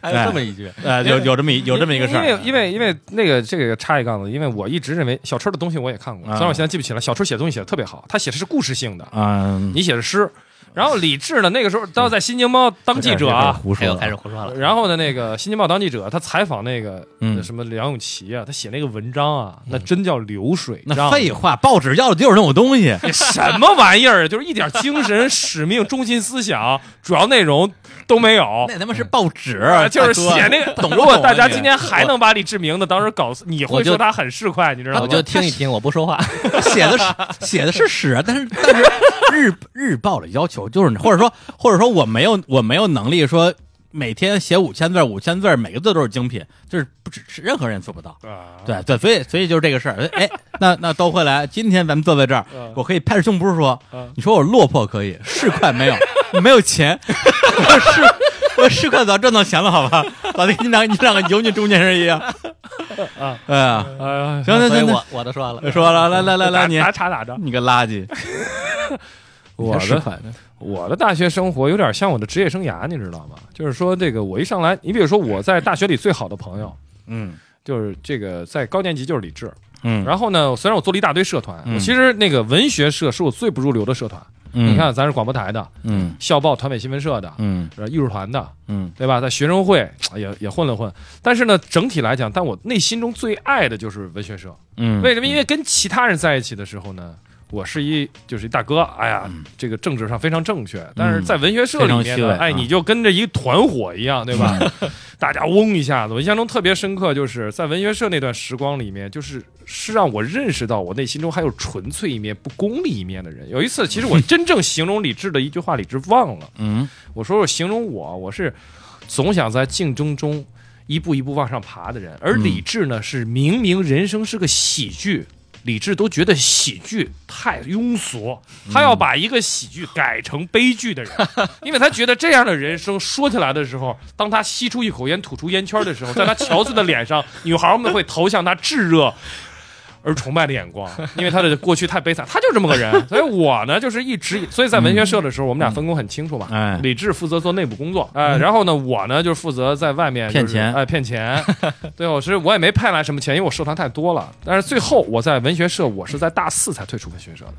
[SPEAKER 2] 还有这么一句，
[SPEAKER 1] 呃，有有这么一有这么一个事儿，
[SPEAKER 3] 因为因为因为那个这个插一杠子，因为我一直认为小春的东西我也看过，
[SPEAKER 1] 啊
[SPEAKER 3] 虽然我现在记不起来，小春写的东西写的特别好，他写的是故事性的，
[SPEAKER 1] 嗯，
[SPEAKER 3] 你写的诗。然后李志呢，那个时候当在《新京报》当记
[SPEAKER 1] [LAUGHS]
[SPEAKER 3] 者啊，
[SPEAKER 1] 胡
[SPEAKER 2] 哎
[SPEAKER 1] 说
[SPEAKER 2] 呦，
[SPEAKER 1] 了，
[SPEAKER 2] 开始胡说了。
[SPEAKER 3] 然后呢，那个《新京报》当记者，他采访那个
[SPEAKER 1] 嗯
[SPEAKER 3] 什么梁咏琪啊，他写那个文章啊，那真叫流水
[SPEAKER 1] 那
[SPEAKER 3] 账。
[SPEAKER 1] 废话，报纸要的就是这种东
[SPEAKER 3] [LAUGHS]
[SPEAKER 1] 西。
[SPEAKER 3] 这什么玩意儿啊？就是一点精神、使命、中心思想、主要内容都没有。
[SPEAKER 1] 那他妈是报纸
[SPEAKER 3] 啊，就是写那个。 [LAUGHS]
[SPEAKER 1] 懂不
[SPEAKER 3] 如果
[SPEAKER 1] 懂啊
[SPEAKER 3] 大家
[SPEAKER 1] 你
[SPEAKER 3] 今天还能把李志明的当时搞死，你
[SPEAKER 2] 我
[SPEAKER 3] 会
[SPEAKER 2] 就
[SPEAKER 3] 说他很市侩，你知道吗？
[SPEAKER 2] 我就听一听，我不说话。
[SPEAKER 1] 写
[SPEAKER 3] [LAUGHS]
[SPEAKER 1] 的是写的是屎啊，但是但是日日报的要求就是，或者说或者说我没有我没有能力说每天写五千字，五千字每个字都是精品，就是不只是任何人也做不到。
[SPEAKER 3] 啊，
[SPEAKER 1] 对对，所以所以就是这个事儿。哎，那那都会来。今天咱们坐在这儿
[SPEAKER 3] 嗯，
[SPEAKER 1] 我可以拍着胸脯说
[SPEAKER 3] 嗯，
[SPEAKER 1] 你说我落魄可以，市侩没有， [LAUGHS] 没有钱，我是我市侩早挣到钱了，好吧？老子跟你两个你两个油腻中年人一样。
[SPEAKER 3] [LAUGHS] 啊，
[SPEAKER 1] 哎呀，
[SPEAKER 3] 哎，
[SPEAKER 1] 行行
[SPEAKER 2] 所以
[SPEAKER 1] 行，
[SPEAKER 2] 我我的说完了
[SPEAKER 1] 那，说了，来来来来，你
[SPEAKER 3] 打岔打着。
[SPEAKER 1] 你个垃圾，你
[SPEAKER 3] 我
[SPEAKER 1] 才市
[SPEAKER 3] 的
[SPEAKER 1] 侩呢
[SPEAKER 3] 我的大学生活有点像我的职业生涯，你知道吗？就是说，这个我一上来，你比如说我在大学里最好的朋友，
[SPEAKER 1] 嗯
[SPEAKER 3] 就是这个在高年级就是李志。
[SPEAKER 1] 嗯，
[SPEAKER 3] 然后呢，虽然我做了一大堆社团，
[SPEAKER 1] 嗯
[SPEAKER 3] 我其实那个文学社是我最不入流的社团。
[SPEAKER 1] 嗯
[SPEAKER 3] 你，看，咱是广播台的、
[SPEAKER 1] 嗯
[SPEAKER 3] 校报、团委新闻社的、
[SPEAKER 1] 嗯
[SPEAKER 3] 呃艺术团的，
[SPEAKER 1] 嗯
[SPEAKER 3] 对吧？在学生会哎也也混了混，但是呢，整体来讲，但我内心中最爱的就是文学社。
[SPEAKER 1] 嗯，
[SPEAKER 3] 为什么？因为跟其他人在一起的时候呢，我是一就是一大哥，哎呀，这个政治上非常正确，但是在文学社里
[SPEAKER 1] 嗯非常
[SPEAKER 3] 面
[SPEAKER 1] 虚伪
[SPEAKER 3] 呢，
[SPEAKER 1] 啊
[SPEAKER 3] 哎，你就跟着一团火一样，
[SPEAKER 1] [LAUGHS]
[SPEAKER 3] 对吧？大家嗡一下子。我印象中特别深刻，就是在文学社那段时光里面，就是是让我认识到我内心中还有纯粹一面、不功利一面的人。有一次，其实我真正形容李志的一句话，李志忘了。
[SPEAKER 1] 嗯
[SPEAKER 3] 我说我形容我，我是总想在竞争中一步一步往上爬的人，而
[SPEAKER 1] 嗯
[SPEAKER 3] 李志呢，是明明人生是个喜剧。李志都觉得喜剧太庸俗，他要把一个喜剧改成悲剧的人，因为他觉得这样的人生说起来的时候，当他吸出一口烟、吐出烟圈的时候，在他憔悴的脸上，女孩们会投向他炙热而崇拜的眼光，因为他的过去太悲惨，他就这么个人。所以我呢，就是一直以，所以在文学社的时候，我们俩分工很清楚嘛。
[SPEAKER 1] 哎嗯
[SPEAKER 3] 李志负责做内部工作，哎，然后呢，我呢就是负责在外面就
[SPEAKER 1] 骗
[SPEAKER 3] 是
[SPEAKER 1] 钱
[SPEAKER 3] 哎，
[SPEAKER 1] [LAUGHS]
[SPEAKER 3] 骗钱。对，我是我也没骗来什么钱，因为我社团太多了。但是最后我在文学社，我是在大四才退出文学社的，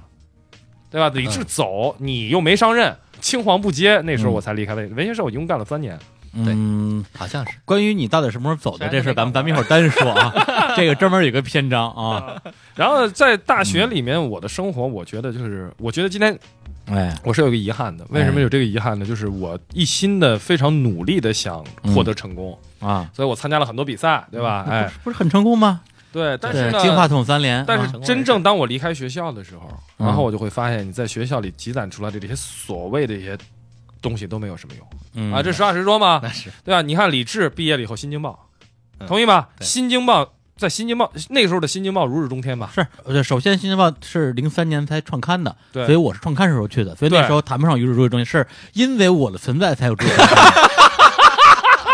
[SPEAKER 1] 嗯
[SPEAKER 3] 对吧？李志走，你又没上任，青黄不接，那时候我才离开文文学社，我一共干了三年。
[SPEAKER 1] 嗯，
[SPEAKER 2] 好像是
[SPEAKER 1] 关于你到底什么时候走的这事儿，咱们咱们一会儿单说
[SPEAKER 3] [LAUGHS]
[SPEAKER 1] 啊，这个专门有个篇章啊，
[SPEAKER 3] 然后在大学里面，我的生活，我觉得就是，我觉得今天
[SPEAKER 1] 哎，
[SPEAKER 3] 我是有一个遗憾的。为什么有这个遗憾呢？就是我一心的非常努力的想
[SPEAKER 1] 嗯
[SPEAKER 3] 获得成功，
[SPEAKER 1] 啊，
[SPEAKER 3] 所以我参加了很多比赛，
[SPEAKER 1] [LAUGHS]
[SPEAKER 3] 对吧？哎，
[SPEAKER 1] 不是很成功吗？
[SPEAKER 3] 对，但是
[SPEAKER 1] 对，
[SPEAKER 3] 呢，
[SPEAKER 1] 金话筒三连，
[SPEAKER 3] 但
[SPEAKER 1] 啊
[SPEAKER 3] 是真正当我离开学校的时候，
[SPEAKER 1] 嗯
[SPEAKER 3] 然后我就会发现，你在学校里积攒出来的这些所谓的一些东西都没有什么用
[SPEAKER 1] 嗯
[SPEAKER 3] 啊！这实话实说嘛，
[SPEAKER 2] 那是
[SPEAKER 3] 对吧？你看李志毕业了以后，《新京报》，
[SPEAKER 2] 嗯
[SPEAKER 3] 同意吧？《
[SPEAKER 2] 对
[SPEAKER 3] 新京报》在《新京报》那时候的《新京报》如日中天吧？
[SPEAKER 1] 是，呃首先《新京报》是零三年才创刊的，
[SPEAKER 3] 对
[SPEAKER 1] 所以我是创刊时候去的，所以
[SPEAKER 3] 对
[SPEAKER 1] 那时候谈不上娱乐中心，是因为我的存在才有娱乐中心。
[SPEAKER 3] [LAUGHS]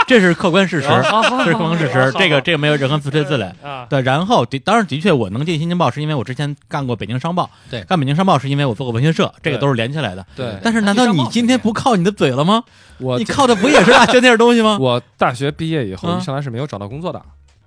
[SPEAKER 1] 这是客观事实，这是客观事实，这个这个没有任何自吹自擂。
[SPEAKER 3] 啊，
[SPEAKER 1] 对，然后的当然的确，我能进《新京报》是因为我之前干过《北京商报》，
[SPEAKER 2] 对
[SPEAKER 1] 干《北京商报》是因为我做过文学社，这个
[SPEAKER 3] 对
[SPEAKER 1] 都是连起来的。
[SPEAKER 3] 对
[SPEAKER 1] 但是难道你今天不靠你的嘴了吗？
[SPEAKER 3] 我
[SPEAKER 1] 你靠的不也是大学那点东西 [LAUGHS] 吗？
[SPEAKER 3] 我大学毕业以后
[SPEAKER 1] 嗯
[SPEAKER 3] 一上来是没有找到工作的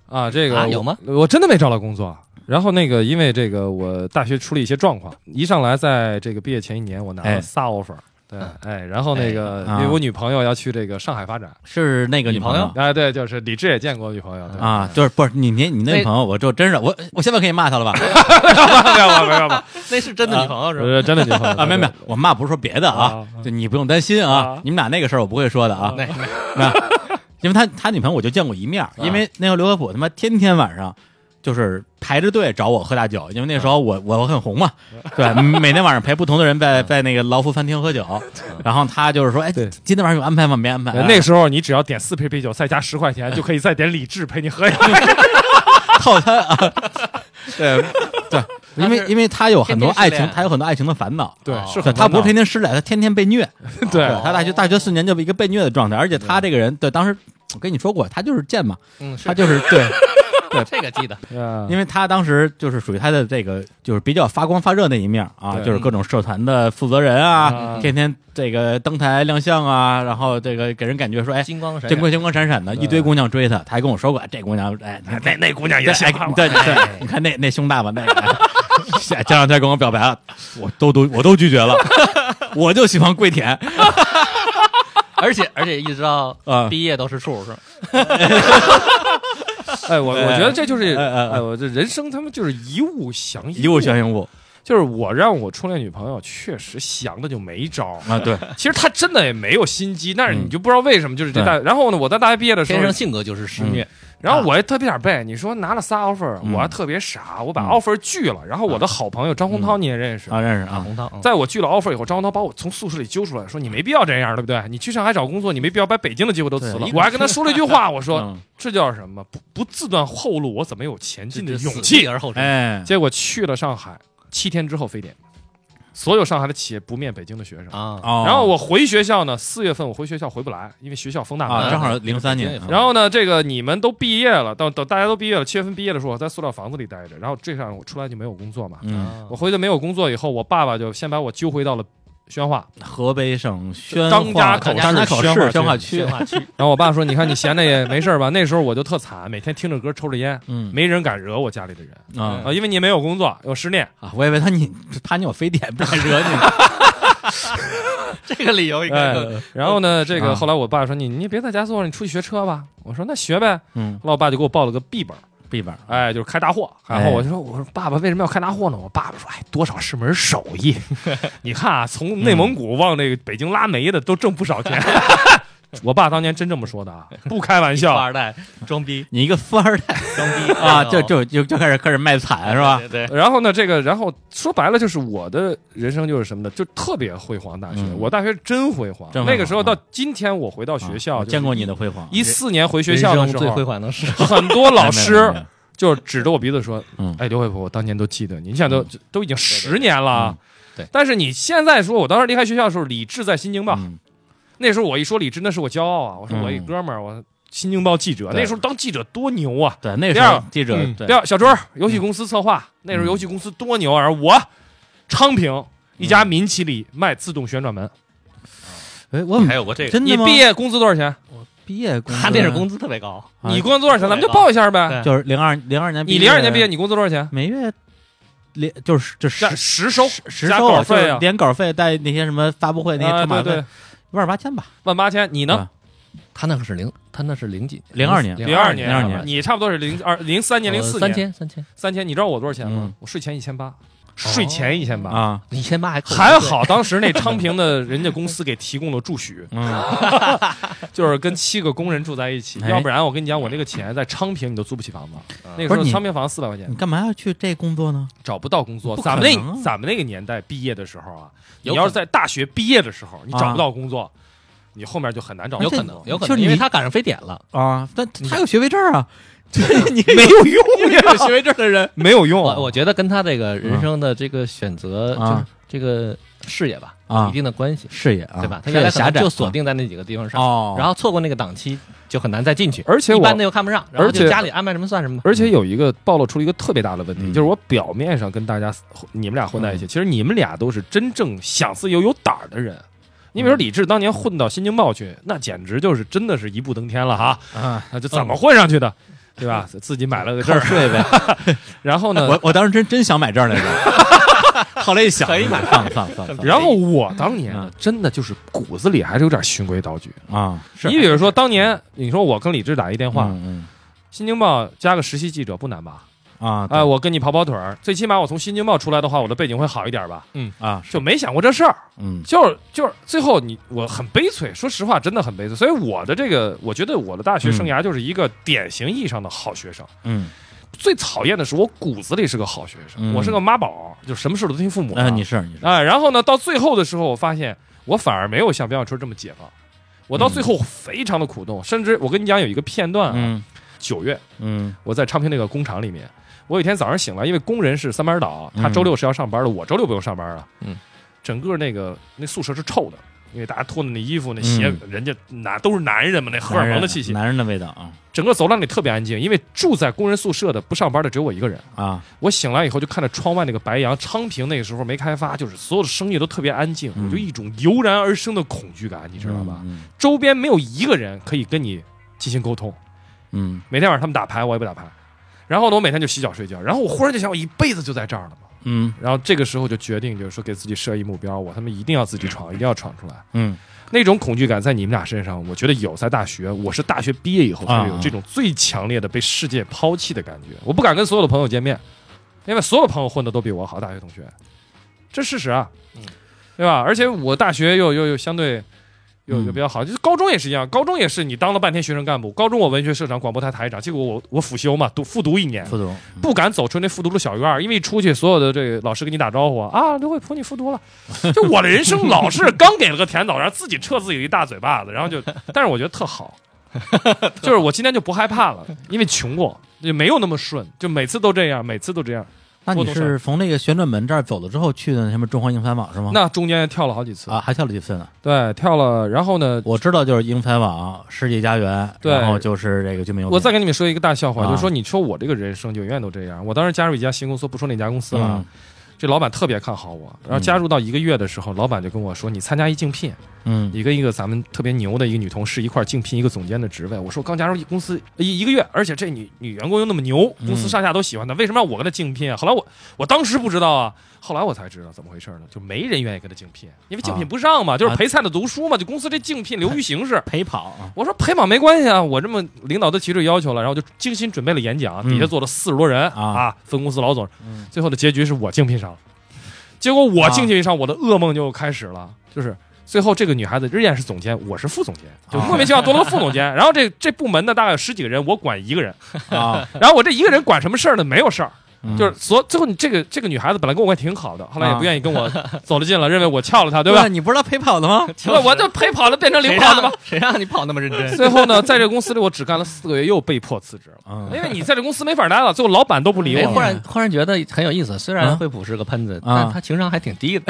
[SPEAKER 3] 啊，这个
[SPEAKER 2] 啊
[SPEAKER 3] 我
[SPEAKER 2] 有吗？
[SPEAKER 3] 我真的没找到工作。然后那个，因为这个，我大学出了一些状况，一上来在这个毕业前一年，我拿
[SPEAKER 1] 哎
[SPEAKER 3] 了仨 offer，对，哎，然后那个，
[SPEAKER 1] 哎啊
[SPEAKER 3] 因为我女朋友要去这个上海发展，
[SPEAKER 1] 是那个女朋友
[SPEAKER 3] 哎，对，就是李志也见过女朋友，对，
[SPEAKER 1] 啊，就是不是你你你那个
[SPEAKER 2] 那
[SPEAKER 1] 朋友，我就真是我我现在可以骂他了吧？
[SPEAKER 3] [LAUGHS] 没有吧没有吧，
[SPEAKER 2] 那是真的女朋友是吧？
[SPEAKER 3] 呃真的女朋友
[SPEAKER 1] 啊，没有没
[SPEAKER 3] [LAUGHS]
[SPEAKER 1] 有，我骂不是说别的啊
[SPEAKER 3] 啊，啊
[SPEAKER 1] 就你不用担心啊
[SPEAKER 3] 啊，
[SPEAKER 1] 你们俩那个事儿我不会说的啊，
[SPEAKER 2] 那
[SPEAKER 1] [LAUGHS] 那
[SPEAKER 2] 那
[SPEAKER 1] 因为他他女朋友我就见过一面儿，因为那时候刘和普他妈天天晚上就是排着队找我喝大酒，因为那时候我我很红嘛，对，每天晚上陪不同的人在在那个劳福餐厅喝酒， [LAUGHS] 然后他就是说，哎，
[SPEAKER 3] 对
[SPEAKER 1] 今天晚上有安排吗？没安排。
[SPEAKER 3] 呃对
[SPEAKER 1] [LAUGHS]
[SPEAKER 3] 那个时候你只要点四瓶啤酒，再加十块钱，就可以再点李志陪你喝一杯，
[SPEAKER 1] 套餐啊，对对，因为
[SPEAKER 2] 他是
[SPEAKER 1] 因为他有很多
[SPEAKER 2] 天天失
[SPEAKER 1] 爱情，
[SPEAKER 2] 恋
[SPEAKER 1] 他有很多爱情的烦恼，
[SPEAKER 3] 对
[SPEAKER 2] 哦，
[SPEAKER 3] 是
[SPEAKER 1] 对
[SPEAKER 3] 很哦
[SPEAKER 1] 他不是
[SPEAKER 3] 烦
[SPEAKER 1] 天天失恋，他天天被虐。
[SPEAKER 3] 恼对
[SPEAKER 1] 对他大学大学四年就一个被虐的状态，而且他这个人，对当时我跟你说过，他就是贱嘛，
[SPEAKER 2] 嗯，
[SPEAKER 1] 他
[SPEAKER 2] 是
[SPEAKER 1] 就是
[SPEAKER 3] [LAUGHS]
[SPEAKER 1] 对，
[SPEAKER 2] 这个记得，
[SPEAKER 3] 对，
[SPEAKER 1] 因为他当时就是属于他的这个就是比较发光发热那一面啊，
[SPEAKER 3] 对
[SPEAKER 1] 就是各种社团的负责人啊，
[SPEAKER 3] 嗯
[SPEAKER 1] 天天这个登台亮相啊，然后这个给人感觉说，哎。
[SPEAKER 2] 金光闪
[SPEAKER 1] 这
[SPEAKER 2] 闪。
[SPEAKER 1] 光金光闪闪的，一堆姑娘追他，他还跟我说过，哎这姑娘，哎，你看
[SPEAKER 3] 那那姑娘也
[SPEAKER 1] 对
[SPEAKER 3] 行啊
[SPEAKER 1] 哎
[SPEAKER 3] 吧，
[SPEAKER 1] 对对，你看那那胸大吧，那个。哎前两天跟我表白了，我都都我都拒绝了， [LAUGHS] 我就喜欢跪舔，
[SPEAKER 2] 而且而且一直到
[SPEAKER 1] 啊
[SPEAKER 2] 毕业都是处是吧？
[SPEAKER 3] [LAUGHS] 哎，我我觉得这就是，
[SPEAKER 1] 哎哎哎
[SPEAKER 3] 哎，我这人生他们就是一物降
[SPEAKER 1] 一物降一物
[SPEAKER 3] 就是我让我初恋女朋友确实降的就没招儿，
[SPEAKER 1] 啊！对，
[SPEAKER 3] 其实她真的也没有心机，但是
[SPEAKER 1] 嗯
[SPEAKER 3] 你就不知道为什么就是这
[SPEAKER 1] 对
[SPEAKER 3] 大。然后呢，我在大学毕业的时
[SPEAKER 2] 天
[SPEAKER 3] 候
[SPEAKER 2] 生，性格就是施虐，
[SPEAKER 3] 然后我还特别点背，你说拿了仨 offer，
[SPEAKER 1] 啊嗯
[SPEAKER 3] 我还特别傻，我把
[SPEAKER 1] 嗯
[SPEAKER 3] offer 拒了。然后我的好朋友张洪涛你也认识，
[SPEAKER 1] 啊，认识啊，
[SPEAKER 2] 啊，红汤，嗯
[SPEAKER 3] 在我拒了 offer 以后，张洪涛把我从宿舍里揪出来，说你没必要这样，对不对？你去上海找工作，你没必要把北京的机会都辞
[SPEAKER 1] 对
[SPEAKER 3] 了
[SPEAKER 1] 一。
[SPEAKER 3] 我还跟他说了一句
[SPEAKER 1] [LAUGHS]
[SPEAKER 3] 话，我说
[SPEAKER 1] 嗯
[SPEAKER 3] 这叫什么？不不自断后路，我怎么有前进的
[SPEAKER 2] 嗯这
[SPEAKER 3] 勇
[SPEAKER 2] 死
[SPEAKER 3] 气
[SPEAKER 2] 地？而后生。
[SPEAKER 1] 哎，
[SPEAKER 3] 结果去了上海，七天之后非典，所有上海的企业不面北京的学生。
[SPEAKER 2] 啊，
[SPEAKER 1] 哦，
[SPEAKER 3] 然后我回学校呢，四月份我回学校回不来，因为学校封大门。
[SPEAKER 1] 啊，正好零三
[SPEAKER 2] 北
[SPEAKER 1] 年
[SPEAKER 2] 京，也
[SPEAKER 1] 啊
[SPEAKER 3] 然后呢，这个你们都毕业了，到等大家都毕业了，七月份毕业的时候，我在塑料房子里待着，然后这样我出来就没有工作嘛。
[SPEAKER 2] 啊
[SPEAKER 1] 嗯，
[SPEAKER 3] 我回去没有工作以后，我爸爸就先把我揪回到了宣化，
[SPEAKER 1] 河北省宣
[SPEAKER 3] 张家口
[SPEAKER 1] 张家
[SPEAKER 3] 市
[SPEAKER 1] 口
[SPEAKER 3] 宣
[SPEAKER 1] 市
[SPEAKER 3] 化
[SPEAKER 1] 宣化
[SPEAKER 2] 区
[SPEAKER 1] 区，
[SPEAKER 2] 化
[SPEAKER 3] [LAUGHS]
[SPEAKER 2] 区，
[SPEAKER 3] 然后我爸说：“你看你闲的也没事儿吧？”那时候我就特惨，每天听着歌抽着烟，
[SPEAKER 1] 嗯
[SPEAKER 3] 没人敢惹我家里的人
[SPEAKER 1] 啊
[SPEAKER 3] 啊，因为你没有工作，有失恋，
[SPEAKER 1] 啊，我以为他你怕你有非典，不敢惹你呢，
[SPEAKER 2] 这个
[SPEAKER 1] [LAUGHS]
[SPEAKER 2] 理由应该
[SPEAKER 3] 哎
[SPEAKER 2] 更，
[SPEAKER 3] 然后呢，这
[SPEAKER 1] 啊
[SPEAKER 3] 个后来我爸说：“你你别在家坐着，你出去学车吧。”我说：“那学呗。”
[SPEAKER 1] 嗯，
[SPEAKER 3] 后来我爸就给我报了个 B 本，
[SPEAKER 1] 闭本，
[SPEAKER 3] 哎，就是开大货。然
[SPEAKER 1] 哎
[SPEAKER 3] 后我就说，我说爸爸为什么要开大货呢？我爸爸说，哎，多少是门手
[SPEAKER 1] [LAUGHS]
[SPEAKER 3] 艺。你看啊，从内蒙古往这个北京拉煤的都挣不少
[SPEAKER 1] [LAUGHS]
[SPEAKER 3] 钱。我爸当年真这么说的啊，不开玩
[SPEAKER 2] 富
[SPEAKER 3] 笑。
[SPEAKER 2] 二代装逼
[SPEAKER 1] 你一个富二代
[SPEAKER 2] 装逼 [LAUGHS]
[SPEAKER 1] 啊，就就就就开始开始卖惨是吧？
[SPEAKER 2] 对对，
[SPEAKER 3] 然后呢，这个，然后说白了就是我的人生就是什么呢？就特别辉煌。大学，
[SPEAKER 1] 嗯
[SPEAKER 3] 我大学真辉煌。
[SPEAKER 1] 真辉煌
[SPEAKER 3] 那个时候
[SPEAKER 1] 啊
[SPEAKER 3] 到今天，我回到学校，
[SPEAKER 1] 啊
[SPEAKER 3] 就是
[SPEAKER 1] 见过你的辉煌，
[SPEAKER 3] 一四年回学校的
[SPEAKER 2] 人
[SPEAKER 3] 时
[SPEAKER 2] 生最辉
[SPEAKER 3] 候，
[SPEAKER 2] 煌的事，
[SPEAKER 3] 很多
[SPEAKER 1] 没有
[SPEAKER 3] 老
[SPEAKER 1] 没有
[SPEAKER 3] 师
[SPEAKER 1] 没有
[SPEAKER 3] 就指着我鼻子说：“
[SPEAKER 1] 嗯
[SPEAKER 3] 哎，刘伟博，我当年都记得你，你想都、都已经十年了啊。
[SPEAKER 2] 对对对嗯对
[SPEAKER 3] 但是你现在说，我当时离开学校的时候，李志在《新京报》
[SPEAKER 1] 嗯
[SPEAKER 3] 那时候我一说李志，那是我骄傲啊！我说
[SPEAKER 1] 嗯
[SPEAKER 3] 我一哥们儿，我《新京报》记者，
[SPEAKER 1] 对
[SPEAKER 3] 那时候当记者多牛啊！
[SPEAKER 1] 对，那
[SPEAKER 3] 第
[SPEAKER 1] 时
[SPEAKER 3] 二嗯
[SPEAKER 1] 候记者对嗯
[SPEAKER 3] 第二，小周儿游戏公司策划，那时候游戏公司多牛啊！而我，昌平一家民企里卖自动旋转门，
[SPEAKER 1] 哎，我
[SPEAKER 2] 嗯还有过这个，
[SPEAKER 1] 真
[SPEAKER 3] 你
[SPEAKER 1] 的吗？
[SPEAKER 3] 毕业工资多少钱？
[SPEAKER 1] 毕业工资，
[SPEAKER 2] 他那是工资特别高，
[SPEAKER 1] 啊
[SPEAKER 3] 你工资多少钱？咱们就报一下呗。
[SPEAKER 2] 对
[SPEAKER 1] 就是零二零二年，
[SPEAKER 3] 你零二年毕业，，你工资多少钱？
[SPEAKER 1] 每月连就是就
[SPEAKER 3] 加
[SPEAKER 1] 实
[SPEAKER 3] 实收
[SPEAKER 1] 实
[SPEAKER 3] 加
[SPEAKER 1] 收
[SPEAKER 3] 稿
[SPEAKER 1] 啊就是
[SPEAKER 3] 费啊，
[SPEAKER 1] 连稿费带那些什么发布会那些
[SPEAKER 3] 啊
[SPEAKER 1] 车马
[SPEAKER 3] 对
[SPEAKER 1] 费
[SPEAKER 3] 对，，
[SPEAKER 1] 万八千吧，
[SPEAKER 3] 万八千。你呢？
[SPEAKER 2] 他那个是零，他那是零几
[SPEAKER 1] 02年
[SPEAKER 3] 零二年，啊
[SPEAKER 1] 02年
[SPEAKER 3] 你差不多是零二零三年零四
[SPEAKER 2] 呃三
[SPEAKER 3] 年。
[SPEAKER 2] 千三千
[SPEAKER 3] 三千，你知道我多少钱吗？
[SPEAKER 1] 嗯
[SPEAKER 3] 我税前一千八，税前一千八。
[SPEAKER 1] 啊，，
[SPEAKER 2] 一千八还扣
[SPEAKER 3] 还好，当时那昌平的人家公司给提供了住许
[SPEAKER 1] 嗯，
[SPEAKER 3] 就是跟七个工人住在一起，
[SPEAKER 1] 哎
[SPEAKER 3] 要不然我跟你讲，我这个钱在昌平你都租不起房子。那个
[SPEAKER 1] 不
[SPEAKER 3] 时
[SPEAKER 1] 是
[SPEAKER 3] 候
[SPEAKER 1] 你
[SPEAKER 3] 昌平房四百块钱
[SPEAKER 1] 你，干嘛要去这工作呢？
[SPEAKER 3] 找不到工作。
[SPEAKER 1] 不可
[SPEAKER 3] 咱
[SPEAKER 1] 能
[SPEAKER 3] 们那咱们那个年代毕业的时候啊，你
[SPEAKER 2] 有
[SPEAKER 3] 要
[SPEAKER 2] 可能
[SPEAKER 3] 是在大学毕业的时候你
[SPEAKER 1] 啊
[SPEAKER 3] 找不到工作，你后面就很难找
[SPEAKER 2] 有
[SPEAKER 3] 工
[SPEAKER 2] 可
[SPEAKER 3] 作。
[SPEAKER 2] 能有可
[SPEAKER 1] 就
[SPEAKER 2] 能，
[SPEAKER 1] 是
[SPEAKER 2] 因为
[SPEAKER 1] 你
[SPEAKER 2] 他赶上非典
[SPEAKER 3] [LAUGHS]
[SPEAKER 2] 了，
[SPEAKER 1] 啊，但
[SPEAKER 3] 你
[SPEAKER 1] 他有学位证啊，你
[SPEAKER 3] 没有用
[SPEAKER 1] 有
[SPEAKER 3] 呀，
[SPEAKER 1] 学位证的人，
[SPEAKER 3] 没有用。
[SPEAKER 2] [LAUGHS]
[SPEAKER 3] 啊
[SPEAKER 2] 我我觉得跟他这个人生的这个选择，
[SPEAKER 1] 啊
[SPEAKER 2] 就是这个视野吧，
[SPEAKER 1] 啊
[SPEAKER 2] 有一定的关系，
[SPEAKER 1] 视野啊，
[SPEAKER 2] 对吧？他
[SPEAKER 1] 视
[SPEAKER 2] 原
[SPEAKER 1] 野
[SPEAKER 2] 来可
[SPEAKER 1] 狭
[SPEAKER 2] 能
[SPEAKER 1] 窄
[SPEAKER 2] 就锁定在那几个地方上，
[SPEAKER 1] 哦，
[SPEAKER 2] 然后错过那个档期就很难再进去，
[SPEAKER 3] 而且
[SPEAKER 2] 一
[SPEAKER 3] 我
[SPEAKER 2] 般的又看不上，然后就
[SPEAKER 3] 而且
[SPEAKER 2] 家里安排什么算什么吧。
[SPEAKER 3] [LAUGHS] 而且有一个暴露出一个特别大的问题，
[SPEAKER 1] 嗯
[SPEAKER 3] 就是我表面上跟大家你们俩混在一起，其实你们俩都是真正想自由、有胆儿的人。你比如说李志当年混到《新京报》
[SPEAKER 1] 嗯
[SPEAKER 3] 去，那简直就是真的是一步登天了哈！
[SPEAKER 1] 啊，
[SPEAKER 3] 那就怎么混上去的，
[SPEAKER 1] [LAUGHS]
[SPEAKER 3] 对吧？自己买了个
[SPEAKER 1] 靠
[SPEAKER 3] 证儿，
[SPEAKER 1] 税呗。
[SPEAKER 3] [LAUGHS] 然后呢
[SPEAKER 1] 我，我当时真真想买证来着， [LAUGHS] 后来一想，
[SPEAKER 2] 可以买
[SPEAKER 1] 算了算了算了算了
[SPEAKER 3] 然后我当年啊
[SPEAKER 1] 嗯
[SPEAKER 3] 真的就是骨子里还是有点循规蹈矩。
[SPEAKER 1] 啊，是
[SPEAKER 3] 你比如说当年，你说我跟李志打一电话，
[SPEAKER 1] 嗯
[SPEAKER 3] 新京报》加个实习记者不难吧？
[SPEAKER 1] 嗯啊，
[SPEAKER 3] 哎，我跟你跑跑腿儿，最起码我从新京报出来的话，我的背景会好一点吧？
[SPEAKER 1] 对啊，
[SPEAKER 3] 就没想过这事儿。
[SPEAKER 1] 嗯
[SPEAKER 3] 就是就是最后你我很悲催，说实话真的很悲催。所以我的这个，我觉得我的大学生涯就是一个典型意义上的好学生。
[SPEAKER 1] 嗯，
[SPEAKER 3] 最讨厌的是我骨子里是个好学生，
[SPEAKER 1] 嗯
[SPEAKER 3] 我是个妈宝，就什么事都听父母的。
[SPEAKER 1] 哎，你是你是，
[SPEAKER 3] 哎然后呢，到最后的时候，我发现我反而没有像苗小春这么解放。我到最后非常的苦动，甚至我跟你讲有一个片段啊，
[SPEAKER 1] 嗯
[SPEAKER 3] 九、月
[SPEAKER 1] 嗯
[SPEAKER 3] 我在昌平那个工厂里面，我有一天早上醒来，因为工人是三班倒，他
[SPEAKER 1] 嗯
[SPEAKER 3] 周六是要上班的，我周六不用上班了。
[SPEAKER 2] 嗯，
[SPEAKER 3] 整个那个那宿舍是臭的，因为大家脱的那衣服、那鞋，
[SPEAKER 1] 嗯
[SPEAKER 3] 人家男都是男人嘛，啊那荷尔蒙的气息。
[SPEAKER 1] 男人的味道啊
[SPEAKER 3] 整个走廊里特别安静，因为住在工人宿舍的不上班的只有我一个人。
[SPEAKER 1] 啊，
[SPEAKER 3] 我醒来以后就看着窗外那个白杨，昌平那个时候没开发，就是所有的生意都特别安静，
[SPEAKER 1] 嗯
[SPEAKER 3] 我就一种油然而生的恐惧感，你
[SPEAKER 1] 你
[SPEAKER 3] 知道吧？？
[SPEAKER 1] 嗯
[SPEAKER 3] 周边没有一个人可以跟你进行沟通。
[SPEAKER 1] 嗯
[SPEAKER 3] 每天晚上他们打牌，我也不打牌。然后呢，我每天就洗脚睡觉。然后我忽然就想，我一辈子就在这儿了嘛。
[SPEAKER 1] 嗯
[SPEAKER 3] 然后这个时候就决定，就是说给自己设一目标，我他妈一定要自己闯，一定要闯出来。
[SPEAKER 1] 嗯
[SPEAKER 3] 那种恐惧感在你们俩身上，我觉得有。在大学，我是大学毕业以后
[SPEAKER 1] 啊
[SPEAKER 3] 才有这种最强烈的被世界抛弃的感觉。我不敢跟所有的朋友见面，因为所有朋友混的都比我好，大学同啊学，这事实啊，对吧？而且我大学又又又相对有一个比较好，就是高中也是一样，高中也是你当了半天学生干部，高中我文学社长、广播台台长，结果我我辅修嘛，读复读一年，
[SPEAKER 1] 副总，嗯
[SPEAKER 3] 不敢走出那复读的小院儿，因为一出去所有的这个老师跟你打招呼啊，刘惠普你复读了， [LAUGHS] 就我的人生老是刚给了个甜枣，然后自己撤自己一大嘴巴子，然后就，但是我觉得特好， [LAUGHS] 就是我今天就不害怕了，因为穷过，也没有那么顺，就每次都这样，每次都这样，
[SPEAKER 1] 那
[SPEAKER 3] 波
[SPEAKER 1] 你
[SPEAKER 3] 动
[SPEAKER 1] 是从那个旋转门这儿走了之后去的什么中华英才网是吗？
[SPEAKER 3] 那中间跳了好几次，
[SPEAKER 1] 啊，还跳了几次呢？
[SPEAKER 3] 对，跳了，然后呢，
[SPEAKER 1] 我知道就是英才网、世纪佳缘，
[SPEAKER 3] 对
[SPEAKER 1] 然后就是这个就没有
[SPEAKER 3] 我再跟你们说一个大笑话，
[SPEAKER 1] 啊
[SPEAKER 3] 就是说，你说我这个人生就永远都这样。我当时加入一家新公司，不说哪家公司了啊，
[SPEAKER 1] 嗯
[SPEAKER 3] 这老板特别看好我。然后加入到一个月的时候，老板就跟我说：“你参加一竞聘，
[SPEAKER 1] 嗯
[SPEAKER 3] 你跟一个咱们特别牛的一个女同事一块儿竞聘一个总监的职位。”我说：“刚加入一公司一一个月，而且这女女员工又那么牛，公司上下都喜欢她，为什么要我跟她竞聘啊？”后来我我当时不知道啊，后来我才知道怎么回事呢，就没人愿意跟她竞聘，因为竞聘不上嘛，就是陪菜的读书嘛，就公司这竞聘流于形式。
[SPEAKER 1] 陪跑啊，
[SPEAKER 3] 我说陪跑没关系啊，我这么领导都提出要求了，然后我就精心准备了演讲，
[SPEAKER 1] 嗯
[SPEAKER 3] 底下坐了四十多人、
[SPEAKER 1] 啊
[SPEAKER 3] 啊，分公司老总，
[SPEAKER 1] 嗯
[SPEAKER 3] 最后的结局是我竞聘上了，结果我
[SPEAKER 1] 啊
[SPEAKER 3] 竞聘上，我的噩梦就开始了，就是。最后，这个女孩子仍然是总监，我是副总监，就
[SPEAKER 1] 啊
[SPEAKER 3] 莫名其妙多了个
[SPEAKER 1] [LAUGHS]
[SPEAKER 3] 副总监。然后这这部门呢，大概有十几个人，我管一个人。
[SPEAKER 1] 啊，
[SPEAKER 3] 然后我这一个人管什么事儿呢？没有事儿，
[SPEAKER 2] [LAUGHS]
[SPEAKER 1] 嗯
[SPEAKER 3] 就是所最后你这个这个女孩子本来跟我关系挺好的，后来也不愿意
[SPEAKER 1] [LAUGHS]
[SPEAKER 3] 跟我走得近了，认为我撬了她，对吧？
[SPEAKER 1] 你不知道陪跑的吗？
[SPEAKER 3] 我我就陪跑了，变成领
[SPEAKER 2] 谁 [LAUGHS]
[SPEAKER 3] 跑的
[SPEAKER 2] 让
[SPEAKER 3] 嘛。
[SPEAKER 2] [LAUGHS] 谁让你跑那
[SPEAKER 1] [LAUGHS]
[SPEAKER 2] 么认真？
[SPEAKER 3] [LAUGHS]
[SPEAKER 2] 啊
[SPEAKER 3] 最后呢，在这公司里我只干了四个月，又被迫辞职了，
[SPEAKER 1] 嗯
[SPEAKER 3] 因为你在这公司没法待了，最后老板都不理
[SPEAKER 2] 哎，
[SPEAKER 3] 我
[SPEAKER 2] 忽
[SPEAKER 3] 了。
[SPEAKER 2] 然忽然觉得很有意思。虽
[SPEAKER 1] 啊
[SPEAKER 2] 然惠普是个喷子，
[SPEAKER 1] 啊
[SPEAKER 2] 但他情商还挺低的，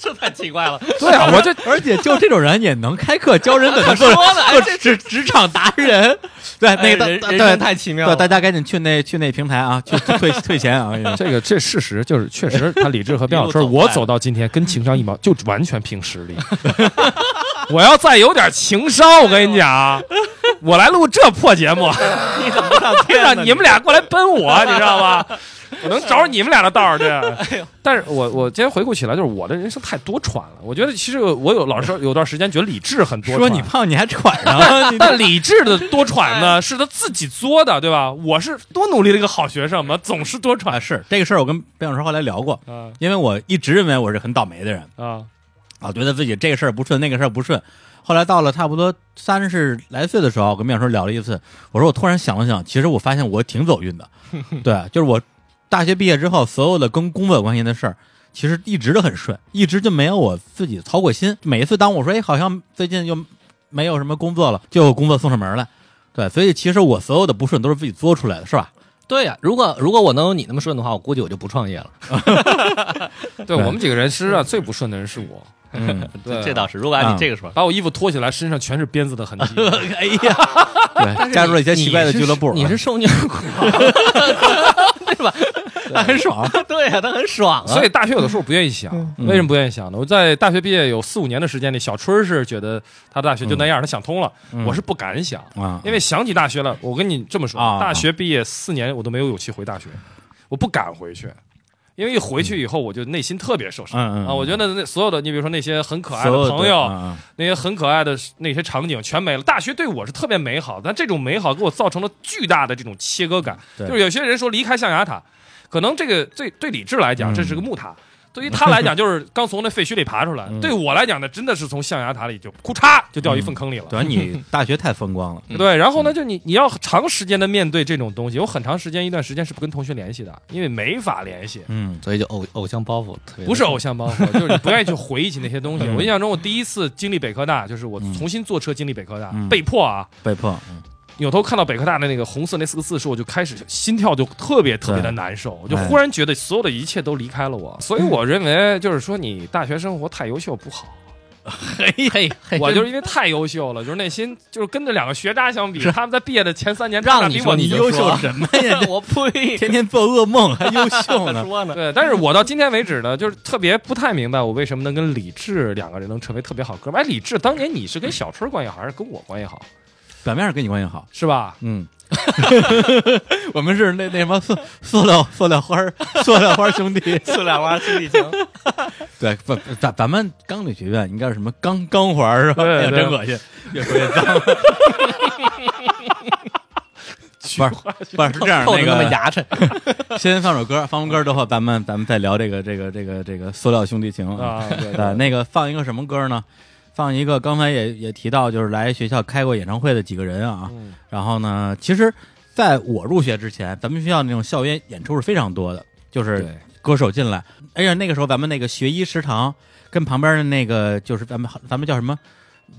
[SPEAKER 2] 这太奇怪了。
[SPEAKER 3] 对啊，我这
[SPEAKER 1] [LAUGHS] 而且就这种人也能开课教人怎么做
[SPEAKER 2] [LAUGHS] 说呢哎
[SPEAKER 1] 做职职场达
[SPEAKER 2] [LAUGHS]
[SPEAKER 1] 人，对那
[SPEAKER 2] 哎
[SPEAKER 1] 个
[SPEAKER 2] 人
[SPEAKER 1] 大
[SPEAKER 2] 人
[SPEAKER 1] 对
[SPEAKER 2] 生太奇妙
[SPEAKER 1] 对，大
[SPEAKER 2] 了。
[SPEAKER 1] 家赶紧去那去那平台啊，去去
[SPEAKER 2] [LAUGHS]
[SPEAKER 1] 退退钱啊！我跟你说
[SPEAKER 3] 这个这事实就是，确实他理智和 [LAUGHS] 彪老师，
[SPEAKER 2] 一路走坏了
[SPEAKER 3] 我走到今天跟情商一毛，就完全凭实 [LAUGHS] 力。我要再有点情商，我跟你 [LAUGHS] 讲，啊我来录这破节 [LAUGHS] 目，
[SPEAKER 2] [LAUGHS] 你怎么不上天呢
[SPEAKER 3] 让你们俩过来奔我，你知道吗？我能找着你们俩的道 [LAUGHS] 儿去。但是我我今天回顾起来，就是我的人生太多舛了。我觉得其实我有老师有段时间觉得理智很多舛。
[SPEAKER 1] 说你胖你还喘上
[SPEAKER 2] 啊
[SPEAKER 1] 了， [LAUGHS]
[SPEAKER 2] [LAUGHS]
[SPEAKER 1] 你
[SPEAKER 3] [LAUGHS] 但理智的多舛呢，是他自己作的，对吧？我是多努力的一个好学生嘛，总是多
[SPEAKER 1] 啊
[SPEAKER 3] 舛。
[SPEAKER 1] 是这个事儿，我跟边老师后来聊过，
[SPEAKER 3] 啊
[SPEAKER 1] 因为我一直认为我是很倒霉的人。
[SPEAKER 3] 啊，
[SPEAKER 1] 啊，觉得自己这个事儿不顺，那个事儿不顺。后来到了差不多三十来岁的时候，我跟妙叔聊了一次，我说我突然想了想，其实我发现我挺走运
[SPEAKER 3] [LAUGHS]
[SPEAKER 1] 的，对，就是我大学毕业之后，所有的跟工作有关系的事儿，其实一直都很顺，一直就没有我自己操过心。每一次当我说哎，好像最近又没有什么工作了，就有工作送上门来，对，所以其实我所有的不顺都是自己作出来的，是吧？
[SPEAKER 2] 对呀、如果如果我能有你那么顺的话，我估计我就不创业了。
[SPEAKER 3] 对我们几个人其实啊，最不顺的人是我，
[SPEAKER 1] 嗯，
[SPEAKER 3] 对，
[SPEAKER 2] 这倒是。如果按
[SPEAKER 1] 啊
[SPEAKER 2] 你这个说法，
[SPEAKER 3] 把我衣服脱下来，身上全是鞭子的痕迹。
[SPEAKER 1] 哎呀，对，加入了一些奇怪的俱乐部，
[SPEAKER 2] 你是受虐狂， [LAUGHS] 对吧？
[SPEAKER 1] 那很爽，
[SPEAKER 2] 对呀、他很爽啊。
[SPEAKER 3] [LAUGHS] 所以大学有的时候不愿意想，为什么不愿意想呢？我在大学毕业有四五年的时间里，小春儿是觉得他大学就那样，他想通了，我是不敢想，
[SPEAKER 1] 啊，
[SPEAKER 3] 因为想起大学了，我跟你这么说，
[SPEAKER 1] 啊
[SPEAKER 3] 大学毕业四年，我都没有勇气回大学，我不敢回去，因为一回去以后，我就内心特别受伤、
[SPEAKER 1] 嗯嗯
[SPEAKER 3] 啊！我觉得那所有的，你比如说那些很可爱
[SPEAKER 1] 所有
[SPEAKER 3] 的
[SPEAKER 1] 的
[SPEAKER 3] 朋友，
[SPEAKER 1] 嗯嗯
[SPEAKER 3] 那些很可爱的那些场景全没了。大学对我是特别美好，但这种美好给我造成了巨大的这种切割感。
[SPEAKER 1] 嗯对
[SPEAKER 3] 就是有些人说离开象牙塔，可能这个对对李志来讲，
[SPEAKER 1] 嗯
[SPEAKER 3] 这是个木塔。对于他来讲，就是刚从那废墟里爬出来；
[SPEAKER 1] 嗯
[SPEAKER 3] 对我来讲呢，真的是从象牙塔里就库嚓就掉一粪坑里了。
[SPEAKER 1] 主要你大学太风
[SPEAKER 3] [LAUGHS]
[SPEAKER 1] 光了，
[SPEAKER 2] 嗯
[SPEAKER 3] 对，然后呢，就你你要长时间的面对这种东西，我很长时间一段时间是不跟同学联系的，因为没法联系，
[SPEAKER 1] 嗯
[SPEAKER 2] 所以就偶偶像包袱特别
[SPEAKER 3] 不是偶像包袱，就是你不愿意去回忆起那
[SPEAKER 2] [LAUGHS]
[SPEAKER 3] 些东西。
[SPEAKER 1] 嗯
[SPEAKER 3] 我印象中，我第一次经历北科大，就是
[SPEAKER 2] 嗯
[SPEAKER 3] 我重新坐车经历北科大，
[SPEAKER 1] 嗯
[SPEAKER 3] 被迫啊，，
[SPEAKER 1] 被迫，嗯
[SPEAKER 3] 扭头看到北科大的那个红色那四个字的时候，我就开始心跳就特别特别的难受，我就
[SPEAKER 2] 哎
[SPEAKER 3] 忽然觉得所有的一切都离开了我。所以
[SPEAKER 2] 嗯
[SPEAKER 3] 我认为，就是说你大学生活太优秀不好。
[SPEAKER 2] 嘿嘿嘿，
[SPEAKER 3] 我
[SPEAKER 2] 真
[SPEAKER 3] 就是因为太优秀了，就是内心就是跟这两个学渣相比，他们在毕业的前三年，他
[SPEAKER 2] 让
[SPEAKER 3] 们
[SPEAKER 2] 你
[SPEAKER 3] 比
[SPEAKER 2] 说
[SPEAKER 3] 我
[SPEAKER 2] 你
[SPEAKER 3] 牛
[SPEAKER 2] 就
[SPEAKER 1] 优秀
[SPEAKER 2] 说
[SPEAKER 1] 什么呀？
[SPEAKER 2] [LAUGHS] 我呸！
[SPEAKER 1] 天天做噩梦还优秀 [LAUGHS] 呢？
[SPEAKER 2] 说呢，
[SPEAKER 3] [LAUGHS] 对，但是我到今天为止呢，就是特别不太明白，我为什么能跟李志两个人能成为特别好哥们儿。哎，李志当年你是跟小春关系好，还是跟我关系好？
[SPEAKER 1] 表面上跟你关系好，
[SPEAKER 3] 是吧？
[SPEAKER 1] 嗯， [LAUGHS] 我们是那那什么塑塑料塑料花儿 [LAUGHS] 塑料花儿兄 [LAUGHS] 弟，
[SPEAKER 2] 塑料娃兄弟情，
[SPEAKER 1] [LAUGHS] 对，不咱咱们钢铁学院应该是什么钢钢环啊儿是吧？
[SPEAKER 3] 对
[SPEAKER 1] 哎呀，
[SPEAKER 3] 对
[SPEAKER 1] 真恶心，越说越脏，
[SPEAKER 3] 菊花
[SPEAKER 1] [LAUGHS] 不是是 [LAUGHS] 这样，
[SPEAKER 2] 透着那
[SPEAKER 1] 个
[SPEAKER 2] 么牙碜，
[SPEAKER 1] 先放首歌，放完歌之后，咱们咱们再聊这个这个这个这个塑料兄弟情啊。
[SPEAKER 3] 啊，
[SPEAKER 1] [LAUGHS]
[SPEAKER 3] 对
[SPEAKER 1] 对，那个放一个什么歌呢？放一个，刚才也也提到，就是来学校开过演唱会的几个人啊。
[SPEAKER 3] 嗯
[SPEAKER 1] 然后呢，其实在我入学之前，咱们学校那种校园演出是非常多的，就是
[SPEAKER 2] 对
[SPEAKER 1] 歌手进来。哎呀，那个时候咱们那个学医食堂跟旁边的那个就是咱们咱们叫什么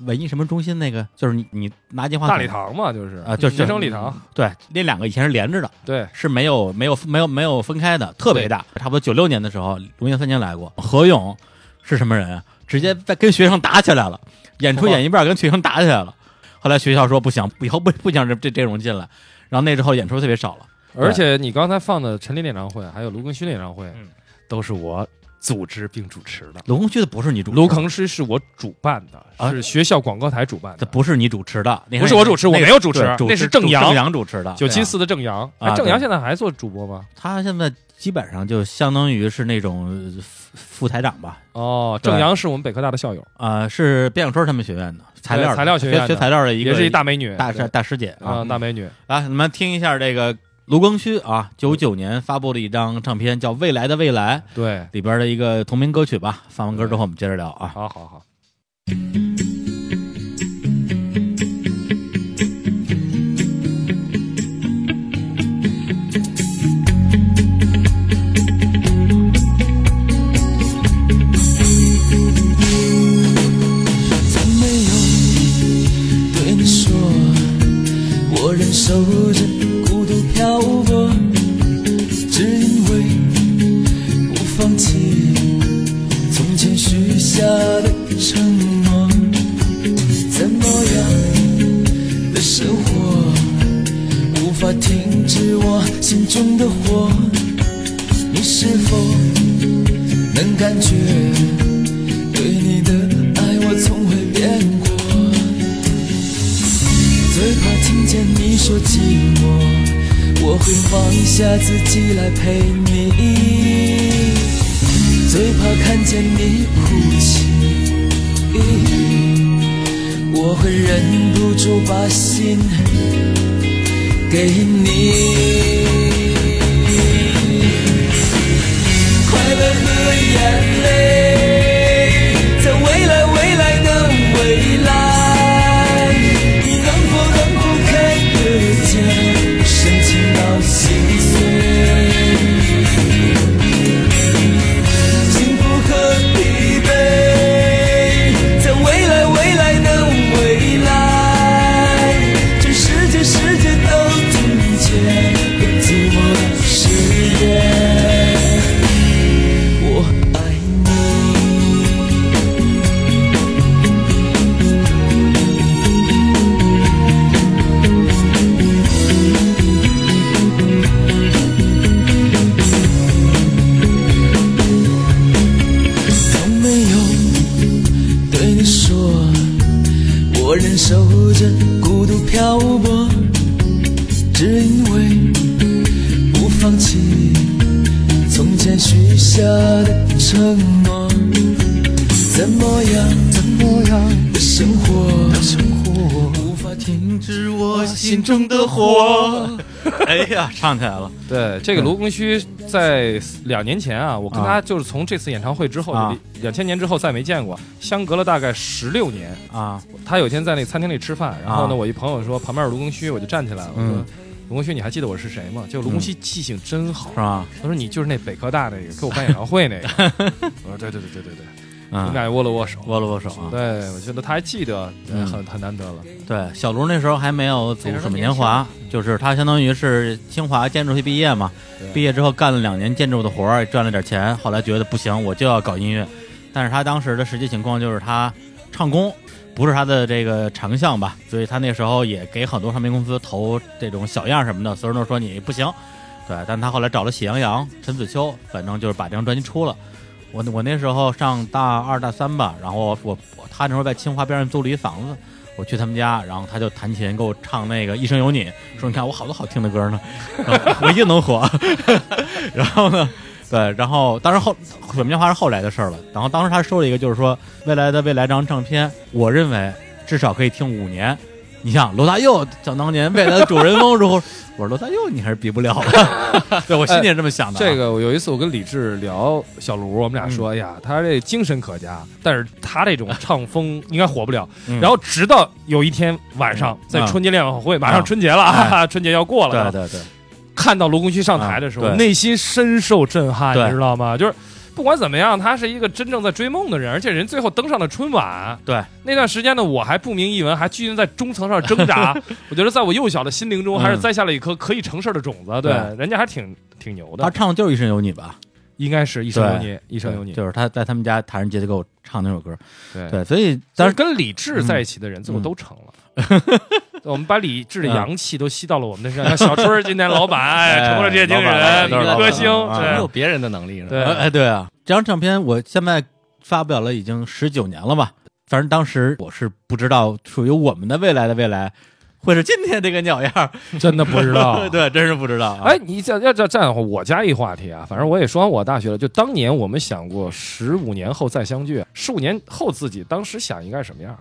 [SPEAKER 1] 文艺什么中心那个，就是你你拿电话
[SPEAKER 3] 大
[SPEAKER 1] 筒
[SPEAKER 3] 礼堂嘛，就是
[SPEAKER 1] 啊就是
[SPEAKER 3] 学生礼堂，
[SPEAKER 1] 对，那两个以前是连着的，
[SPEAKER 3] 对，
[SPEAKER 1] 是没有没有没有没有分开的，特别大。差不多九六年的时候，龙岩三年来过，何勇是什么人啊？直接在跟学生打起来了，演出演一半跟学生打起来了。后来学校说不行，以后不不想这这这种进来。然后那之后演出特别少了，
[SPEAKER 3] 而且你刚才放的陈琳演唱会，还有卢庚戌的演唱会
[SPEAKER 2] 嗯，
[SPEAKER 3] 都是我组织并主持的。
[SPEAKER 1] 卢庚戌的不是你主持，
[SPEAKER 3] 卢庚戌是我主办的，
[SPEAKER 1] 啊
[SPEAKER 3] 是学校广告台主办
[SPEAKER 1] 这
[SPEAKER 3] 的，
[SPEAKER 1] 不是你主持的，你看
[SPEAKER 3] 不是我主持
[SPEAKER 1] 那个
[SPEAKER 3] 我没有主持
[SPEAKER 1] 对主
[SPEAKER 3] 那是
[SPEAKER 1] 郑
[SPEAKER 3] 郑阳
[SPEAKER 1] 主持的。
[SPEAKER 3] 九七
[SPEAKER 1] 对啊
[SPEAKER 3] 四的郑阳。
[SPEAKER 1] 啊
[SPEAKER 3] 哎，郑阳
[SPEAKER 1] 对
[SPEAKER 3] 现在还做主播吗？
[SPEAKER 1] 他现在基本上就相当于是那种呃副副台长吧，
[SPEAKER 3] 哦，
[SPEAKER 1] 对
[SPEAKER 3] 郑阳是我们北科大的校友，
[SPEAKER 1] 啊，是边小春他们学院的材料的
[SPEAKER 3] 对材料学院的
[SPEAKER 1] 学材料的一个
[SPEAKER 3] 也是一大美女，
[SPEAKER 1] 大
[SPEAKER 3] 对
[SPEAKER 1] 师大师姐
[SPEAKER 3] 啊，
[SPEAKER 1] 啊。
[SPEAKER 3] 大美女。
[SPEAKER 1] 来，你们听一下这个卢庚戌啊，九九年发布的一张唱片叫《未来的未来》
[SPEAKER 3] 对，
[SPEAKER 1] 里边的一个同名歌曲吧。放完歌之后，我们接着聊啊。
[SPEAKER 3] 好好好，
[SPEAKER 5] 从没有对你说，我忍受着孤独漂泊，只因为不放弃从前许下的承诺。怎么样的生活，无法停止我心中的火？你是否能感觉？对你的爱我从未变过。最怕听见你说寂寞，我会放下自己来陪你。最怕看见你哭泣，我会忍不住把心给你。快乐和眼泪，在未来未来的未来，你能否能否看得见，深情到心碎，幸福和疲惫，在未来未来的未来，这世界世界都听见被寂寞的誓言。我爱你。从没有对你说，我忍受着孤独漂泊，只因为不放弃。从前许下的承诺，怎么样？怎么样的生活？生活无法停止我心中的火。
[SPEAKER 1] 哎呀，唱起来了，
[SPEAKER 3] 对，
[SPEAKER 1] 嗯
[SPEAKER 3] 这个卢庚戌在两年前啊，我跟他就是从这次演唱会之后
[SPEAKER 1] 啊，
[SPEAKER 3] 两千年之后再没见过，相隔了大概十六年。
[SPEAKER 1] 啊，
[SPEAKER 3] 他有一天在那餐厅里吃饭，然后
[SPEAKER 1] 啊
[SPEAKER 3] 呢，我一朋友说旁边有卢庚戌，我就站起来了，我说
[SPEAKER 1] 嗯。
[SPEAKER 3] 卢庚戌，你还记得我是谁吗？就卢庚戌记性真好
[SPEAKER 1] 是，吧？
[SPEAKER 3] 他说你就是那北科大那个给我办演唱会那个。
[SPEAKER 1] [LAUGHS]
[SPEAKER 3] 我说对对对对对对，你
[SPEAKER 1] 嗯，
[SPEAKER 3] 俩握了握手。
[SPEAKER 1] 握了握手啊。
[SPEAKER 3] 对，我觉得他还记得，
[SPEAKER 1] 嗯
[SPEAKER 3] 很很难得了。
[SPEAKER 1] 对，小卢那时候还没有组什么年华，就是他相当于是清华建筑系毕业嘛，
[SPEAKER 3] 对
[SPEAKER 1] 毕业之后干了两年建筑的活儿，赚了点钱，后来觉得不行，我就要搞音乐。但是他当时的实际情况就是他唱功不是他的这个长项吧，所以他那时候也给很多唱片公司投这种小样什么的，所有人都说你不行。对，但他后来找了喜羊羊、陈子秋，反正就是把这张专辑出了。我我那时候上大二大三吧，然后我我他那时候在清华边上租了一房子，我去他们家，然后他就弹琴给我唱那个《一生有你》，
[SPEAKER 3] 嗯
[SPEAKER 1] 说你看我好多好听的歌呢， [LAUGHS] 然后我一定能火。 [LAUGHS] 然后呢，对，然后当然后水木年华是后来的事儿了。然后当时他说了一个，就是说未来的未来这张唱片，我认为至少可以听五年，你像罗大佑，想当年为了主人翁如何？ [LAUGHS] 我说罗大佑你还是比不了
[SPEAKER 3] [LAUGHS]
[SPEAKER 1] 了，对我心里也这么想的啊。嗯
[SPEAKER 3] 哎这个我有一次我跟李志聊小卢，我们俩说，哎呀，他这精神可嘉，但是他这种唱风应该火不了。
[SPEAKER 1] 嗯，
[SPEAKER 3] 然后直到有一天晚上，在
[SPEAKER 1] 啊
[SPEAKER 3] 春节联欢晚会，马上
[SPEAKER 1] 啊
[SPEAKER 3] 春节了，哈哈，春节要过了，
[SPEAKER 1] 对对对，
[SPEAKER 3] 看到罗功旭上台的时候，
[SPEAKER 1] 啊对
[SPEAKER 3] 内心深受震撼，
[SPEAKER 1] 对
[SPEAKER 3] 你知道吗？就是不管怎么样，他是一个真正在追梦的人，而且人最后登上了春晚。
[SPEAKER 1] 对，
[SPEAKER 3] 那段时间呢，我还不明一文，还居然在中层上挣
[SPEAKER 1] [LAUGHS]
[SPEAKER 3] 扎。我觉得在我幼小的心灵中，还是
[SPEAKER 1] 嗯
[SPEAKER 3] 栽下了一颗可以成事的种子。对，
[SPEAKER 1] 对
[SPEAKER 3] 人家还挺挺牛
[SPEAKER 1] 他
[SPEAKER 3] 的，
[SPEAKER 1] 唱的就是《一生有你》吧？
[SPEAKER 3] 应该是一生有你，一
[SPEAKER 1] 一
[SPEAKER 3] 生有你。
[SPEAKER 1] 就是他在他们家唐人街就给我唱那首歌。
[SPEAKER 3] 对
[SPEAKER 1] 对，所以
[SPEAKER 3] 但
[SPEAKER 1] 但
[SPEAKER 3] 是
[SPEAKER 1] 是
[SPEAKER 3] 跟李志在一起的人，最
[SPEAKER 1] 嗯
[SPEAKER 3] 后都成了。我们把李志的阳气都吸到了我们的身上，像小春儿今天老板，哎，成为了这些经纪
[SPEAKER 2] 哎
[SPEAKER 3] 人、
[SPEAKER 2] 老板
[SPEAKER 1] 老板
[SPEAKER 3] 歌星，
[SPEAKER 1] 啊
[SPEAKER 2] 没有
[SPEAKER 3] 对
[SPEAKER 2] 别人的能力了。
[SPEAKER 3] 对
[SPEAKER 1] 呃哎对啊，这张唱片我现在发表了已经十九年了吧，反正当时我是不知道属于我们的未来的未来会是今天这个鸟样儿，
[SPEAKER 3] 真的不知道
[SPEAKER 1] [LAUGHS] 对对，真是不知道啊。
[SPEAKER 3] 哎，你这要这这样的话，我加一话题啊，反正我也说完我大学了。就当年我们想过十五年后再相聚，十五年后自己当时想应该什么样儿？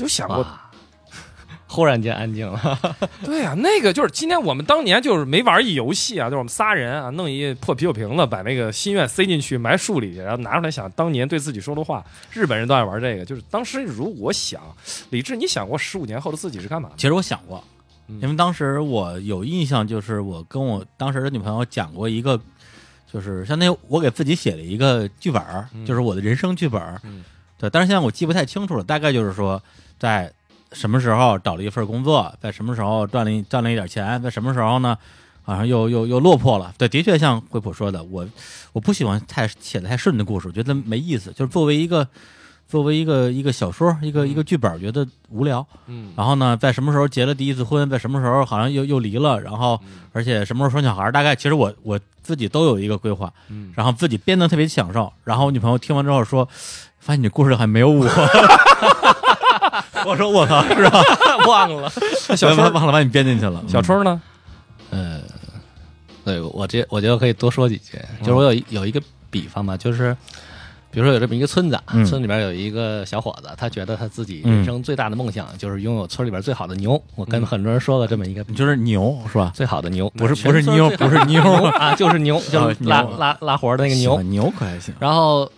[SPEAKER 3] 有想过？
[SPEAKER 2] 哇， [LAUGHS] 忽然间安静 [LAUGHS] 了。
[SPEAKER 3] 对啊，那个就是今天我们当年就是没玩一游戏啊，就是我 [LAUGHS] 们仨人啊，弄一破啤酒瓶子，把那个心愿塞进去，埋树里，然后拿出来想当年对自己说的话。日本人都爱玩这个，就是当时如果想，李志，你想过十五年后的自己是干嘛的？
[SPEAKER 1] 其实我想过，
[SPEAKER 3] 嗯
[SPEAKER 1] 因为当时我有印象，就是我跟我当时的女朋友讲过一个，就是相当于我给自己写了一个剧本儿，
[SPEAKER 3] 嗯
[SPEAKER 1] 就是我的人生剧本儿。
[SPEAKER 3] 嗯
[SPEAKER 1] 对，但是现在我记不太清楚了，大概就是说在。什么时候找了一份工作，在什么时候赚了一赚了一点钱，在什么时候呢，好像又又又落魄了。对，的确像惠普说的，我我不喜欢太写的太顺的故事，我觉得没意思。就是作为一个作为一个一个小说，一个一个剧本，觉得无聊。
[SPEAKER 3] 嗯
[SPEAKER 1] 然后呢，在什么时候结了第一次婚，在什么时候好像又又离了，然后
[SPEAKER 2] 嗯
[SPEAKER 1] 而且什么时候生小孩儿，大概其实我我自己都有一个规划，
[SPEAKER 3] 嗯
[SPEAKER 1] 然后自己编的特别享受。然后我女朋友听完之后说，发现你故事还没有
[SPEAKER 2] [LAUGHS]
[SPEAKER 1] 我。我说我操，是吧？
[SPEAKER 2] 忘了。
[SPEAKER 3] 小春
[SPEAKER 1] 忘
[SPEAKER 3] 儿，
[SPEAKER 1] 忘了把你编进去了。
[SPEAKER 3] 小春儿呢？
[SPEAKER 2] 呃，对我这我觉得可以多说几句，就是我有一有一个比方吧，就是。比如说有这么一个村子啊，
[SPEAKER 1] 嗯
[SPEAKER 2] 村里边有一个小伙子，他觉得他自己人生最大的梦想就是拥有村里边最好的牛。我跟很多人说过这么一个
[SPEAKER 1] 嗯你就是牛是吧？
[SPEAKER 2] 最好的牛，
[SPEAKER 1] 不是
[SPEAKER 2] 全
[SPEAKER 1] 不是
[SPEAKER 2] 村
[SPEAKER 1] 妞
[SPEAKER 2] 最好
[SPEAKER 1] 不是
[SPEAKER 2] [LAUGHS] 的
[SPEAKER 1] 妞
[SPEAKER 2] 啊，就是 [LAUGHS] 哦牛，就是
[SPEAKER 1] 牛
[SPEAKER 2] 拉拉拉活的那个牛
[SPEAKER 1] 喜欢。牛可还行。
[SPEAKER 2] 然后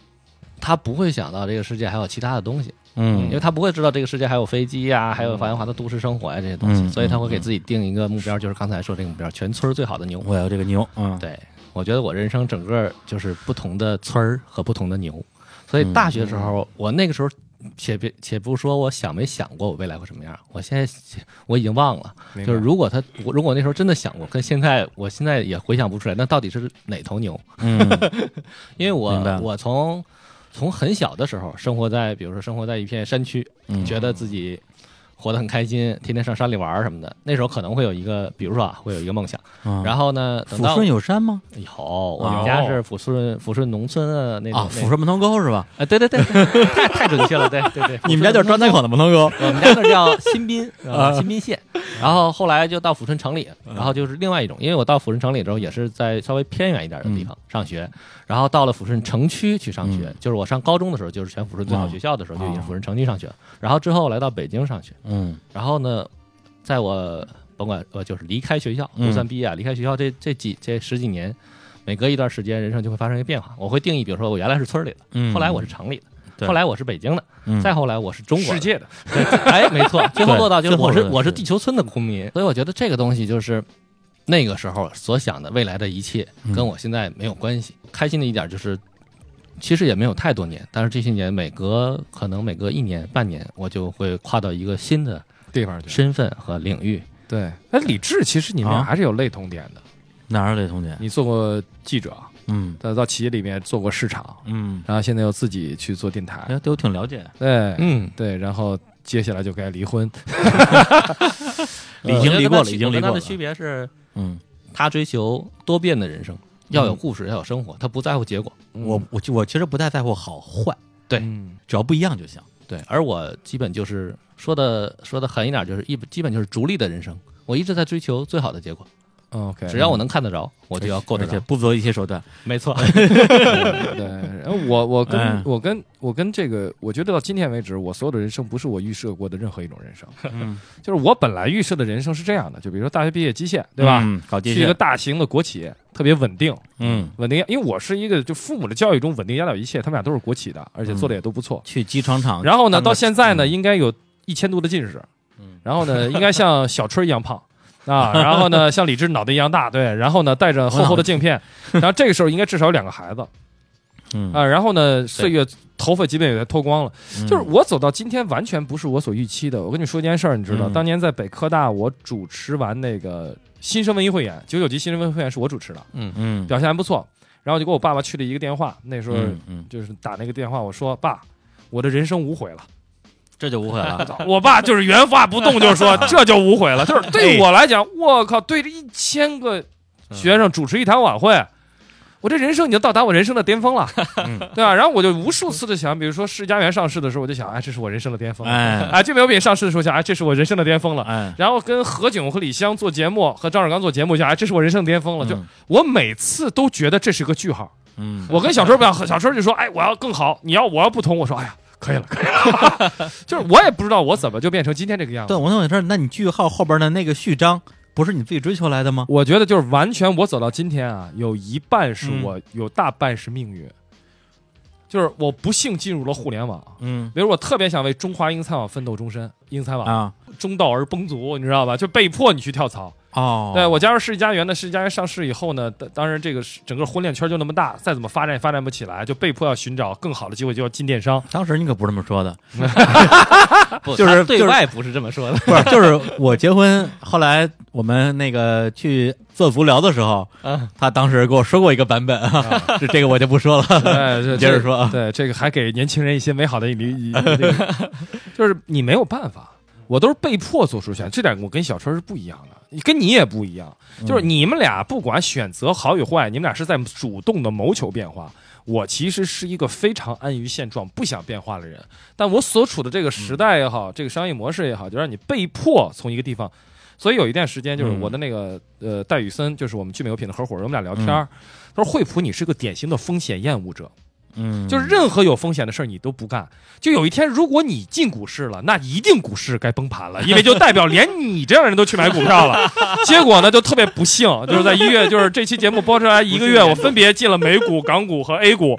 [SPEAKER 2] 他不会想到这个世界还有其他的东西，因为
[SPEAKER 1] 嗯
[SPEAKER 2] 他不会知道这个世界还有飞机呀、还有繁华的都市生活呀、这些东西，
[SPEAKER 1] 嗯
[SPEAKER 2] 所以他会给自己定一个目标，就是刚才说这个目标，全村最好的牛。
[SPEAKER 1] 我要这个牛，嗯，
[SPEAKER 2] 对，我觉得我人生整个就是不同的村儿和不同的牛，所
[SPEAKER 1] 嗯
[SPEAKER 2] 以大学时候、我那个时候。且别且不说我想没想过我未来会什么样，我现在我已经忘了。
[SPEAKER 3] 明白
[SPEAKER 2] 就是如果他我如果我那时候真的想过，跟现在我现在也回想不出来，那到底是哪头牛？
[SPEAKER 1] 嗯
[SPEAKER 2] [LAUGHS] 因为
[SPEAKER 1] 明白
[SPEAKER 2] 我
[SPEAKER 1] 了
[SPEAKER 2] 我从从很小的时候生活在，比如说生活在一片山区，
[SPEAKER 1] 嗯
[SPEAKER 2] 觉得自己活得很开心，天天上山里玩儿什么的。那时候可能会有一个，比如说啊，会有一个梦想。
[SPEAKER 1] 嗯，
[SPEAKER 2] 然后呢，等
[SPEAKER 1] 抚
[SPEAKER 2] 到
[SPEAKER 1] 顺有山吗？
[SPEAKER 2] 有我们家是抚顺抚顺农村的那种
[SPEAKER 1] 啊，
[SPEAKER 2] 那
[SPEAKER 1] 抚顺门头沟是吧？
[SPEAKER 2] 啊，对对对，太太准确了，对对对，
[SPEAKER 1] 你们家就是张家口的门头沟，
[SPEAKER 2] [LAUGHS] 我们家那叫新宾，
[SPEAKER 1] 啊嗯
[SPEAKER 2] 啊，新宾县。然后后来就到抚顺城里，然后就是另外一种，因为我到抚顺城里之后也是在稍微偏远一点的地方上学，然后到了抚顺城区去上学
[SPEAKER 1] 嗯，
[SPEAKER 2] 就是我上高中的时候就是全抚顺最好学校的时候
[SPEAKER 1] 哦
[SPEAKER 2] 就已经抚顺城区上学，然后之后来到北京上学，
[SPEAKER 1] 嗯
[SPEAKER 2] 然后呢，在我甭管我就是离开学校，
[SPEAKER 1] 嗯
[SPEAKER 2] 就算毕业啊，离开学校这这几这十几年。每隔一段时间，人生就会发生一个变化。我会定义，比如说我原来是村里的，
[SPEAKER 1] 嗯，
[SPEAKER 2] 后来我是城里的，
[SPEAKER 1] 对
[SPEAKER 2] 后来我是北京的，
[SPEAKER 1] 嗯
[SPEAKER 2] 再后来我是中国的，
[SPEAKER 3] 世界的，
[SPEAKER 2] 对，哎，没
[SPEAKER 1] [LAUGHS]
[SPEAKER 2] 错，最后落到就是我是
[SPEAKER 1] 最后
[SPEAKER 2] 我是
[SPEAKER 1] 对
[SPEAKER 2] 地球村的公民，所以我觉得这个东西就是那个时候所想的未来的一切
[SPEAKER 1] 嗯
[SPEAKER 2] 跟我现在没有关系。开心的一点就是，其实也没有太多年，但是这些年每隔可能每隔一年半年，我就会跨到一个新的
[SPEAKER 3] 地方去。
[SPEAKER 2] 身份和领域。
[SPEAKER 3] 对，哎，李志，其实你们俩
[SPEAKER 1] 啊
[SPEAKER 3] 还是有类同点的。
[SPEAKER 1] 哪儿给同学？
[SPEAKER 3] 你做过记者，
[SPEAKER 1] 嗯
[SPEAKER 3] 到到企业里面做过市场，
[SPEAKER 1] 嗯，
[SPEAKER 3] 然后现在又自己去做电台，
[SPEAKER 1] 哎，对我挺了解的。
[SPEAKER 3] 对，
[SPEAKER 2] 嗯，
[SPEAKER 3] 对，然后接下来就该离婚，
[SPEAKER 1] 已经离过
[SPEAKER 2] 我
[SPEAKER 1] 了，已经
[SPEAKER 2] 觉得跟他
[SPEAKER 1] 离
[SPEAKER 2] 我跟他
[SPEAKER 1] 过
[SPEAKER 2] 的
[SPEAKER 1] 了。
[SPEAKER 2] 区别是
[SPEAKER 1] 嗯，
[SPEAKER 2] 他追求多变的人生，要有故事，要有生活，他不在乎结果。
[SPEAKER 1] 我我我其实不太在乎好坏，
[SPEAKER 2] 对
[SPEAKER 3] 嗯
[SPEAKER 1] 只要不一样就行。
[SPEAKER 2] 对，而我基本就是说的说的狠一点，就是一基本就是逐利的人生。我一直在追求最好的结果，
[SPEAKER 3] ，OK，
[SPEAKER 2] 嗯只要我能看得着，我
[SPEAKER 1] 我
[SPEAKER 2] 就要够得
[SPEAKER 1] 而且
[SPEAKER 2] 着。
[SPEAKER 1] 不择一切手段。 [LAUGHS]
[SPEAKER 2] 没错，
[SPEAKER 3] 对，我我跟、
[SPEAKER 1] 哎
[SPEAKER 3] 我跟我跟这个，我觉得到今天为止，我所有的人生不是我预设过的任何一种人生，
[SPEAKER 1] 嗯
[SPEAKER 3] [LAUGHS] 就是我本来预设的人生是这样的，就比如说大学毕业机械，对吧？
[SPEAKER 1] 嗯搞机
[SPEAKER 3] 去一个
[SPEAKER 1] 械，
[SPEAKER 3] 大型的国企，特别稳定，
[SPEAKER 1] 嗯，
[SPEAKER 3] 稳定，因为我是一个就父母的教育中稳定压倒一切，他们俩都是国企的，而且做的也都不错。
[SPEAKER 1] 去机床厂，
[SPEAKER 3] 然后
[SPEAKER 1] 嗯
[SPEAKER 3] 呢，
[SPEAKER 1] 啊当个
[SPEAKER 3] 到现在呢，
[SPEAKER 1] 嗯
[SPEAKER 3] 应该有一千度的近视
[SPEAKER 1] 嗯，
[SPEAKER 3] 然后呢，应该像小春一样胖。啊，然后呢，像李志脑袋一样大，对，然后呢，戴着厚厚的
[SPEAKER 1] [LAUGHS]
[SPEAKER 3] 镜片，然后这个时候应该至少有两个孩子
[SPEAKER 1] 嗯
[SPEAKER 3] 啊，然后呢，岁月头发基本也在脱光了，
[SPEAKER 1] 嗯
[SPEAKER 3] 就是我走到今天完全不是我所预期的。我跟你说一件事儿，你知道，
[SPEAKER 1] 嗯
[SPEAKER 3] 当年在北科大，我主持完那个新生文艺汇演，九九级新生文艺汇演是我主持的，
[SPEAKER 1] 嗯，
[SPEAKER 3] 表现还不错，然后就给我爸爸去了一个电话，那时候
[SPEAKER 1] 嗯嗯，
[SPEAKER 3] 就是打那个电话，我说爸。我的人生无悔了， [LAUGHS]
[SPEAKER 1] 这就无悔了，
[SPEAKER 3] 我爸就是原话不动，就
[SPEAKER 1] [LAUGHS]
[SPEAKER 3] 是说这就无悔了。
[SPEAKER 1] 哎
[SPEAKER 3] 就是对我来讲，我靠，对着一千个
[SPEAKER 1] 嗯
[SPEAKER 3] 学生主持一堂晚会，我这人生已经到达我人生的巅峰
[SPEAKER 1] [LAUGHS]
[SPEAKER 3] 了，对吧？然后我就无数次的想，比如说世家园上市的时候，我就想，哎，这是我人生的巅峰。
[SPEAKER 1] 哎
[SPEAKER 3] 啊，这没有比上市的时候想，哎，这是我人生的巅峰了。
[SPEAKER 1] 哎，
[SPEAKER 3] 然后跟何炅和李湘做节目，和张绍刚做节目一下，哎，这是我人生的巅峰了。就
[SPEAKER 1] 嗯
[SPEAKER 3] 我每次都觉得这是个句号。
[SPEAKER 1] 嗯，
[SPEAKER 3] 我跟小春不一样，小春就说，哎，我要更好，你要我要不同，我说，哎呀，可以了，可以了。 [LAUGHS] 就是我也不知道我怎么就变成今天这个样
[SPEAKER 1] 对，
[SPEAKER 3] 子。
[SPEAKER 1] 我想问一下，那你句号后边的那个序章，不是你自己追求来 [LAUGHS] 的吗？
[SPEAKER 3] 我觉得就是完全我走到今天啊，有一半是
[SPEAKER 1] 嗯
[SPEAKER 3] 我，有大半是命运。就是我不幸进入了互联网，
[SPEAKER 1] 嗯
[SPEAKER 3] 比如我特别想为中华英才网奋斗终身，英才网
[SPEAKER 1] 啊，
[SPEAKER 3] 中道而崩殂，你知道吧？就被迫你去跳槽。
[SPEAKER 1] 哦，
[SPEAKER 3] 对我加入世纪佳缘呢，世纪佳缘上市以后呢，当当然这个是整个婚恋圈就那么大，再怎么发展也发展不起来，就被迫要寻找更好的机会，就要进电商。
[SPEAKER 1] 当时你可不是这么说的，
[SPEAKER 2] 不
[SPEAKER 1] 就是
[SPEAKER 2] 他对
[SPEAKER 1] 就是
[SPEAKER 2] 外不是这么说 [LAUGHS] 的，
[SPEAKER 1] [LAUGHS] 不是，就是我结婚后来我们那个去做足疗的时候，
[SPEAKER 2] 啊
[SPEAKER 1] 他当时给我说过一个版本，这这个我就不说了。 [LAUGHS]
[SPEAKER 3] 哎，这
[SPEAKER 1] 接着说啊
[SPEAKER 3] 这对，这个还给年轻人一些美好
[SPEAKER 1] [LAUGHS]
[SPEAKER 3] 的一一一这个就是你没有办法，我都是被迫做出选择，这点我跟小春是不一样的，你跟你也不一样，
[SPEAKER 1] 嗯
[SPEAKER 3] 就是你们俩不管选择好与坏，你们俩是在主动的谋求变化。我其实是一个非常安于现状、不想变化的人，但我所处的这个时代也好，这个商业模式也好，就让你被迫从一个地方。所以有一段时间，就是
[SPEAKER 1] 嗯
[SPEAKER 3] 我的那个、呃戴宇森，就是我们聚美优品的合伙人，我们俩聊天儿，他说惠普你是个典型的风险厌恶者，
[SPEAKER 1] 嗯，
[SPEAKER 3] 就是任何有风险的事儿你都不干。就有一天，如果你进股市了，那一定股市该崩盘了，因为就代表连你这样的人都去买股票了。结果呢，就特别不幸，就是在一月，就是这期节目播出来一个月，我分别进了美股、港股和 A 股，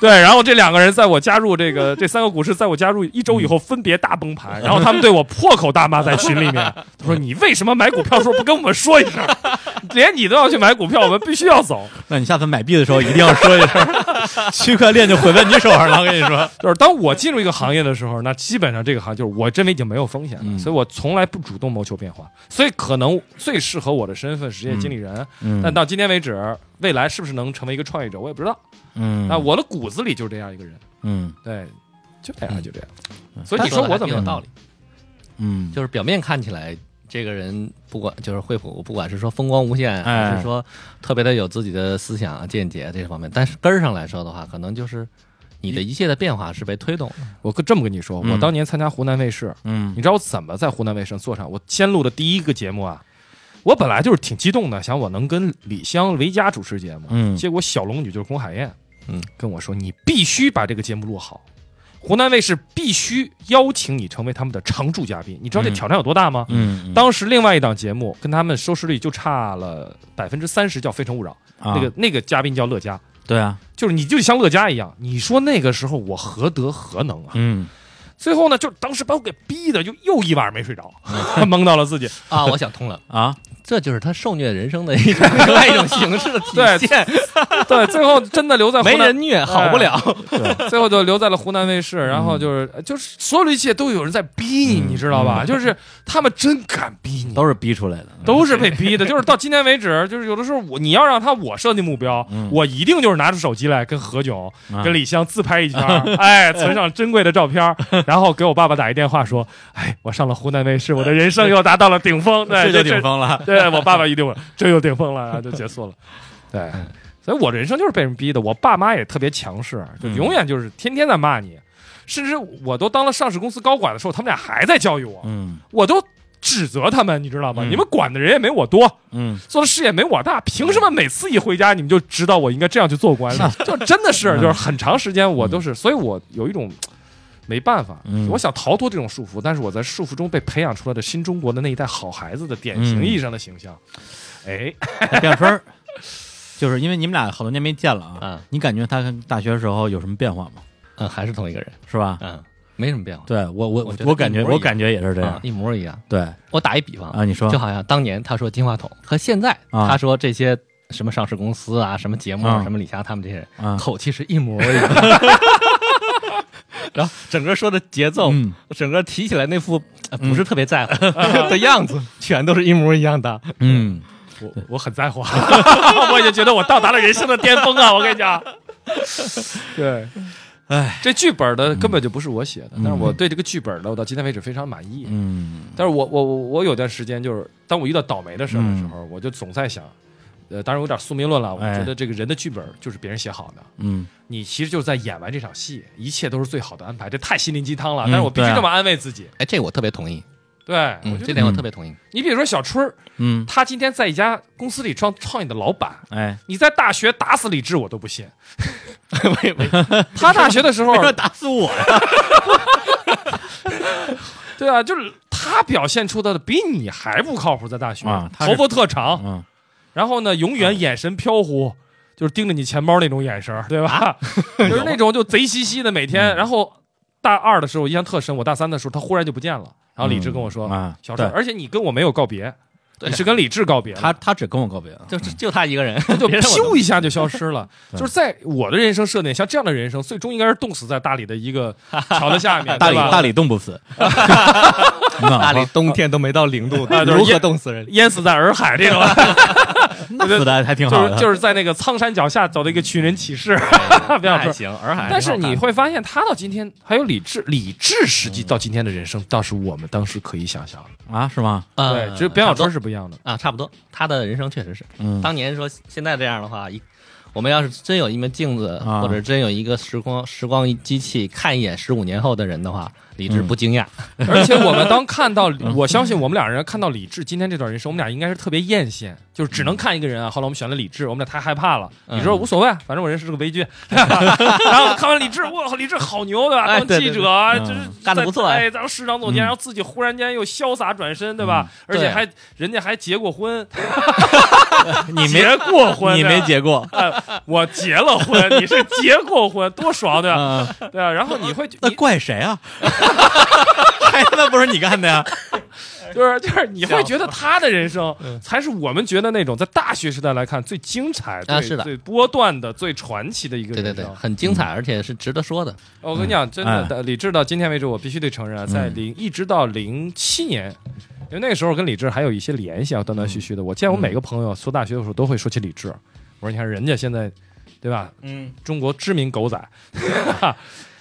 [SPEAKER 3] 对，然后这两个人在我加入这个这三个股市，在我加入一周以后分别大崩盘，然后他们对我破口大骂在群里面，他说你为什么买股票的时候不跟我们说一声？连你都要去买股票，我们必须要走。
[SPEAKER 1] 那你下次买币的时候一定要说一声，区块链就毁在你手上了。我跟你
[SPEAKER 2] [LAUGHS]
[SPEAKER 1] 说，
[SPEAKER 3] [LAUGHS] 就是当我进入一个行业的时候，那基本上这个行业就是我认为已经没有风险了，
[SPEAKER 1] 嗯
[SPEAKER 3] 所以我从来不主动谋求变化。所以可能最适合我的身份是职业经理人，
[SPEAKER 1] 嗯
[SPEAKER 3] 但到今天为止，未来是不是能成为一个创业者，我也不知道。
[SPEAKER 1] 嗯
[SPEAKER 3] 那、我的骨子里就是这样一个人，
[SPEAKER 1] 嗯
[SPEAKER 3] 对，就这
[SPEAKER 2] 嗯
[SPEAKER 3] 样，就这样。所以你说我怎么
[SPEAKER 2] 有
[SPEAKER 3] 样？
[SPEAKER 2] 道理？
[SPEAKER 1] 嗯，
[SPEAKER 2] 就是表面看起来这个人不管就是惠普，不管是说风光无限，
[SPEAKER 1] 哎
[SPEAKER 2] 还是说特别的有自己的思想啊、见解这方面，但是根儿上来说的话，可能就是你的一切的变化是被推动的。
[SPEAKER 3] 我跟这么跟你说，
[SPEAKER 1] 嗯
[SPEAKER 3] 我当年参加湖南卫视，
[SPEAKER 1] 嗯
[SPEAKER 3] 你知道我怎么在湖南卫视做上我先录的第一个节目啊？我本来就是挺激动的，想我能跟李湘、维嘉主持节目，
[SPEAKER 1] 嗯
[SPEAKER 3] 结果小龙女就是龚海燕，
[SPEAKER 2] 嗯，
[SPEAKER 3] 跟我说你必须把这个节目录好，湖南卫视必须邀请你成为他们的常驻嘉宾。你知道这
[SPEAKER 1] 嗯
[SPEAKER 3] 挑战有多大吗？
[SPEAKER 1] 嗯，
[SPEAKER 3] 当时另外一档节目跟他们收视率就差了百分之三十，叫《非诚勿扰》，
[SPEAKER 1] 啊
[SPEAKER 3] 那个那个嘉宾叫乐嘉，
[SPEAKER 1] 对啊，
[SPEAKER 3] 就是你就像乐嘉一样，你说那个时候我何德何能啊？
[SPEAKER 1] 嗯
[SPEAKER 3] 最后呢，就当时把我给逼的，就又一晚上没睡着，
[SPEAKER 1] 嗯
[SPEAKER 3] [LAUGHS] 蒙到了自己。
[SPEAKER 2] 啊，我想通了，
[SPEAKER 1] 啊，
[SPEAKER 2] [LAUGHS] 这就是他受虐人生的一种另外一种形式的体现，哎
[SPEAKER 3] 对，最后真的留在湖
[SPEAKER 2] 没
[SPEAKER 3] 南
[SPEAKER 2] 人，虐好不了。
[SPEAKER 1] [LAUGHS]
[SPEAKER 3] 最后就留在了湖南卫视。
[SPEAKER 1] 嗯
[SPEAKER 3] 然后就是就是所有的一切都有人在逼你，你知道吧？就是他们真敢逼
[SPEAKER 1] 嗯
[SPEAKER 3] 你。
[SPEAKER 1] 都是逼出来的，
[SPEAKER 3] 都是被逼的，就是到今天为止，就是有的时候我你要让他我设定目标，
[SPEAKER 1] 嗯
[SPEAKER 3] 我一定就是拿出手机来跟何炅、
[SPEAKER 1] 啊
[SPEAKER 3] 跟李湘自拍一圈儿，
[SPEAKER 1] [LAUGHS]
[SPEAKER 3] 哎，存上珍贵的照片儿，然后给我爸爸打一电话说，哎，我上了湖南卫视，我的人生又达到了顶
[SPEAKER 1] [LAUGHS]
[SPEAKER 3] 峰，对，
[SPEAKER 1] 这就
[SPEAKER 3] 这
[SPEAKER 1] 顶峰了。
[SPEAKER 3] [LAUGHS] 对我爸爸一定会，这就顶峰了，啊就
[SPEAKER 1] [LAUGHS]
[SPEAKER 3] 结束了。对，所以我人生就是被人逼的。我爸妈也特别强势，
[SPEAKER 1] 嗯
[SPEAKER 3] 就永远就是天天在骂你，甚至我都当了上市公司高管的时候，他们俩还在教育我，
[SPEAKER 1] 嗯
[SPEAKER 3] 我都指责他们，你知道吗？
[SPEAKER 1] 嗯
[SPEAKER 3] 你们管的人也没我多，
[SPEAKER 1] 嗯，
[SPEAKER 3] 做的事也没我大，凭什么每次一回家你们就知道我应该这样去做管
[SPEAKER 1] [LAUGHS]
[SPEAKER 3] 理？就真的
[SPEAKER 1] 嗯
[SPEAKER 3] 是，就是很长时间我都是，所以我有一种。没办法
[SPEAKER 1] 嗯，
[SPEAKER 3] 我想逃脱这种束缚，但是我在束缚中被培养出来的新中国的那一代好孩子的典型
[SPEAKER 1] 嗯
[SPEAKER 3] 意义上的形象，哎，
[SPEAKER 1] 变分儿，就是因为你们俩好多年没见了啊，
[SPEAKER 2] 嗯
[SPEAKER 1] 你感觉他跟大学时候有什么变化吗？
[SPEAKER 2] 嗯，还是同一个人，
[SPEAKER 1] 是吧？
[SPEAKER 2] 嗯，没什么变化，
[SPEAKER 1] 对我我
[SPEAKER 2] 我觉得
[SPEAKER 1] 我感觉
[SPEAKER 2] 一模一样
[SPEAKER 1] 我感觉也是这
[SPEAKER 2] 啊
[SPEAKER 1] 样，，
[SPEAKER 2] 一模一样。
[SPEAKER 1] 对
[SPEAKER 2] 我打一比方
[SPEAKER 1] 啊，你说
[SPEAKER 2] 就好像当年他说金话筒和现在
[SPEAKER 1] 啊
[SPEAKER 2] 他说这些什么上市公司啊、什么节目、
[SPEAKER 1] 啊
[SPEAKER 2] 啊、什么李霞他们这些人，
[SPEAKER 1] 啊，
[SPEAKER 2] 口气是一模一 [LAUGHS] 样。然后整个说的节奏，
[SPEAKER 1] 嗯
[SPEAKER 2] 整个提起来那副呃不是特别 [LAUGHS] 在乎的样子，全都是一模一样的。
[SPEAKER 1] 嗯， [LAUGHS]
[SPEAKER 3] 我我很在乎，啊 [LAUGHS] 我已经觉得我到达了人生的巅峰啊！我跟你讲，对，哎，这剧本
[SPEAKER 1] 嗯
[SPEAKER 3] 的根本就不是我写的，但是我对这个剧本呢，我到今天为止非常满意。
[SPEAKER 1] 嗯
[SPEAKER 3] 但是我我我我有段时间就是，当我遇到倒霉的事儿的时候，我就总在想，呃，当然有点宿命论了，我
[SPEAKER 1] 嗯哎
[SPEAKER 3] 觉得这个人的剧本就是别人写好的。
[SPEAKER 1] 嗯
[SPEAKER 3] 你其实就是在演完这场戏，一切都是最好的安排，这太心灵鸡汤了。
[SPEAKER 1] 嗯
[SPEAKER 3] 但是我必须
[SPEAKER 1] 对啊
[SPEAKER 3] 这么安慰自己。
[SPEAKER 2] 哎，这我特别同意，
[SPEAKER 3] 对，我
[SPEAKER 2] 嗯，
[SPEAKER 3] 觉
[SPEAKER 2] 这
[SPEAKER 3] 得
[SPEAKER 2] 点我
[SPEAKER 1] 嗯
[SPEAKER 2] 特别同意。
[SPEAKER 3] 你比如说小春儿，
[SPEAKER 1] 嗯，
[SPEAKER 3] 他今天在一家公司里创创业的老板， [LAUGHS]
[SPEAKER 1] 哎，
[SPEAKER 3] 你在大学打死李志我都不信。
[SPEAKER 1] [LAUGHS]
[SPEAKER 3] 他大学的时候，
[SPEAKER 1] 说打死我呀，
[SPEAKER 3] 对啊，就是他表现出的比你还不靠谱，在大学
[SPEAKER 1] 啊他是
[SPEAKER 3] 头发特长，
[SPEAKER 1] 嗯
[SPEAKER 3] 然后呢，永
[SPEAKER 1] 哎
[SPEAKER 3] 远眼神飘忽。就是盯着你钱包那种眼神儿，对
[SPEAKER 1] 啊
[SPEAKER 3] [LAUGHS] 吧？就是那种就贼兮兮的每
[SPEAKER 1] 嗯
[SPEAKER 3] 天。然后大二的时候我印象特深，我大三的时候他忽然就不见了。然后李志跟我说：“
[SPEAKER 1] 啊，
[SPEAKER 3] 小郑，
[SPEAKER 1] 对
[SPEAKER 3] 而且你跟我没有告别，你是跟李志告别了。”
[SPEAKER 1] 他他只跟我告别了，
[SPEAKER 2] 就就他一个人，
[SPEAKER 3] 他就
[SPEAKER 2] 别人我都
[SPEAKER 3] 咻一下就消失了。
[SPEAKER 1] [LAUGHS] 对
[SPEAKER 3] 就是在我的人生设定，像这样的人生，最终应该是冻死在大理的一个桥的下面，
[SPEAKER 1] [LAUGHS] 大理
[SPEAKER 3] 对吧
[SPEAKER 1] 大理冻不
[SPEAKER 3] [LAUGHS]
[SPEAKER 1] 死，嗯
[SPEAKER 2] 大
[SPEAKER 1] 大
[SPEAKER 2] 理冬天都没到零度，
[SPEAKER 3] 啊对
[SPEAKER 2] 如何冻死人？
[SPEAKER 3] 淹死在洱海这
[SPEAKER 1] [LAUGHS]
[SPEAKER 3] 种，
[SPEAKER 1] 那死的还挺
[SPEAKER 3] 就
[SPEAKER 1] 好的，
[SPEAKER 3] 是就是在那个苍山脚下走的一个寻人
[SPEAKER 1] [LAUGHS]
[SPEAKER 3] 启事，
[SPEAKER 1] 哎
[SPEAKER 3] [LAUGHS] 不
[SPEAKER 1] 嗯
[SPEAKER 3] 要
[SPEAKER 2] 还
[SPEAKER 3] 说。
[SPEAKER 2] 行，洱海。
[SPEAKER 3] 但是你会发现，他到今天还有李志，李志实际到今天的人生，倒是我们当时可以想象的。
[SPEAKER 1] 啊，是吗？
[SPEAKER 2] 呃
[SPEAKER 3] 对，只是边小
[SPEAKER 2] 差不多
[SPEAKER 3] 春是不一样的。
[SPEAKER 2] 啊，差不多，他的人生确实是。
[SPEAKER 1] 嗯，
[SPEAKER 2] 当年说现在这样的话，一我们要是真有一面镜子，
[SPEAKER 1] 啊
[SPEAKER 2] 或者真有一个时光时光机器，看一眼十五年后的人的话，理智
[SPEAKER 1] 嗯
[SPEAKER 2] 不惊讶。
[SPEAKER 3] 而且我们当看到，我相信我们俩人看到李志今天这段人生，我们俩应该是特别艳羡，就是只能看一个人啊。后来我们选了李志，我们俩太害怕了。
[SPEAKER 2] 嗯
[SPEAKER 3] 你说无所谓，反正我认识是个伪军。然后看完李志，哇，李志好牛，对吧？
[SPEAKER 2] 哎
[SPEAKER 3] 当记者啊，
[SPEAKER 1] 对对
[SPEAKER 3] 就
[SPEAKER 1] 对
[SPEAKER 3] 是
[SPEAKER 2] 干得不错
[SPEAKER 3] 哎，当市长总监，
[SPEAKER 1] 嗯
[SPEAKER 3] 然后自己忽然间又潇洒转身，对吧？而
[SPEAKER 2] 对
[SPEAKER 3] 且还人家还结过婚，
[SPEAKER 1] 你没
[SPEAKER 3] 结过婚，
[SPEAKER 1] 你没
[SPEAKER 3] 对吧？
[SPEAKER 1] 结
[SPEAKER 3] [LAUGHS]
[SPEAKER 1] 过，
[SPEAKER 3] 我结了婚，你是结过婚，多爽对吧？
[SPEAKER 1] 嗯，
[SPEAKER 3] 对啊，然后你会你
[SPEAKER 1] 那怪谁啊？ [LAUGHS] 还他妈不是你干的呀？
[SPEAKER 3] 就是就是，你会觉得他的人生
[SPEAKER 2] 嗯
[SPEAKER 3] 才是我们觉得那种在大学时代来看最精彩、
[SPEAKER 2] 啊
[SPEAKER 3] 最
[SPEAKER 2] 是的
[SPEAKER 3] 最波段的、最传奇的一个
[SPEAKER 2] 对
[SPEAKER 3] 人
[SPEAKER 2] 对
[SPEAKER 3] 生。
[SPEAKER 2] 对，很精彩，而且是值得说的。
[SPEAKER 3] 我跟你讲，真
[SPEAKER 1] 哎
[SPEAKER 3] 的，李志到今天为止，我必须得承认啊，在
[SPEAKER 1] 嗯
[SPEAKER 3] 零一直到零七年。因为那个时候跟李志还有一些联系啊，断断续续的。我见我每个朋友说大学的时候都会说起李志，我说你看人家现在，对吧？
[SPEAKER 1] 嗯
[SPEAKER 3] 中国知名狗仔。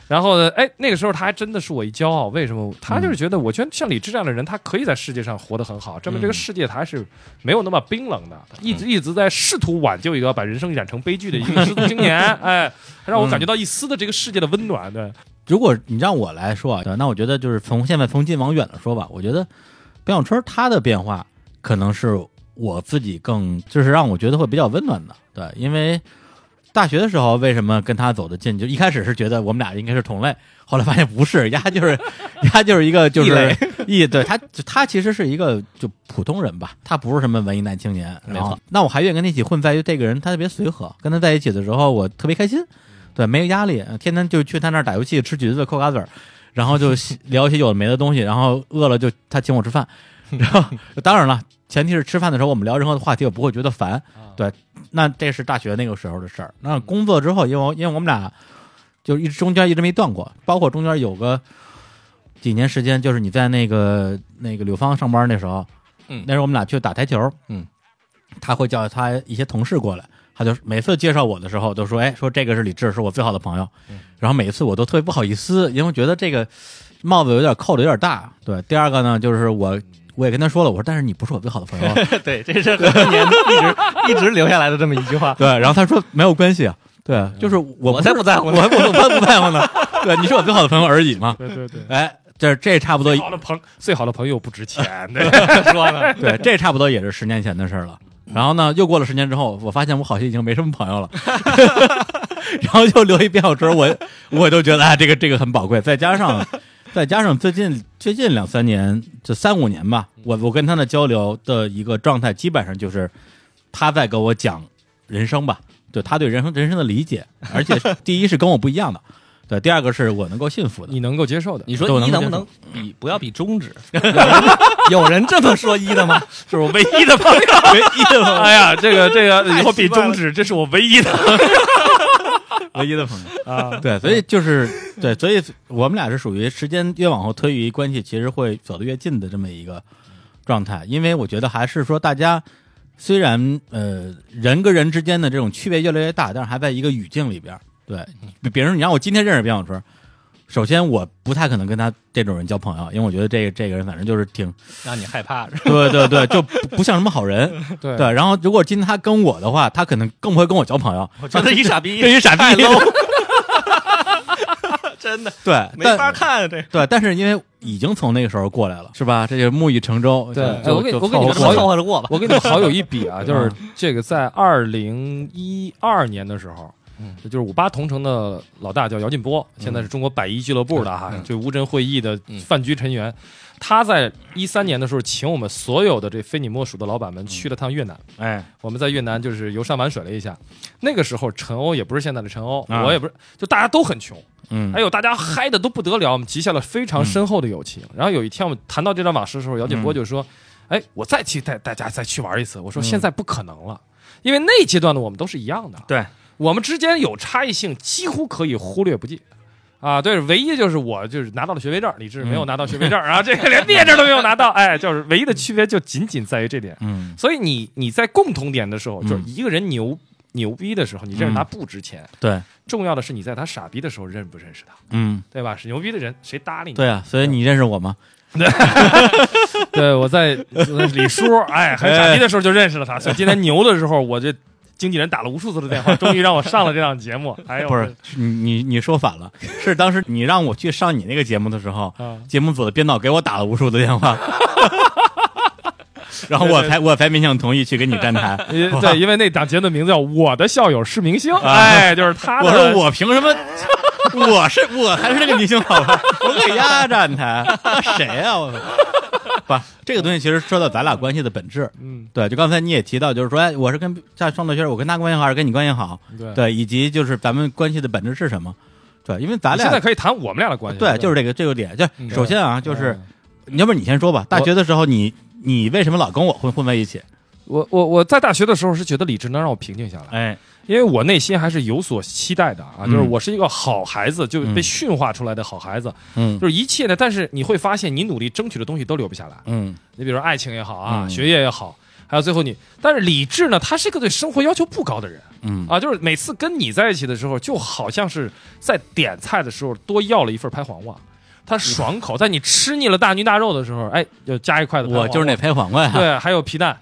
[SPEAKER 3] 然后呢，哎，那个时候他还真的是我一骄傲。为什么？他就是觉得，我觉得像李志这样的人，他可以在世界上活得很好，证明这个世界他还是没有那么冰冷的。他一直一直在试图挽救一个把人生染成悲剧的一个失足青 [LAUGHS] 年，哎，让我感觉到一丝的这个世界的温暖。对，
[SPEAKER 1] 如果你让我来说啊，对那我觉得就是从现在从近往远的说吧，我觉得边小春他的变化可能是我自己更就是让我觉得会比较温暖的，对，因为大学的时候为什么跟他走得近，就一开始是觉得我们俩应该是同类，后来发现不是，丫就是丫就是一个就
[SPEAKER 2] 异
[SPEAKER 1] 是
[SPEAKER 2] 类
[SPEAKER 1] [LAUGHS] 异，对他他其实是一个就普通人吧，他不是什么文艺男青年，
[SPEAKER 2] 没
[SPEAKER 1] 然后
[SPEAKER 2] 错。
[SPEAKER 1] 那我还愿意跟他一起混，在于这个人他特别随和，跟他在一起的时候我特别开心，
[SPEAKER 2] 嗯
[SPEAKER 1] 对，没有压力，呃天天就去他那儿打游戏、吃橘子、嗑瓜子儿，然后就喜聊一些有的没的东西，然后饿了就他请我吃
[SPEAKER 2] [LAUGHS]
[SPEAKER 1] 饭，然后当然了，前提是吃饭的时候我们聊任何的话题，我不会觉得烦。
[SPEAKER 2] 啊
[SPEAKER 1] 对，那这是大学那个时候的事儿。那工作之后，因为我因为我们俩就一直中间一直没断过，包括中间有个几年时间，就是你在那个那个柳芳上班那时候，
[SPEAKER 2] 嗯
[SPEAKER 1] 那时候我们俩去打台球，
[SPEAKER 2] 嗯，
[SPEAKER 1] 他会叫他一些同事过来。他就每次介绍我的时候，都说：“哎，说这个是李志，是我最好的朋友。
[SPEAKER 2] 嗯
[SPEAKER 1] 然后每一次我都特别不好意思，因为我觉得这个帽子有点扣的有点大。对，第二个呢，就是我我也跟他说了，我说：“但是你不是我最好的朋
[SPEAKER 2] [LAUGHS]
[SPEAKER 1] 友啊。”
[SPEAKER 2] [LAUGHS] 对，这是很多年一直 [LAUGHS] 一直留下来的这么一句话。
[SPEAKER 1] 对，然后他说没有关系啊，对，就是我
[SPEAKER 2] 嗯我才不在乎呢
[SPEAKER 1] 我我我才不在乎呢，对，你是我最好的朋友而已嘛。
[SPEAKER 3] 对对对。
[SPEAKER 1] 哎，这这差不多
[SPEAKER 3] 最好的朋最好的朋友不值钱的， [LAUGHS] 说
[SPEAKER 1] [LAUGHS]
[SPEAKER 3] 呢，
[SPEAKER 1] 对，这差不多也是十年前的事儿了。然后呢，又过了十年之后，我发现我好像已经没什么朋友了， [LAUGHS] 然后就留一边小车，我我就觉得啊，这个这个很宝贵。再加上再加上最近最近两三年，就三五年吧，我我跟他的交流的一个状态，基本上就是他在跟我讲人生吧，对他对人生人生的理解，而且第一是跟我不一样的，对，第二个是我能够信服的。
[SPEAKER 3] 你能够接受的，
[SPEAKER 2] 你
[SPEAKER 1] 对我
[SPEAKER 2] 说
[SPEAKER 1] 能
[SPEAKER 2] 一
[SPEAKER 1] 够接
[SPEAKER 2] 能不
[SPEAKER 1] 受
[SPEAKER 2] 能比不要比中指？ [LAUGHS] 有人有人这么说一的 [LAUGHS] 吗？
[SPEAKER 3] 这是我唯一的
[SPEAKER 2] [LAUGHS]
[SPEAKER 3] 朋友，唯一的朋 [LAUGHS] 友。哎呀，这个这 [LAUGHS] 个以后比中指，这是我唯一的
[SPEAKER 1] 唯一的朋友。
[SPEAKER 3] [LAUGHS] 啊。
[SPEAKER 1] 对，所以就是对，所以我们俩是属于时间越往后推移，关系其实会走得越近的这么一个状态。因为我觉得还是说，大家虽然呃人跟人之间的这种区别越来越大，但是还在一个语境里边儿。对，比比如你让我今天认识边小春，首先我不太可能跟他这种人交朋友，因为我觉得这个这个人反正就是挺
[SPEAKER 2] 让你害怕是吧？
[SPEAKER 1] 对对对，就不不像什么好人。
[SPEAKER 2] [LAUGHS]
[SPEAKER 3] 对
[SPEAKER 1] 对，然后如果今天他跟我的话，他可能更不会跟我交朋友，
[SPEAKER 2] [LAUGHS] 我觉得一傻逼，
[SPEAKER 1] 这一傻逼。
[SPEAKER 2] 真的
[SPEAKER 1] 对，
[SPEAKER 2] 没
[SPEAKER 1] 但
[SPEAKER 2] 法看这。
[SPEAKER 1] 对，但是因为已经从那个时候过来了，是吧？这就木已成舟。
[SPEAKER 3] 对
[SPEAKER 1] 就
[SPEAKER 3] 哎我给
[SPEAKER 1] 就
[SPEAKER 3] 我给你
[SPEAKER 1] 凑
[SPEAKER 2] 我
[SPEAKER 1] 合过
[SPEAKER 2] 凑
[SPEAKER 3] 说
[SPEAKER 1] 去
[SPEAKER 2] 合着过吧。
[SPEAKER 3] [LAUGHS] 我跟你们好友一比啊，就是
[SPEAKER 1] 嗯
[SPEAKER 3] 这个在二零一二年的时候
[SPEAKER 2] 嗯。
[SPEAKER 3] 就是五八同城的老大叫姚劲波，现在是中国百亿俱乐部的哈，
[SPEAKER 2] 嗯
[SPEAKER 3] 这乌镇会议的
[SPEAKER 2] 嗯
[SPEAKER 3] 饭局成员。他在一三年的时候，请我们所有的这非你莫属的老板们
[SPEAKER 2] 嗯
[SPEAKER 3] 去了趟越南，
[SPEAKER 1] 哎，
[SPEAKER 3] 我们在越南就是游山玩水了一下。那个时候陈欧也不是现在的陈欧，
[SPEAKER 1] 啊
[SPEAKER 3] 我也不是，就大家都很穷，
[SPEAKER 1] 嗯，
[SPEAKER 3] 哎呦，大家嗨的都不得了，我们结下了非常深厚的友情。然后有一天我们谈到这段往事的时候，姚
[SPEAKER 1] 嗯
[SPEAKER 3] 劲波就说：“哎，我再去带大家再去玩一次。”我说：“现在不可能了，因为那阶段的我们都是一样的，
[SPEAKER 1] 对，
[SPEAKER 3] 我们之间有差异性，几乎可以忽略不计。”啊，对，唯一就是我就是拿到了学位证，李志没
[SPEAKER 1] 嗯
[SPEAKER 3] 有拿到学位证，然啊后这个连毕业证都没有拿到，哎，就是唯一的区别就仅仅在于这点。
[SPEAKER 1] 嗯，
[SPEAKER 3] 所以你你在共同点的时候，
[SPEAKER 1] 嗯
[SPEAKER 3] 就是一个人牛牛逼的时候，你认识他不值钱，
[SPEAKER 1] 对，
[SPEAKER 3] 重要的是你在他傻逼的时候认不认识他。
[SPEAKER 1] 嗯，
[SPEAKER 3] 对吧？是牛逼的人，谁搭理你？ [LAUGHS]
[SPEAKER 1] 对啊，所以你认识我吗？
[SPEAKER 3] 对，我在李叔，哎，很傻逼的时候就认识了他，所以今天牛的时候，我这经纪人打了无数次的电话，终于让我上了这档节目。哎呦，
[SPEAKER 1] 不是，是你你你说反了，是当时你让我去上你那个节目的时候，
[SPEAKER 3] 啊，
[SPEAKER 1] 节目组的编导给我打了无数的电 [LAUGHS] 话，然后我才我才勉强同意去跟你站 [LAUGHS] 台。
[SPEAKER 3] 因为对，因为那档节目的名字叫《我的校友是明星》，哎，就是他
[SPEAKER 1] 啊我
[SPEAKER 3] 的
[SPEAKER 1] 说我凭什么？我是我还是那个明星好吧？我给压站台，那谁呀、我 [LAUGHS] 不，这个东西其实说到咱俩关系的本质，
[SPEAKER 3] 嗯，
[SPEAKER 1] 对，就刚才你也提到，就是说，哎，我是跟在创作圈，我跟他关系好还是跟你关系好？
[SPEAKER 3] 对
[SPEAKER 1] 对，以及就是咱们关系的本质是什么？对，因为咱
[SPEAKER 3] 你现在
[SPEAKER 1] 俩
[SPEAKER 3] 可以谈我们俩的关系，
[SPEAKER 1] 对，就是这个这个点。就
[SPEAKER 3] 嗯
[SPEAKER 1] 首先啊，
[SPEAKER 3] 对
[SPEAKER 1] 就是要不然你先说吧。大学的时候你，你为什么老跟我混混在一起？
[SPEAKER 3] 我我我在大学的时候是觉得理智能让我平静下来，
[SPEAKER 1] 哎，
[SPEAKER 3] 因为我内心还是有所期待的啊，
[SPEAKER 1] 嗯
[SPEAKER 3] 就是我是一个好孩子，就被
[SPEAKER 1] 嗯
[SPEAKER 3] 驯化出来的好孩子，
[SPEAKER 1] 嗯
[SPEAKER 3] 就是一切的，但是你会发现你努力争取的东西都留不下来。
[SPEAKER 1] 嗯
[SPEAKER 3] 你比如说爱情也好啊，
[SPEAKER 1] 嗯
[SPEAKER 3] 学业也好，还有最后你，但是李志呢，他是一个对生活要求不高的人
[SPEAKER 1] 嗯
[SPEAKER 3] 啊，就是每次跟你在一起的时候，就好像是在点菜的时候多要了一份拍黄瓜，他爽口，在你吃腻了大鱼大肉的时候，哎，就加一筷子拍黄
[SPEAKER 1] 我
[SPEAKER 3] 瓜
[SPEAKER 1] 就是那拍黄瓜呀。
[SPEAKER 3] 对，还有皮蛋、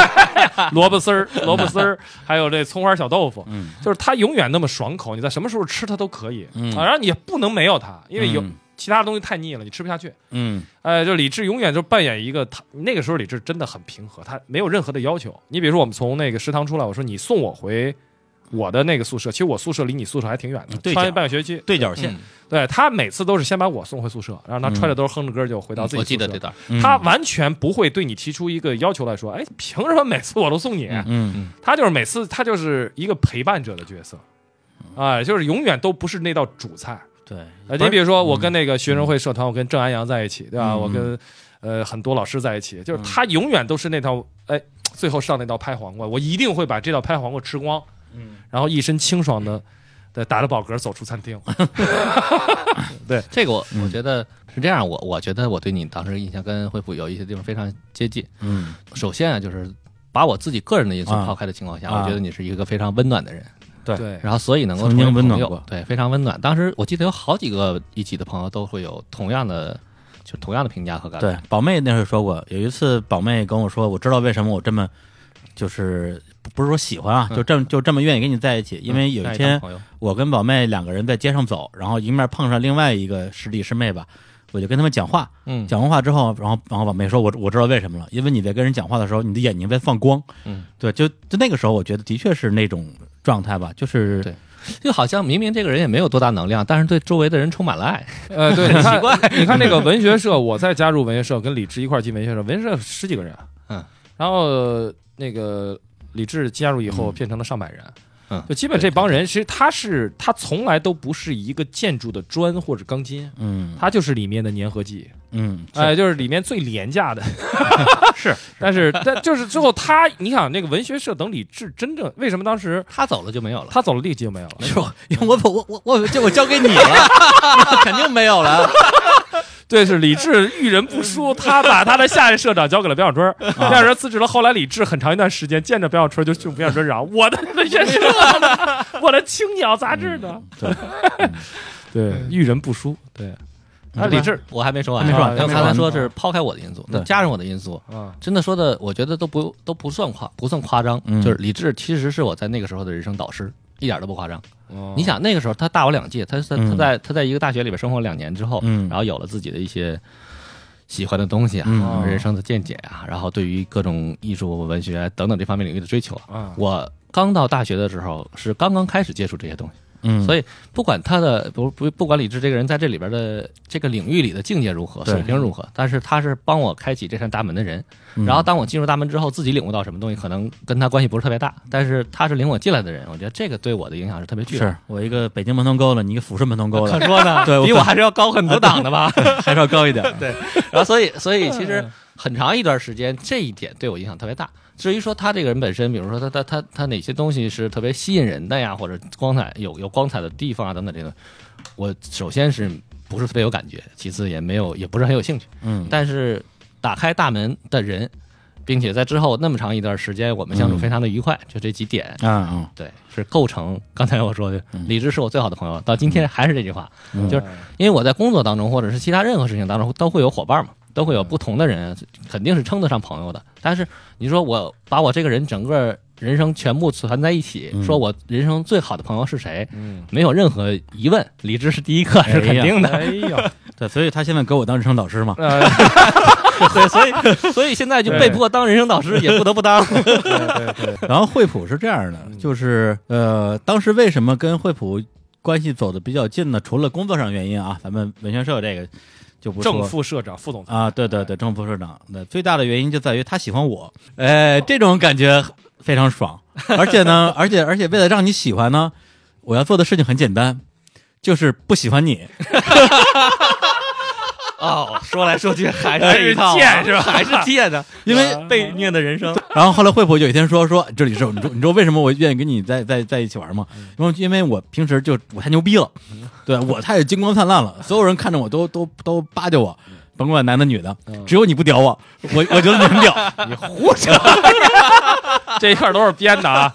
[SPEAKER 3] [LAUGHS] 萝卜丝儿、萝卜丝儿，还有这葱花小豆腐，
[SPEAKER 1] 嗯
[SPEAKER 3] 就是它永远那么爽口，你在什么时候吃它都可以、
[SPEAKER 1] 嗯
[SPEAKER 3] 啊，然后你也不能没有它，因为有、
[SPEAKER 1] 嗯
[SPEAKER 3] 其他的东西太腻了，你吃不下去。
[SPEAKER 1] 嗯
[SPEAKER 3] 哎，就李志永远就扮演一个他那个时候李志真的很平和，他没有任何的要求。你比如说我们从那个食堂出来，我说你送我回我的那个宿舍，其实我宿舍离你宿舍还挺远的，
[SPEAKER 1] 对
[SPEAKER 3] 穿越
[SPEAKER 1] 角
[SPEAKER 3] 半个学期。
[SPEAKER 1] 对角线。嗯
[SPEAKER 3] 对他每次都是先把我送回宿舍，然后他揣着兜哼着歌就回到自己
[SPEAKER 2] 我
[SPEAKER 3] 宿舍。
[SPEAKER 2] 记得这段，
[SPEAKER 1] 嗯
[SPEAKER 3] 他完全不会对你提出一个要求来说，哎，凭什么每次我都送你？
[SPEAKER 1] 嗯
[SPEAKER 3] 他就是每次他就是一个陪伴者的角色，啊、就是永远都不是那道主菜。
[SPEAKER 1] 对，
[SPEAKER 3] 呃，你比如说，我跟那个学生会社团，我跟郑安阳在一起，对吧？
[SPEAKER 1] 嗯
[SPEAKER 3] 我跟呃很多老师在一起，就是他永远都是那套，哎，最后上那道拍黄瓜，我一定会把这道拍黄瓜吃光，嗯，然后一身清爽的，对，打着饱嗝走出餐厅，
[SPEAKER 2] 这个我
[SPEAKER 1] 嗯
[SPEAKER 2] 我觉得是这样，我我觉得我对你当时印象跟惠普有一些地方非常接近。
[SPEAKER 1] 嗯
[SPEAKER 2] 首先啊，就是把我自己个人的因素
[SPEAKER 1] 啊
[SPEAKER 2] 抛开的情况下，
[SPEAKER 1] 啊
[SPEAKER 2] 我觉得你是一个非常温暖的人，
[SPEAKER 3] 对，
[SPEAKER 2] 然后所以能够
[SPEAKER 1] 曾经
[SPEAKER 2] 成为
[SPEAKER 1] 温
[SPEAKER 2] 朋
[SPEAKER 1] 暖
[SPEAKER 2] 友
[SPEAKER 1] 过
[SPEAKER 2] 对，非常温暖。当时我记得有好几个一起的朋友都会有同样的，就同样的评价和感嗯
[SPEAKER 1] 对，宝妹那时候说过，有一次宝妹跟我说，我知道为什么我这么就是不是说喜欢啊，
[SPEAKER 2] 嗯
[SPEAKER 1] 就这么就这么愿意跟你在一起，
[SPEAKER 3] 嗯
[SPEAKER 1] 因为有一
[SPEAKER 2] 一
[SPEAKER 1] 天
[SPEAKER 2] 朋友，
[SPEAKER 1] 我跟宝妹两个人在街上走，然后迎面碰上另外一个师弟师妹吧，我就跟他们讲话，
[SPEAKER 2] 嗯
[SPEAKER 1] 讲完话之后，然后然后把妹说，我我知道为什么了，因为你在跟人讲话的时候，你的眼睛在放光，
[SPEAKER 2] 嗯，
[SPEAKER 1] 对，就就那个时候，我觉得的确是那种状态吧，就是
[SPEAKER 2] 对就好像明明这个人也没有多大能量，但是对周围的人充满了爱。
[SPEAKER 3] 呃，对，你看，你看那个文学社，我再加入文学社，跟李志一块儿进文学社，文学社十几个人，啊
[SPEAKER 2] 嗯，
[SPEAKER 3] 然后呃那个李志加入以后，
[SPEAKER 1] 嗯
[SPEAKER 3] 变成了上百人。
[SPEAKER 2] 嗯
[SPEAKER 3] 就基本这帮人，其实他是他从来都不是一个建筑的砖或者钢筋，
[SPEAKER 1] 嗯
[SPEAKER 3] 他就是里面的粘合剂，
[SPEAKER 1] 嗯，
[SPEAKER 3] 哎、就是里面最廉价的。
[SPEAKER 1] 是，
[SPEAKER 3] [LAUGHS] 但 [LAUGHS] 是但就是最后他，你想那个文学社等李志真正为什么当时
[SPEAKER 2] 他走了就没有了。
[SPEAKER 3] 他走了，立即就没有了？
[SPEAKER 1] 是我我我我我这我交给你了，那肯定没有了
[SPEAKER 3] [LAUGHS] 对，是李志遇人不 [LAUGHS] 淑，他把他的下一社长交给了表小春儿，表小春儿辞职了。后来李志很长一段时间见着表小春儿就冲表小春儿嚷：“我的文学社呢， [LAUGHS] 我的青鸟杂志呢
[SPEAKER 1] 对，？”
[SPEAKER 3] 嗯 [LAUGHS] 对，嗯遇人不淑。对，啊，李志，
[SPEAKER 2] 我还没说完，
[SPEAKER 1] 还没说完
[SPEAKER 2] 啊
[SPEAKER 1] 还没说
[SPEAKER 2] 刚
[SPEAKER 1] 完
[SPEAKER 2] 才说是抛开我的因素，那
[SPEAKER 1] 对
[SPEAKER 2] 加上我的因素，
[SPEAKER 3] 啊，
[SPEAKER 2] 真的说的，我觉得都不都不算夸，不算夸张。
[SPEAKER 1] 嗯
[SPEAKER 2] 就是李志其实是我在那个时候的人生导师，一点都不夸张。
[SPEAKER 3] 啊
[SPEAKER 2] 你，想那个时候他大我两届，他他
[SPEAKER 1] 哦嗯
[SPEAKER 2] 他在他在一个大学里边生活两年之后，
[SPEAKER 1] 嗯
[SPEAKER 2] 然后有了自己的一些喜欢的东西啊，
[SPEAKER 1] 嗯
[SPEAKER 2] 人生的见解啊，然后对于各种艺术、文学啊等等这方面领域的追求
[SPEAKER 3] 啊
[SPEAKER 2] 我刚到大学的时候是刚刚开始接触这些东西，
[SPEAKER 1] 嗯，
[SPEAKER 2] 所
[SPEAKER 1] 以
[SPEAKER 2] 以不管他的不不不管李志这个人在这里边的这个领域里的境界如何、
[SPEAKER 1] 对
[SPEAKER 2] 水平如何，但是他是帮我开启这扇大门的人。
[SPEAKER 1] 嗯
[SPEAKER 2] 然后当我进入大门之后，自己领悟到什么东西，可能跟他关系不是特别大，但是他是领我进来的人，我觉得这个对我的影响是特别巨大的。
[SPEAKER 1] 是我一个北京门头沟的，你一个抚顺门头沟的，
[SPEAKER 2] 说呢
[SPEAKER 1] 对我
[SPEAKER 2] 比我还是要高很多档的吧。
[SPEAKER 1] 还是要高一点，对，
[SPEAKER 2] 然后所以所以其实很长一段时间，这一点对我影响特别大。至于说他这个人本身，比如说他他他他哪些东西是特别吸引人的呀，或者光彩有有光彩的地方啊等等这个，我首先是不是特别有感觉，其次也没有也不是很有兴趣。
[SPEAKER 1] 嗯，
[SPEAKER 2] 但是打开大门的人，并且在之后那么长一段时间，我们相处非常的愉快，就这几点，
[SPEAKER 1] 啊啊，
[SPEAKER 2] 对，是构成刚才我说的，理智是我最好的朋友。到今天还是这句话，
[SPEAKER 1] 嗯
[SPEAKER 2] 就是因为我在工作当中，或者是其他任何事情当中，都会有伙伴嘛，都会有不同的人，肯定是称得上朋友的。但是你说我把我这个人整个人生全部攒在一起，
[SPEAKER 1] 嗯
[SPEAKER 2] 说我人生最好的朋友是谁，
[SPEAKER 3] 嗯，
[SPEAKER 2] 没有任何疑问，理智是第一个是肯定的。
[SPEAKER 3] 哎 [LAUGHS] 呀，
[SPEAKER 1] 对，所以他现在给我当人生导师嘛，
[SPEAKER 3] 呃
[SPEAKER 2] 对，所以 [LAUGHS] 所以现在就被迫当人生导师，也不得不当。
[SPEAKER 3] 对对对，
[SPEAKER 1] 然后惠普是这样的，就是呃，当时为什么跟惠普关系走的比较近呢？除了工作上原因啊，咱们文学社这个就不说
[SPEAKER 3] 正副社长、副总裁
[SPEAKER 1] 啊，对对对，正副社长，那最大的原因就在于他喜欢我，哎，这种感觉非常爽，而且呢，而且而且为了让你喜欢呢，我要做的事情很简单，就是不喜欢你，
[SPEAKER 2] [LAUGHS] 哦，说来说去还
[SPEAKER 3] 还是
[SPEAKER 2] 一套啊
[SPEAKER 3] 贱是吧
[SPEAKER 2] [LAUGHS] 还是贱的，
[SPEAKER 1] 因为
[SPEAKER 2] 被虐的人 [LAUGHS] 生。
[SPEAKER 1] 然后后来惠普有一天说说，这里是你知道你知道为什么我愿意跟你在在在一起玩吗？
[SPEAKER 2] 嗯
[SPEAKER 1] 因为因为我平时就我太牛逼了，对我太金光灿烂了，所有人看着我都都都巴结我，
[SPEAKER 2] 嗯
[SPEAKER 1] 甭管男的女的，只有你不屌
[SPEAKER 2] [LAUGHS]
[SPEAKER 1] 我，我我觉得你很屌。
[SPEAKER 3] 你胡扯， [LAUGHS] 这一块儿都是编
[SPEAKER 1] [LAUGHS]
[SPEAKER 3] 的啊。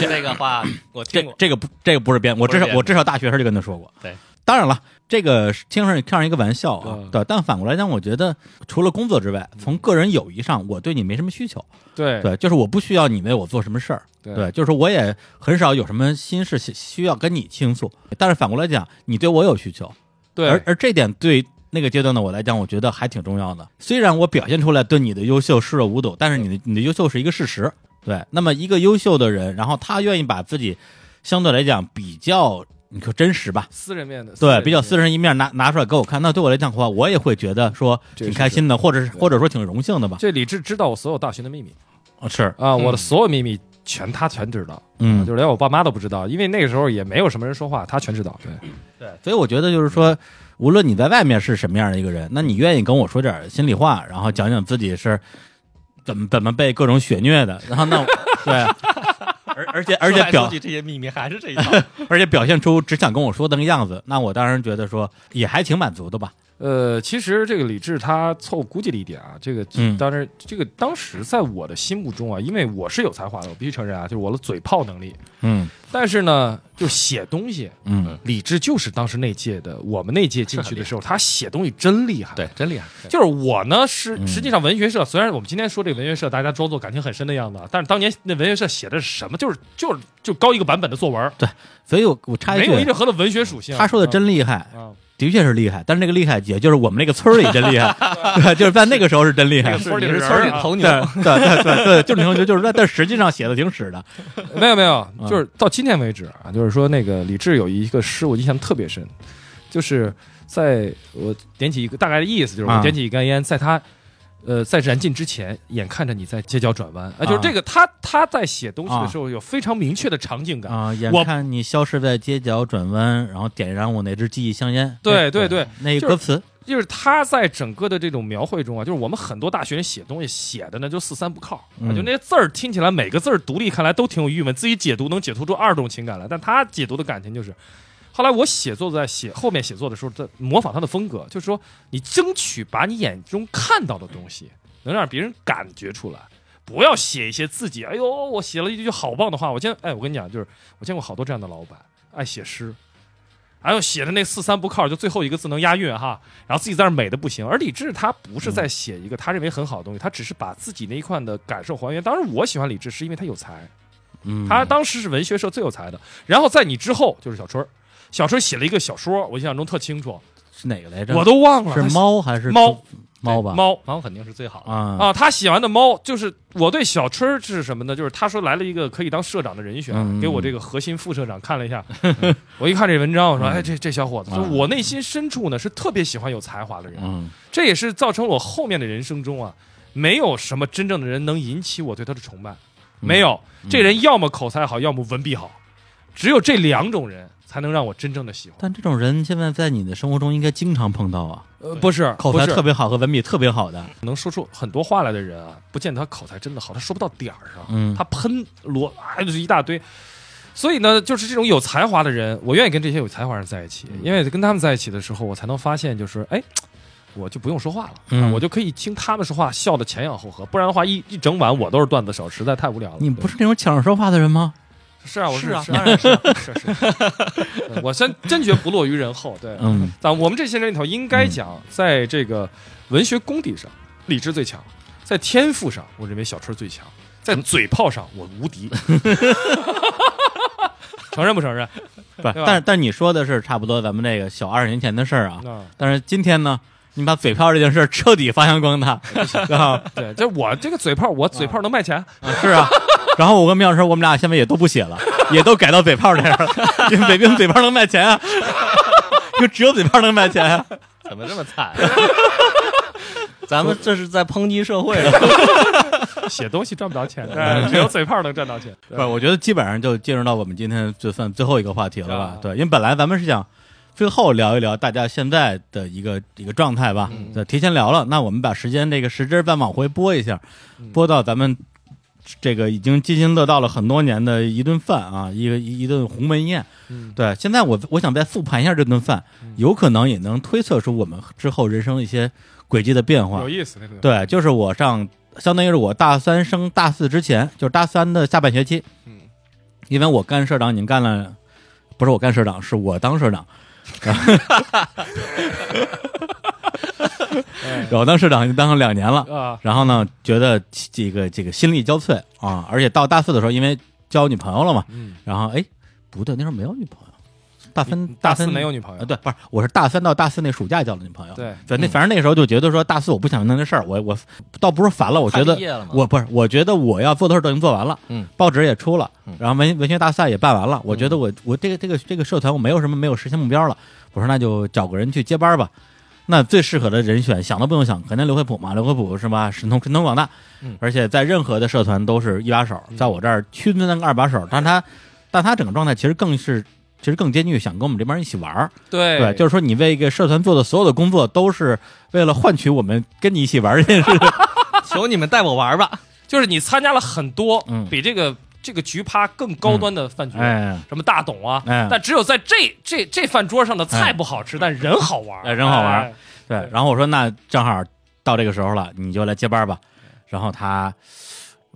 [SPEAKER 2] 这个话我
[SPEAKER 1] 这
[SPEAKER 2] 听过。
[SPEAKER 1] 这个不这个不是编，我
[SPEAKER 2] 不
[SPEAKER 1] 至
[SPEAKER 2] 是
[SPEAKER 1] 少
[SPEAKER 2] 编的
[SPEAKER 1] 我至少大学时就跟他说过。
[SPEAKER 2] 对，
[SPEAKER 1] 当然了，这个是听上去看上一个玩笑啊，
[SPEAKER 3] 嗯
[SPEAKER 1] 对，但反过来讲，我觉得除了工作之
[SPEAKER 2] 嗯
[SPEAKER 1] 外，从个人友谊上，我对你没什么需求。
[SPEAKER 3] 对
[SPEAKER 1] 对，就是我不需要你为我做什么事儿，
[SPEAKER 3] 对
[SPEAKER 1] 对，就是我也很少有什么心事需需要跟你倾诉。但是反过来讲，你对我有需求，而
[SPEAKER 3] 对，
[SPEAKER 1] 而这点对那个阶段的我来讲，我觉得还挺重要的。虽然我表现出来对你的优秀视若无睹，但是你的你的优秀是一个事实。对，那么一个优秀的人，然后他愿意把自己相对来讲比较，你说真实吧，
[SPEAKER 3] 私人面的，
[SPEAKER 1] 对，比较私
[SPEAKER 3] 人
[SPEAKER 1] 人一面拿拿出来给我看，那对我来讲的话，我也会觉得说
[SPEAKER 3] 这
[SPEAKER 1] 挺
[SPEAKER 3] 是
[SPEAKER 1] 开心的，或者是
[SPEAKER 3] 对
[SPEAKER 1] 或者说挺荣幸的吧哦
[SPEAKER 3] 面。。这李志知道我所有大学的秘密
[SPEAKER 1] 是，
[SPEAKER 3] 啊，我
[SPEAKER 2] 嗯
[SPEAKER 3] 的所有秘密全他全知道。
[SPEAKER 1] 嗯，
[SPEAKER 3] 就是连我爸妈都不知道，因为那个时候也没有什么人说话，他全知道。对，
[SPEAKER 1] 所以我觉得就是说，无论你在外面是什么样的一个人，那你愿意跟我说点心里话，然后讲讲自己是怎么怎么被各种血虐的，然后那 [LAUGHS] 对，啊而而且而且表
[SPEAKER 2] 这些秘密还是这一套。
[SPEAKER 1] 而且表现出只想跟我说的那个样子，那我当然觉得说也还挺满足的吧。
[SPEAKER 3] 呃，其实这个李志他错误估计了一点啊，这个
[SPEAKER 1] 嗯
[SPEAKER 3] 当然，这个当时在我的心目中啊，因为我是有才华的，我必须承认啊，就是我的嘴炮能力。
[SPEAKER 1] 嗯
[SPEAKER 3] 但是呢，就写东西，
[SPEAKER 1] 嗯
[SPEAKER 3] 李志就是当时那届的，我们那届进去
[SPEAKER 2] [LAUGHS]
[SPEAKER 3] 的时候，他写东西真厉害。
[SPEAKER 2] 对，真厉害。
[SPEAKER 3] 就是我呢是
[SPEAKER 1] 嗯
[SPEAKER 3] 实际上文学社，虽然我们今天说这个文学社，大家装作感情很深的样子啊，但是当年那文学社写的是什么？就是就是就高一个版本的作文，
[SPEAKER 1] 所以我我插一
[SPEAKER 3] 没有
[SPEAKER 1] 句，
[SPEAKER 3] 任何的文学属性。嗯
[SPEAKER 1] 他说的真厉害，
[SPEAKER 3] 啊，
[SPEAKER 1] 的确是厉害，但是那个厉害也就是我们那个村儿里真厉害，
[SPEAKER 3] [LAUGHS]
[SPEAKER 1] 对， [LAUGHS] 就是在那个时候是真厉害
[SPEAKER 3] 那个。村里
[SPEAKER 2] 你
[SPEAKER 3] 的
[SPEAKER 2] 是
[SPEAKER 3] 人
[SPEAKER 2] 村里
[SPEAKER 3] 啊
[SPEAKER 2] 头
[SPEAKER 1] 对
[SPEAKER 2] 牛，
[SPEAKER 1] 对对对对，就是牛牛，就是在，但实际上写的挺屎的。
[SPEAKER 3] 没有没有，
[SPEAKER 1] 嗯
[SPEAKER 3] 就是到今天为止啊，就是说那个李志有一个诗，我印象特别深，就是在我点起一个大概的意思，就是
[SPEAKER 1] 啊
[SPEAKER 3] 我点起一根烟，在他。呃，在燃尽之前，眼看着你在街角转弯，啊，就是
[SPEAKER 1] 啊
[SPEAKER 3] 这个他他在写东西的时候有非常明确的场景感，
[SPEAKER 1] 啊！眼
[SPEAKER 3] 我
[SPEAKER 1] 看你消失在街角转弯，然后点燃我那支记忆香烟。哎
[SPEAKER 3] 对对对，
[SPEAKER 1] 那一
[SPEAKER 3] 就是
[SPEAKER 1] 歌词
[SPEAKER 3] 就是他在整个的这种描绘中啊，就是我们很多大学人写东西写的呢就四三不靠，啊
[SPEAKER 1] 嗯
[SPEAKER 3] 就那些字儿听起来每个字儿独立看来都挺有郁闷，自己解读能解读出二种情感来，但他解读的感情就是。后来我写作在写后面写作的时候，在模仿他的风格，就是说你争取把你眼中看到的东西能让别人感觉出来，不要写一些自己哎呦我写了一句好棒的话。我见哎我跟你讲，就是我见过好多这样的老板，爱写诗，还有写的那四三不靠，就最后一个字能押韵哈，然后自己在那儿美的不行。而李志他不
[SPEAKER 1] 嗯
[SPEAKER 3] 是在写一个他认为很好的东西，他只是把自己那一块的感受还原。当然，我喜欢李志是因为他有才，
[SPEAKER 1] 嗯，
[SPEAKER 3] 他当时是文学社最有才的。然后在你之后就是小春儿，小春儿写了一个小说，我印象中特清楚，
[SPEAKER 1] 是哪个来着？
[SPEAKER 3] 我都忘了
[SPEAKER 1] 是
[SPEAKER 3] 他写
[SPEAKER 1] 猫还是
[SPEAKER 3] 猫
[SPEAKER 1] 猫吧？
[SPEAKER 3] 猫
[SPEAKER 2] 猫肯定是最好的。
[SPEAKER 1] 啊
[SPEAKER 3] 啊，他写完的猫就是我对小春儿是什么呢？就是他说来了一个可以当社长的人选，
[SPEAKER 1] 嗯
[SPEAKER 3] 给我这个核心副社长看了一下， [LAUGHS] 我一看这文章，我说哎，这这小伙子，
[SPEAKER 1] 嗯
[SPEAKER 3] 就我内心深处呢是特别喜欢有才华的人，
[SPEAKER 1] 嗯
[SPEAKER 3] 这也是造成我后面的人生中啊，没有什么真正的人能引起我对他的崇拜，
[SPEAKER 1] 嗯
[SPEAKER 3] 没有，这人要么口才好，要么文笔好，只有这两种人才能让我真正的喜欢。
[SPEAKER 1] 但这种人现在在你的生活中应该经常碰到啊，
[SPEAKER 3] 呃，不是，
[SPEAKER 1] 口
[SPEAKER 3] 不
[SPEAKER 1] 才
[SPEAKER 3] 是
[SPEAKER 1] 特别好和文笔特别好的，
[SPEAKER 3] 能说出很多话来的人啊，不见得他口才真的好，他说不到点儿上，
[SPEAKER 1] 嗯
[SPEAKER 3] 他喷罗啊就是一大堆。所以呢，就是这种有才华的人，我愿意跟这些有才华人在一
[SPEAKER 1] 嗯
[SPEAKER 3] 起，因为跟他们在一起的时候，我才能发现，就是哎，我就不用说话了，
[SPEAKER 1] 嗯
[SPEAKER 3] 啊我就可以听他们说话，笑得前仰后合。不然的话，一一整晚我都是段子手，实在太无聊了。
[SPEAKER 1] 你不
[SPEAKER 3] 对
[SPEAKER 1] 是那种抢着说话的人吗？
[SPEAKER 3] 是啊，我
[SPEAKER 2] 是啊
[SPEAKER 3] 当
[SPEAKER 1] [LAUGHS]
[SPEAKER 3] 然是啊是是，是对我真真觉不落于人后。对， [LAUGHS]
[SPEAKER 1] 嗯，
[SPEAKER 3] 但我们这些人里头，应该讲，在这个文学功底上，理智最强；在天赋上，我认为小春最强；在嘴炮上，我
[SPEAKER 1] [LAUGHS]
[SPEAKER 3] 无敌。承认不承认？
[SPEAKER 1] 不是，
[SPEAKER 3] 对吧
[SPEAKER 1] 但是但是你说的是差不多咱们这个小二十年前的事儿啊，
[SPEAKER 3] 啊，
[SPEAKER 1] 但是今天呢，你把嘴炮这件事儿彻底发扬光
[SPEAKER 3] [LAUGHS]
[SPEAKER 1] 大，啊，
[SPEAKER 3] 对，就我这个嘴炮，我嘴炮能
[SPEAKER 1] [LAUGHS]
[SPEAKER 3] 卖钱，
[SPEAKER 1] 是啊。然后我跟苗老师，我们俩现在也都不写了，也都改到嘴炮这样了，因为北冰嘴炮能卖钱啊， [LAUGHS] 就只有嘴炮能卖钱啊。
[SPEAKER 2] 怎么这么惨、
[SPEAKER 3] [LAUGHS]
[SPEAKER 2] 咱们这是在抨击社会啊！
[SPEAKER 3] 写东西赚不着钱，对只有嘴炮能赚到钱。
[SPEAKER 1] 哎不是，我觉得基本上就进入到我们今天就算最后一个话题了吧
[SPEAKER 3] 啊？
[SPEAKER 1] 对，因为本来咱们是想最后聊一聊大家现在的一个一个状态吧，
[SPEAKER 3] 嗯
[SPEAKER 1] 对，提前聊了，那我们把时间这个时针再往回拨一下，
[SPEAKER 3] 嗯
[SPEAKER 1] 拨到咱们这个已经津津乐道了很多年的一顿饭啊，一个一一顿鸿门宴。
[SPEAKER 3] 嗯
[SPEAKER 1] 对，现在我我想再复盘一下这顿饭，有可能也能推测出我们之后人生的一些轨迹的变化
[SPEAKER 3] 有。意思，那个
[SPEAKER 1] 对，就是我上，相当于是我大三升大四之前，就是大三的下半学期。
[SPEAKER 3] 嗯，
[SPEAKER 1] 因为我干社长已经干了，不是我干社长，是我当社长。然后我当社长已经当了两年了，
[SPEAKER 3] 哎啊，
[SPEAKER 1] 然后呢，觉得这个这个心力交瘁啊，而且到大四的时候，因为交女朋友了嘛，
[SPEAKER 3] 嗯，
[SPEAKER 1] 然后哎，不对，那时候没有女朋友，大三
[SPEAKER 3] 大
[SPEAKER 1] 三
[SPEAKER 3] 四没有女朋
[SPEAKER 1] 啊，
[SPEAKER 3] 友，
[SPEAKER 1] 对，不是，我是大三到大四那暑假交的女朋友。
[SPEAKER 3] 对嗯
[SPEAKER 1] 那反正那时候就觉得说大四我不想弄这事儿，我我倒不是烦了，我觉
[SPEAKER 2] 快
[SPEAKER 1] 得
[SPEAKER 2] [LAUGHS] 毕业了嘛
[SPEAKER 1] 我不是，我觉得我要做的事儿都已经做完了，
[SPEAKER 2] 嗯，
[SPEAKER 1] 报纸也出了，然后文文学大赛也办完了，我觉得
[SPEAKER 2] 嗯
[SPEAKER 1] 我我这个这个这个社团我没有什么没有实现目标了，我说那就找个人去接班儿吧。那最适合的人选想都不用想，肯定刘惠普嘛，刘惠普是吧？神通神通广大，
[SPEAKER 2] 嗯
[SPEAKER 1] 而且在任何的社团都是一把手，在我这儿区分那个二把
[SPEAKER 2] 嗯
[SPEAKER 1] 手，但他但他整个状态其实更是其实更接近于想跟我们这帮人一起玩儿，
[SPEAKER 3] 对
[SPEAKER 1] 对，就是说你为一个社团做的所有的工作，都是为了换取我们跟你一起玩儿这件事。
[SPEAKER 2] [LAUGHS] 求你们带我玩吧！
[SPEAKER 3] [LAUGHS] 就是你参加了很多
[SPEAKER 1] 嗯
[SPEAKER 3] 比这个这个局趴更高端的饭局，
[SPEAKER 1] 哎，
[SPEAKER 3] 什么大董啊，
[SPEAKER 1] 哎
[SPEAKER 3] 但只有在这这这饭桌上的菜不好吃，但人好玩，
[SPEAKER 1] 哎人好玩
[SPEAKER 3] 哎，
[SPEAKER 1] 对。然后我说，那正好到这个时候了，你就来接班吧。然后他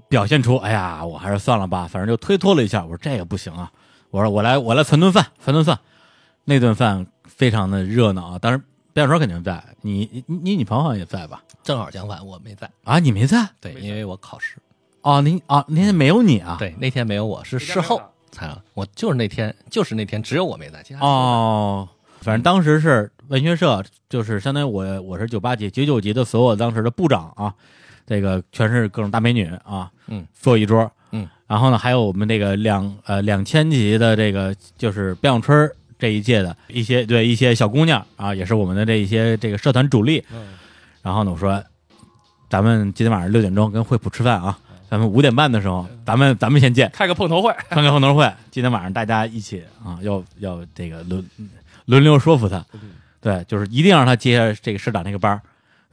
[SPEAKER 1] 表现出，哎呀，我还是算了吧，反正就推脱了一下。我说这个不行啊，我说我来我来攒顿饭，攒顿饭。那顿饭非常的热闹啊，当然边小说肯定在，你你你女朋友好像也在吧？
[SPEAKER 2] 正好相反，我没在，
[SPEAKER 1] 啊，你没在？
[SPEAKER 2] 对，因为我考试，
[SPEAKER 1] 哦，您啊，那天没有你啊？
[SPEAKER 2] 对，那天没有我是事后才，我就是那天，就是那天只有我没在，其他人都在
[SPEAKER 1] 哦哦，反正当时是文学社就是相当于我我是九八级九九级的所有当时的部长啊，这个全是各种大美女啊，
[SPEAKER 2] 嗯，
[SPEAKER 1] 坐一桌，
[SPEAKER 2] 嗯，
[SPEAKER 1] 然后呢还有我们这个两呃两千级的这个就是边小春儿这一届的一些对一些小姑娘啊，也是我们的这一些这个社团主力，
[SPEAKER 3] 嗯
[SPEAKER 1] 然后呢我说咱们今天晚上六点钟跟惠普吃饭啊，咱们五点半的时候
[SPEAKER 2] 嗯
[SPEAKER 1] 咱们咱们先见。
[SPEAKER 3] 开个碰
[SPEAKER 1] [LAUGHS]
[SPEAKER 3] 头会，
[SPEAKER 1] 看看碰头会，今天晚上大家一起啊，要要这个轮轮流说服他，对，就是一定让他接下这个社长这个班儿。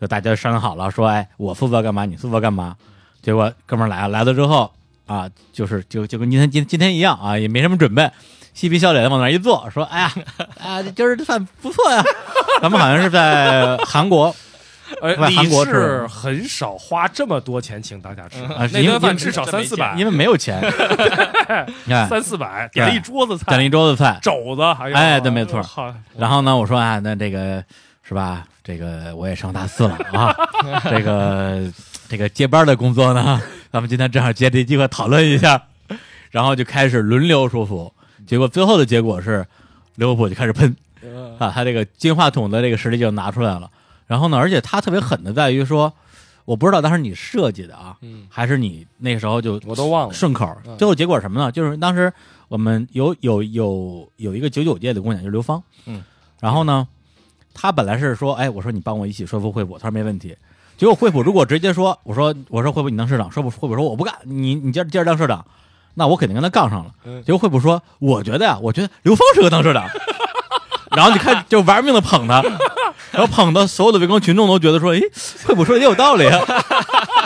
[SPEAKER 1] 就大家商量好了，说哎，我负责干嘛，你负责干嘛。结果哥们儿来了，来了之后啊，就是就就跟今天今今天一样啊，也没什么准备，嬉皮笑脸的往那儿一坐，说哎呀啊，这今儿这饭不错呀。咱们好像是在韩国
[SPEAKER 3] 呃，
[SPEAKER 1] 外韩
[SPEAKER 3] 你
[SPEAKER 1] 国
[SPEAKER 3] 是
[SPEAKER 1] 吃
[SPEAKER 3] 很少花这么多钱请大家吃，
[SPEAKER 1] 啊，是
[SPEAKER 3] 那
[SPEAKER 1] 因为
[SPEAKER 3] 顿饭至少三四百，
[SPEAKER 1] 因为没有
[SPEAKER 3] [LAUGHS]
[SPEAKER 1] 钱，哎，
[SPEAKER 3] 三四百点了一桌子菜，
[SPEAKER 1] 点了一桌子菜，
[SPEAKER 3] 肘子，还有呃
[SPEAKER 1] 哎对没错
[SPEAKER 3] 好，
[SPEAKER 1] 然后呢，我说啊，那这个是吧？这个我也上大四了
[SPEAKER 2] [LAUGHS]
[SPEAKER 1] 啊，这个这个接班的工作呢，咱们今天正好借这机会讨论一下，然后就开始轮流说服，结果最后的结果是，利物浦就开始喷
[SPEAKER 2] 呃
[SPEAKER 1] 啊，他这个金话筒的这个实力就拿出来了。然后呢，而且他特别狠的在于说，我不知道当时你设计的啊，
[SPEAKER 2] 嗯
[SPEAKER 1] 还是你那个时候就
[SPEAKER 2] 我都忘了
[SPEAKER 1] 顺口儿。
[SPEAKER 2] 嗯
[SPEAKER 1] 最后结果什么呢？就是当时我们有有有有一个九九届的姑娘，就是刘芳，
[SPEAKER 2] 嗯，
[SPEAKER 1] 然后呢，她本来是说，哎，我说你帮我一起说服惠普，她说没问题。结果惠普如果直接说，我说我说惠普你当社长，说不惠普说我不干，你你接着接着当社长，那我肯定跟他杠上了。结果惠普说，我觉得呀、我觉得刘芳适合当社长， [LAUGHS] 然后你看就玩命的捧他，然后捧的所有的围观群众都觉得说，诶，惠普说的也有道理啊。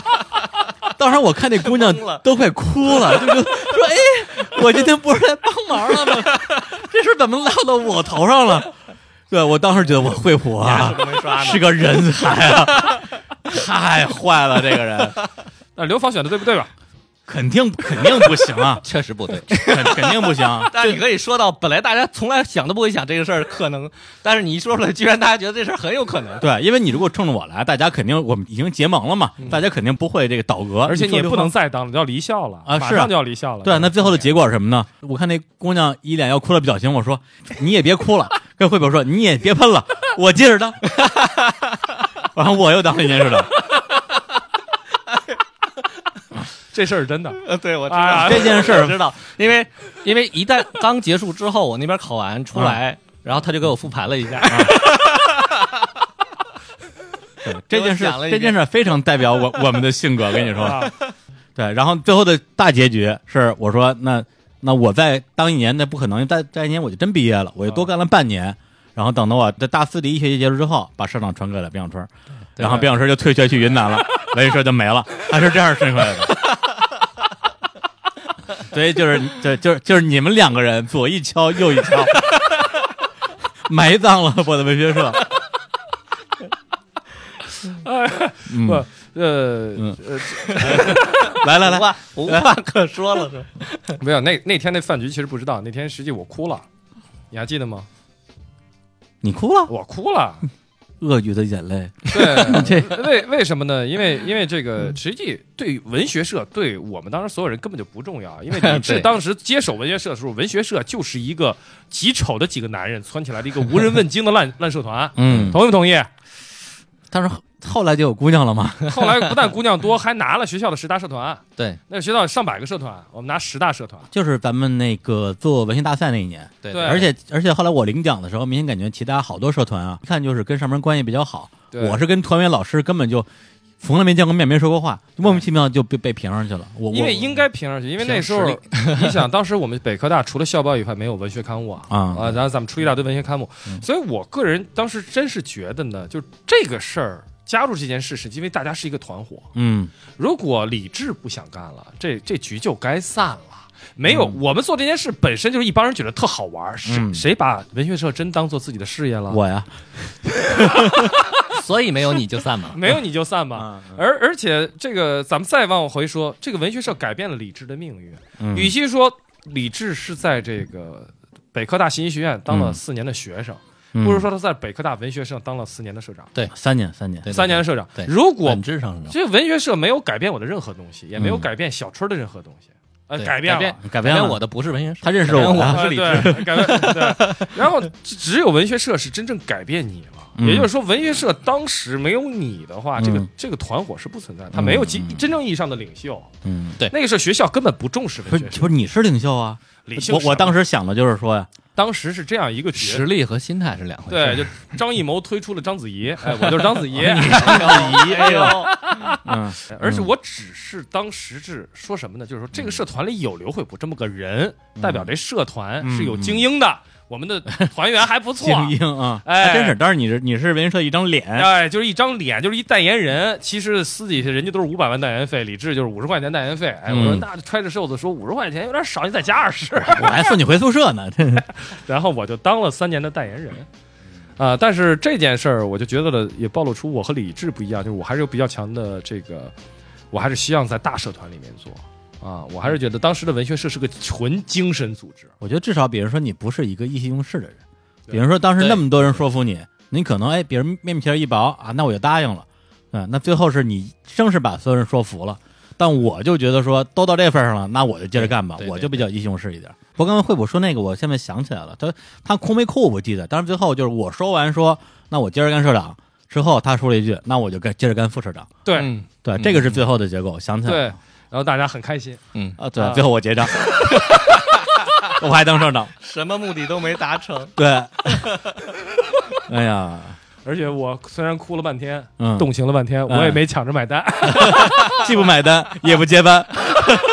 [SPEAKER 1] [LAUGHS] 当时我看那姑娘都快哭了，就说说哎，我今天不是来帮忙了吗？这事儿怎么落到我头上了？对我当时觉得我惠普啊，是个人才啊，太坏了，这个人
[SPEAKER 3] 那刘芳选的对不对吧？
[SPEAKER 1] 肯定肯定不行啊，
[SPEAKER 2] 确实不
[SPEAKER 1] [LAUGHS]
[SPEAKER 2] 对。
[SPEAKER 1] 肯肯定不行啊。
[SPEAKER 2] 但是你可以说到，本来大家从来想都不会想这个事儿可能，但是你一说出来，居然大家觉得这事儿很有可能。 [LAUGHS]
[SPEAKER 1] 对，因为你如果冲着我来，大家肯定我们已经结盟了嘛，大家肯定不会这个倒戈，
[SPEAKER 3] 而且你
[SPEAKER 1] 嗯
[SPEAKER 3] 也
[SPEAKER 1] 说
[SPEAKER 3] 不能
[SPEAKER 1] 刘芳
[SPEAKER 3] 再当了，要离校了
[SPEAKER 1] 啊
[SPEAKER 3] 马
[SPEAKER 1] 是啊
[SPEAKER 3] 上就要离校了。
[SPEAKER 1] 对。那最后的结果是什么呢？我看那姑娘一脸要哭的表情，我说你也别哭了，跟惠普说你也别喷了，我接着当。 [LAUGHS] 然后我又当了一年社长，
[SPEAKER 3] 这事儿是真的，
[SPEAKER 2] 呃，对，我知
[SPEAKER 3] 啊
[SPEAKER 2] 道
[SPEAKER 1] 这件事儿
[SPEAKER 2] 我知道，因为因为一旦刚结束之后，我那边考完
[SPEAKER 1] 嗯
[SPEAKER 2] 出来，然后他就给我复盘了一下， [LAUGHS]
[SPEAKER 1] 对这件事
[SPEAKER 2] 我想了一
[SPEAKER 1] 这
[SPEAKER 2] 遍
[SPEAKER 1] 件事非常代表我我们的性格，跟你说。
[SPEAKER 3] 啊
[SPEAKER 1] 对，然后最后的大结局是，我说那那我再当一年，那不可能，再再一年我就真毕业了，我就
[SPEAKER 2] 啊
[SPEAKER 1] 多干了半年。然后等到我的大四的一学期结束之后，把社长传给了边小春，然后边小春就退学去云南了，文艺社就没了，他是这样顺过来的。所以就是就就是就是你们两个人左一敲右一敲， [LAUGHS] 埋葬了我的文学社。嗯
[SPEAKER 3] 不，呃，
[SPEAKER 1] 嗯
[SPEAKER 3] 呃
[SPEAKER 1] 来来来
[SPEAKER 2] 无，话无话可说了，是吧
[SPEAKER 3] 没有，那那天那饭局其实不知道，那天实际我哭了，你还记得吗？
[SPEAKER 1] 你哭了，
[SPEAKER 3] 我哭了，
[SPEAKER 1] 鳄鱼的眼泪。
[SPEAKER 3] 对，
[SPEAKER 1] 这
[SPEAKER 3] 为为什么呢？因为因为这个实际对于文学社对我们当时所有人根本就不重要，因为
[SPEAKER 2] 对
[SPEAKER 3] 李志当时接手文学社的时候，文学社就是一个极丑的几个男人窜起来的一个无人问津的烂烂社团，啊
[SPEAKER 1] 嗯，
[SPEAKER 3] 同意不同意？
[SPEAKER 1] 但是后后来就有姑娘了嘛。 [LAUGHS]
[SPEAKER 3] 后来不但姑娘多，还拿了学校的十大社团，啊
[SPEAKER 2] 对
[SPEAKER 3] 那学校上百个社团，我们拿十大社团，
[SPEAKER 1] 就是咱们那个做文学大赛那一年，
[SPEAKER 2] 对
[SPEAKER 3] 对
[SPEAKER 1] 而且而且后来我领奖的时候，明显感觉其他好多社团啊，一看就是跟上面关系比较好。
[SPEAKER 3] 对
[SPEAKER 1] 我是跟团委老师根本就从来没见过面，没说过话，就莫名其妙就被被评上去了。我我
[SPEAKER 3] 因为应该评上去，因为那时候你想，当时我们北科大除了校报以外没有文学刊物啊，
[SPEAKER 1] 啊
[SPEAKER 3] 啊，然后咱们出一大堆文学刊物
[SPEAKER 1] 嗯，
[SPEAKER 3] 所以我个人当时真是觉得呢，就这个事儿加入这件事，是因为大家是一个团伙，
[SPEAKER 1] 嗯
[SPEAKER 3] 如果李志不想干了，这这局就该散了。没有，我们做这件事本身就是一帮人觉得特好玩儿，谁、
[SPEAKER 1] 嗯
[SPEAKER 3] 谁把文学社真当做自己的事业了？
[SPEAKER 1] 我呀，
[SPEAKER 2] [LAUGHS] 所以没有你就散
[SPEAKER 1] [LAUGHS]
[SPEAKER 2] 嘛。
[SPEAKER 3] [LAUGHS] 没有你就散吧。
[SPEAKER 2] 嗯
[SPEAKER 3] 而而且这个，咱们再往回说，这个文学社改变了李志的命运。
[SPEAKER 1] 嗯
[SPEAKER 3] 与其说李志是在这个北科大信息学院当了
[SPEAKER 1] 嗯
[SPEAKER 3] 四年的学生，
[SPEAKER 1] 嗯
[SPEAKER 3] 不如说他在北科大文学社当了四年的社长，
[SPEAKER 1] 三年三年，
[SPEAKER 2] 对
[SPEAKER 3] 三年的社长
[SPEAKER 2] 对。
[SPEAKER 3] 如果
[SPEAKER 2] 本质上是这样
[SPEAKER 3] 这文学社没有改变我的任何东西，也没有
[SPEAKER 1] 嗯
[SPEAKER 3] 改变小春的任何东西。呃，
[SPEAKER 2] 对
[SPEAKER 3] 改
[SPEAKER 2] 变
[SPEAKER 3] 变
[SPEAKER 2] 改
[SPEAKER 3] 了。
[SPEAKER 1] 改
[SPEAKER 2] 改
[SPEAKER 1] 变了
[SPEAKER 2] 我的不是文学社，
[SPEAKER 1] 他认识
[SPEAKER 2] 改变
[SPEAKER 1] 我
[SPEAKER 2] 我
[SPEAKER 1] 啊
[SPEAKER 3] 啊
[SPEAKER 2] 是
[SPEAKER 3] 对，
[SPEAKER 2] 理智。
[SPEAKER 3] 改变对，然后只只有文学社是真正改变你了。
[SPEAKER 1] 嗯
[SPEAKER 3] 也就是说，文学社当时没有你的话，这个
[SPEAKER 1] 嗯
[SPEAKER 3] 这个团伙是不存在的，他没有真
[SPEAKER 1] 嗯
[SPEAKER 3] 真正意义上的领袖。
[SPEAKER 1] 嗯，
[SPEAKER 3] 那个时候学校根本不重视
[SPEAKER 1] 不
[SPEAKER 3] 文
[SPEAKER 1] 是
[SPEAKER 3] 学社，
[SPEAKER 1] 不是，你是领袖啊！
[SPEAKER 3] 领袖
[SPEAKER 1] 我我当
[SPEAKER 3] 时
[SPEAKER 1] 时想的就是说
[SPEAKER 3] [LAUGHS]
[SPEAKER 1] 呀，
[SPEAKER 3] 当时是这样一个角
[SPEAKER 2] 实力和心态是两回事。
[SPEAKER 3] 对，就张艺谋推出了章子怡，哎，我就是章
[SPEAKER 1] [LAUGHS]
[SPEAKER 3] 子怡，
[SPEAKER 2] 就哎呦，
[SPEAKER 1] 嗯，
[SPEAKER 3] 而且我只是当时是说什么呢？就是说这个社团里有刘惠普这么个人，代
[SPEAKER 1] 嗯
[SPEAKER 3] 表这社团是有精英的，我们的团员还不错，
[SPEAKER 1] 精英啊，
[SPEAKER 3] 哎
[SPEAKER 1] 还真是。当然你是你是文学社一张
[SPEAKER 3] [LAUGHS]
[SPEAKER 1] 脸，
[SPEAKER 3] 哎，就是一张脸，就是一代言人。其实私底下人家都是五百万代言费，李志就是五十块钱代言费。哎，我说
[SPEAKER 1] 嗯
[SPEAKER 3] 那揣着袖子说五十块钱有点少，你再加
[SPEAKER 1] [LAUGHS]
[SPEAKER 3] 二十。
[SPEAKER 1] 我还送你回宿舍呢。真是
[SPEAKER 3] 然后我就当了三年的代言人。啊、但是这件事儿，我就觉得了，也暴露出我和李志不一样，就是我还是有比较强的这个，我还是希望在大社团里面做啊，我还是觉得当时的文学社是个纯精神组织，
[SPEAKER 1] 我觉得至少，比如说你不是一个意气用事的人，
[SPEAKER 3] 对
[SPEAKER 1] 比如说当时那么多人说服你，你可能哎，别人面皮儿一薄啊，那我就答应了，嗯，那最后是你生是把所有人说服了。但我就觉得说，都到这份儿上了，那我就接着干吧
[SPEAKER 2] 对，对
[SPEAKER 1] 我就比较意气用事一点。不过刚刚惠普说那个，我现在想起来了，他他哭没哭我不记得，但是最后就是我说完说，那我接着干社长之后，他说了一句，那我就干接着干副社长。
[SPEAKER 3] 对、
[SPEAKER 2] 嗯
[SPEAKER 1] 对，
[SPEAKER 2] 嗯
[SPEAKER 1] 这个是最后的结构，想起来
[SPEAKER 3] 对，
[SPEAKER 1] 了
[SPEAKER 3] 然后大家很开心，
[SPEAKER 2] 嗯，
[SPEAKER 1] 啊，对
[SPEAKER 3] 啊，
[SPEAKER 1] 最后我结
[SPEAKER 2] [LAUGHS]
[SPEAKER 1] 账， [LAUGHS] 我还当社长，
[SPEAKER 2] 什么目的都没
[SPEAKER 1] [LAUGHS]
[SPEAKER 2] 达成。
[SPEAKER 1] 对，哎呀，
[SPEAKER 3] 而且我虽然哭了半天，
[SPEAKER 1] 嗯
[SPEAKER 3] 动情了半天，我也没抢着买单，
[SPEAKER 1] 既不买单，也不接班，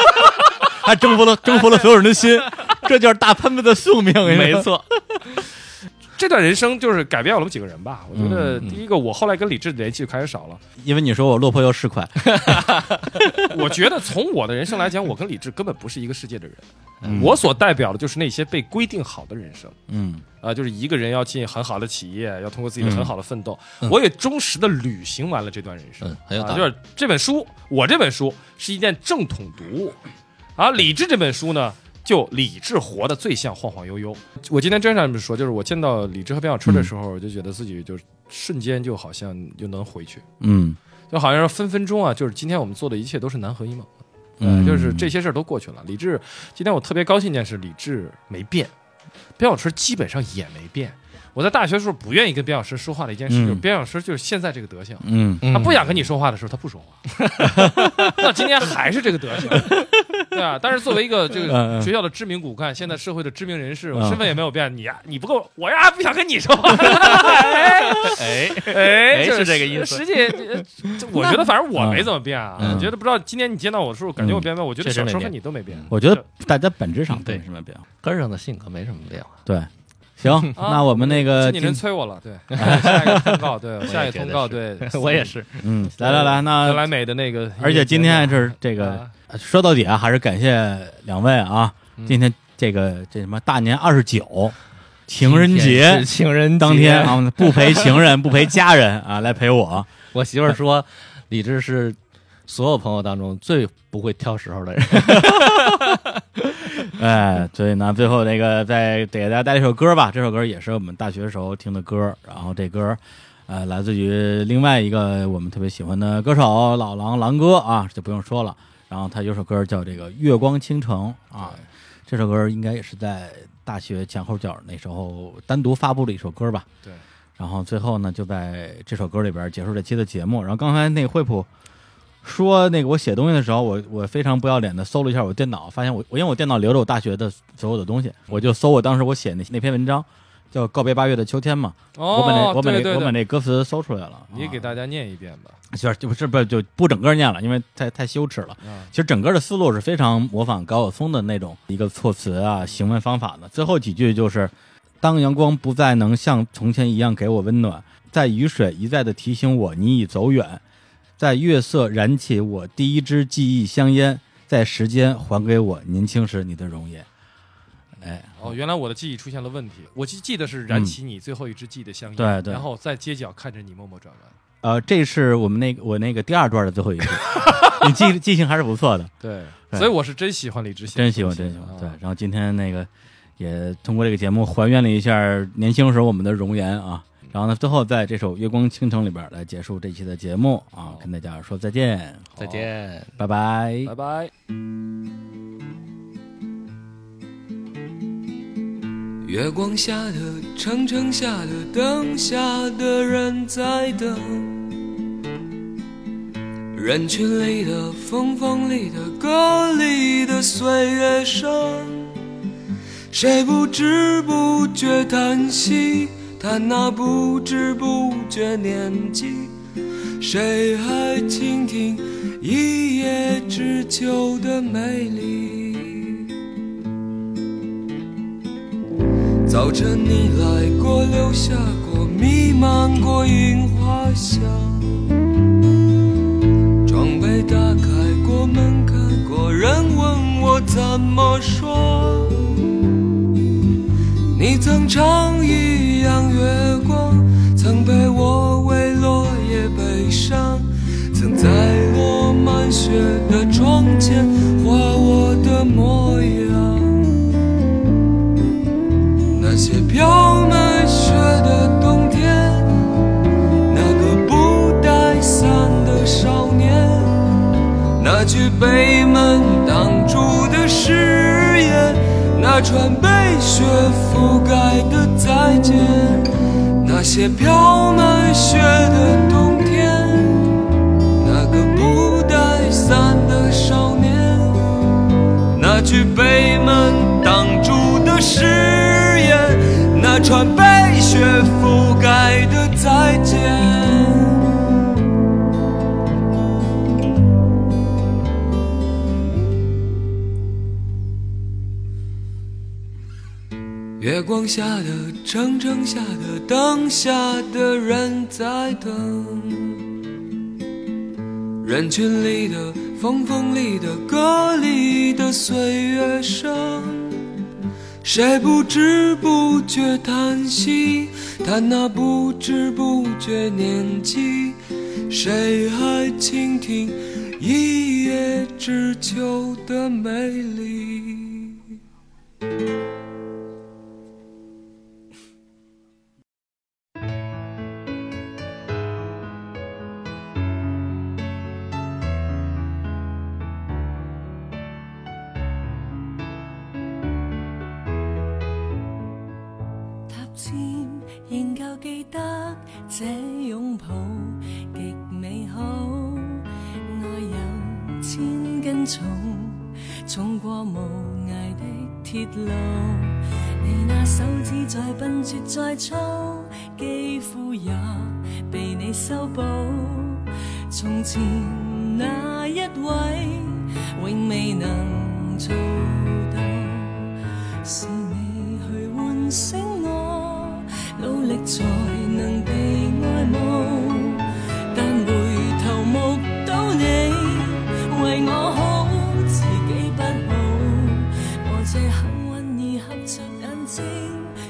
[SPEAKER 1] [LAUGHS] 还征服了征服了所有人的心，这就是大喷子的宿命，
[SPEAKER 2] 没
[SPEAKER 1] 错，
[SPEAKER 3] 这段人生就是改变了我们几个人吧。我觉得
[SPEAKER 2] 嗯
[SPEAKER 3] 第一个，我后来跟李志联系就开始少了，
[SPEAKER 1] [LAUGHS] 因为你说我落魄又市侩，
[SPEAKER 3] [LAUGHS] 我觉得从我的人生来讲，我跟李志根本不是一个世界的人。
[SPEAKER 2] 嗯
[SPEAKER 3] 我所代表的就是那些被规定好的人生
[SPEAKER 1] 嗯
[SPEAKER 3] 啊、就是一个人要进很好的企业，要通过自己的
[SPEAKER 1] 嗯
[SPEAKER 3] 很好的奋斗。我也忠实的履行完了这段人生，
[SPEAKER 2] 嗯很有
[SPEAKER 3] 啊
[SPEAKER 2] 道理
[SPEAKER 3] 就是这本书，我这本书是一件正统读物，啊，李志这本书呢。就李志活得最像晃晃悠悠。我今天真想这么说，就是我见到李志和边小春的时候，我就觉得自己就是瞬间就好像就能回去，
[SPEAKER 1] 嗯
[SPEAKER 3] 就好像说分分钟啊，就是今天我们做的一切都是南河一梦。
[SPEAKER 1] 嗯
[SPEAKER 3] 嗯，就是这些事儿都过去了。李志，今天我特别高兴一件事，李志没变，边小春基本上也没变。我在大学的时候不愿意跟边小春说话的一件事，
[SPEAKER 1] 嗯
[SPEAKER 3] 就是边小春就是现在这个德行，
[SPEAKER 1] 嗯
[SPEAKER 2] 嗯
[SPEAKER 3] 他不想跟你说话的时候他不说话，
[SPEAKER 1] [LAUGHS]
[SPEAKER 3] 那今天还是这个德行，对啊。但是作为一个
[SPEAKER 1] 嗯
[SPEAKER 3] 这个
[SPEAKER 1] 嗯
[SPEAKER 3] 学校的知名骨干，现在社会的知名人士，我
[SPEAKER 1] 嗯
[SPEAKER 3] 身份也没有变，你呀，你不够，我呀不想跟你
[SPEAKER 1] [LAUGHS]
[SPEAKER 3] 说话，哎
[SPEAKER 2] 哎，
[SPEAKER 3] [LAUGHS] 哎
[SPEAKER 2] 哎
[SPEAKER 3] 就是
[SPEAKER 2] 这个意思
[SPEAKER 3] 实际，呃这我觉得反正我没怎么变啊。
[SPEAKER 1] 嗯
[SPEAKER 3] 我觉得不知道今天你见到我的时候，感觉我变没有？我觉
[SPEAKER 2] 确
[SPEAKER 3] 得
[SPEAKER 2] 实
[SPEAKER 3] 小
[SPEAKER 2] 没
[SPEAKER 3] 时候和
[SPEAKER 2] 变
[SPEAKER 3] 你都没变。
[SPEAKER 1] 我觉得大家本质上
[SPEAKER 2] 对
[SPEAKER 1] 没什么变化，嗯
[SPEAKER 2] 根儿上的性格没什么变
[SPEAKER 1] [LAUGHS]
[SPEAKER 2] 化。
[SPEAKER 1] 对，行，
[SPEAKER 3] 啊
[SPEAKER 1] 那我们那个
[SPEAKER 3] 经纪人
[SPEAKER 1] 呃今
[SPEAKER 3] 催我了，对，
[SPEAKER 1] [LAUGHS]
[SPEAKER 3] 下一个通告，对，下一个通告，对，
[SPEAKER 2] 我也是，
[SPEAKER 1] 嗯，来来来，
[SPEAKER 3] 格
[SPEAKER 1] 那
[SPEAKER 3] 莱美的那个音乐节目，
[SPEAKER 1] 而且今天是这个
[SPEAKER 3] 啊
[SPEAKER 1] 说到底啊，还是感谢两位啊，今天这个这什么大年二十九，情人
[SPEAKER 2] 今天
[SPEAKER 1] 节
[SPEAKER 2] 是。情人
[SPEAKER 1] [LAUGHS]
[SPEAKER 2] 节
[SPEAKER 1] 当天，啊，不陪情人， [LAUGHS] 不陪家人啊，来陪我。
[SPEAKER 2] 我媳妇儿说，李志是所有朋友当中最不会挑时候的人。
[SPEAKER 1] 哎，所以呢，最后那个再给大家带一首歌吧，这首歌也是我们大学时候听的歌，然后这歌。呃，来自于另外一个我们特别喜欢的歌手老狼狼哥啊，就不用说了。然后他有首歌叫这个《月光倾城》啊，这首歌应该也是在大学前后脚那时候单独发布的一首歌吧。
[SPEAKER 3] 对。
[SPEAKER 1] 然后最后呢，就在这首歌里边结束这期的节目。然后刚才那个惠普说那个我写东西的时候，我我非常不要脸的搜了一下我电脑，发现我我因为我电脑留着我大学的所有的东西，我就搜我当时我写那那篇文章叫《告别八月的秋天》嘛，我把那
[SPEAKER 3] 哦，
[SPEAKER 1] 我把那
[SPEAKER 3] 对对
[SPEAKER 1] 我把
[SPEAKER 3] 对，
[SPEAKER 1] 那歌词搜出来了。
[SPEAKER 3] 你给
[SPEAKER 1] 啊
[SPEAKER 3] 大家念一遍吧，
[SPEAKER 1] 就是就是不就不整个念了，因为太太羞耻了。
[SPEAKER 3] 啊，
[SPEAKER 1] 其实整个的思路是非常模仿高晓松的那种一个措辞啊、行文方法的。最后几句就是：当阳光不再能像从前一样给我温暖，在雨水一再的提醒我你已走远，在月色燃起我第一支记忆香烟，在时间还给我年轻时你的容颜。哎，
[SPEAKER 3] 哦，原来我的记忆出现了问题，我记记得是燃起你最后一支记忆的香烟，
[SPEAKER 1] 嗯对对
[SPEAKER 3] 然后在街角看着你默默转弯，
[SPEAKER 1] 呃，这是我们那个我那个第二段的最后一句，你记记性还是不错的。
[SPEAKER 3] 对，
[SPEAKER 1] 对
[SPEAKER 3] 所以我是真喜欢李志写
[SPEAKER 1] 真
[SPEAKER 3] 的东西，
[SPEAKER 1] 喜欢，真喜欢。
[SPEAKER 3] 啊
[SPEAKER 1] 对，然后今天那个也通过这个节目还原了一下年轻时候我们的容颜啊。然后呢，最后在这首《月光倾城》里边来结束这期的节目 [LAUGHS] 啊，跟大家说再见，
[SPEAKER 2] 再见。
[SPEAKER 1] 拜拜
[SPEAKER 3] 拜拜。
[SPEAKER 4] 你
[SPEAKER 5] 月光下的长城下的灯下的人在等，人群里的风风里的歌里的岁月声，谁不知不觉叹息，叹那不知不觉年纪，谁还倾听一叶知秋的美丽？早晨你来过，留下过，弥漫过樱花香。窗被打开过，门开过，人问我怎么说？你曾唱一样月光，曾陪我为落叶悲伤，曾在落满雪的窗前画我的模样。那些飘满雪的冬天，那个不带伞的少年，那句被门挡住的誓言，那串被雪覆盖的再见，那些飘满雪的冬天，那个不带伞的少年。那句被门挡住的誓言，那串被雪覆盖的再见。月光下的长城下的灯下的人在等。人群里的风风里的歌里的岁月声，谁不知不觉叹息，叹那不知不觉年纪，谁还倾听一叶知秋的美丽？
[SPEAKER 4] 塔尖，仍旧記得這擁抱極美好。愛有千斤重，重過無涯的鐵路。你那手指再笨拙再粗，肌膚也被你修補。從前那一位，永未能做到。是你去喚醒我，努力才能被愛慕。但回頭目睹你為我好，自己不好。我這幸運兒合着眼睛，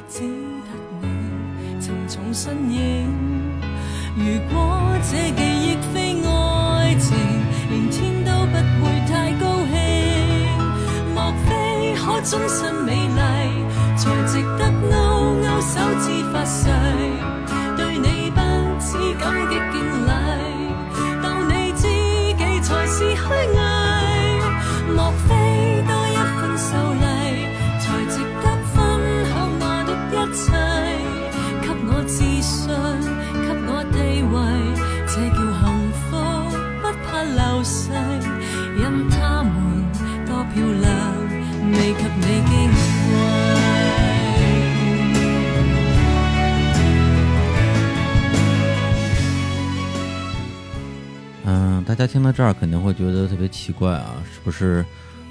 [SPEAKER 4] 只得你沉重身影。如果這記憶非愛情，連天都不會太高興。莫非可終身美麗，才值得勾勾手指發誓，對你不止感激敬禮，當你知己才是虛偽。莫非多一份受禮，才值得分享我的一切，給我自信，給我地位，這叫幸福，不怕流逝，任他們多漂亮，未及你矜貴。
[SPEAKER 1] 嗯，大家听到这儿肯定会觉得特别奇怪啊，是不是？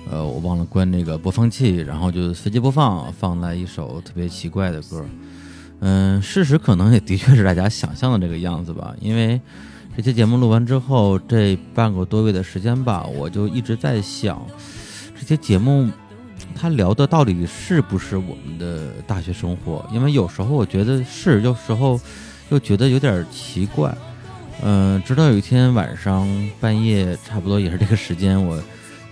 [SPEAKER 1] 呃，我忘了关这个播放器，然后就随机播放，放来一首特别奇怪的歌。嗯，事实可能也的确是大家想象的这个样子吧，因为这期节目录完之后，这半个多月的时间吧，我就一直在想，这期节目它聊的到底是不是我们的大学生活？因为有时候我觉得是，有时候又觉得有点奇怪。嗯，直到有一天晚上半夜，差不多也是这个时间，我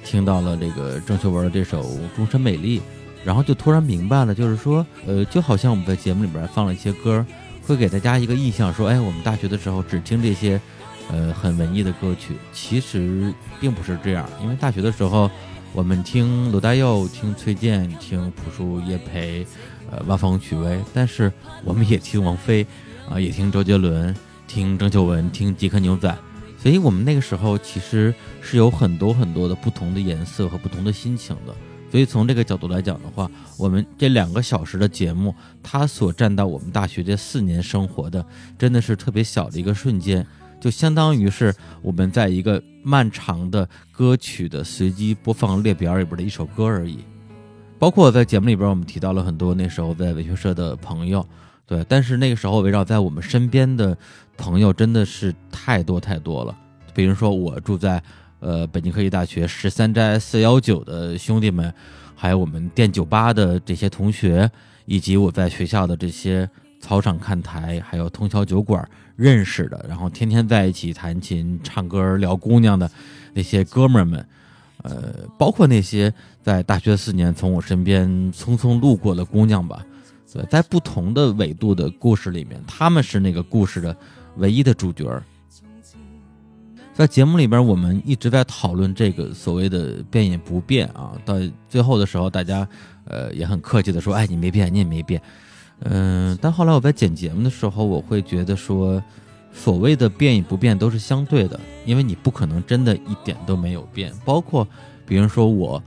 [SPEAKER 1] 听到了这个郑秀文的这首《终身美丽》，然后就突然明白了，就是说，呃，就好像我们在节目里边放了一些歌，会给大家一个印象，说，哎，我们大学的时候只听这些，呃，很文艺的歌曲，其实并不是这样，因为大学的时候，我们听罗大佑、听崔健、听朴树、叶培，
[SPEAKER 6] 呃挖风取微，但是我们也听王菲，啊、也听周杰伦，听郑秀文，听杰克牛仔，所以我们那个时候其实是有很多很多的不同的颜色和不同的心情的。所以从这个角度来讲的话，我们这两个小时的节目，它所占到我们大学这四年生活的，真的是特别小的一个瞬间，就相当于是我们在一个漫长的歌曲的随机播放列表里边的一首歌而已。包括在节目里边，我们提到了很多那时候在文学社的朋友，对，但是那个时候围绕在我们身边的朋友真的是太多太多了。比如说我住在呃北京科技大学十三斋四幺九的兄弟们，还有我们电酒吧的这些同学，以及我在学校的这些操场看台，还有通宵酒馆认识的，然后天天在一起弹琴、唱歌、聊姑娘的那些哥们儿们，呃，包括那些在大学四年从我身边匆匆路过的姑娘吧。对，在不同的纬度的故事里面，他们是那个故事的唯一的主角儿。在节目里边，我们一直在讨论这个所谓的变也不变啊。到最后的时候，大家呃也很客气的说：“哎，你没变，你也没变。”嗯，但后来我在剪节目的时候，我会觉得说，所谓的变与不变都是相对的，因为你不可能真的一点都没有变。包括比如说我，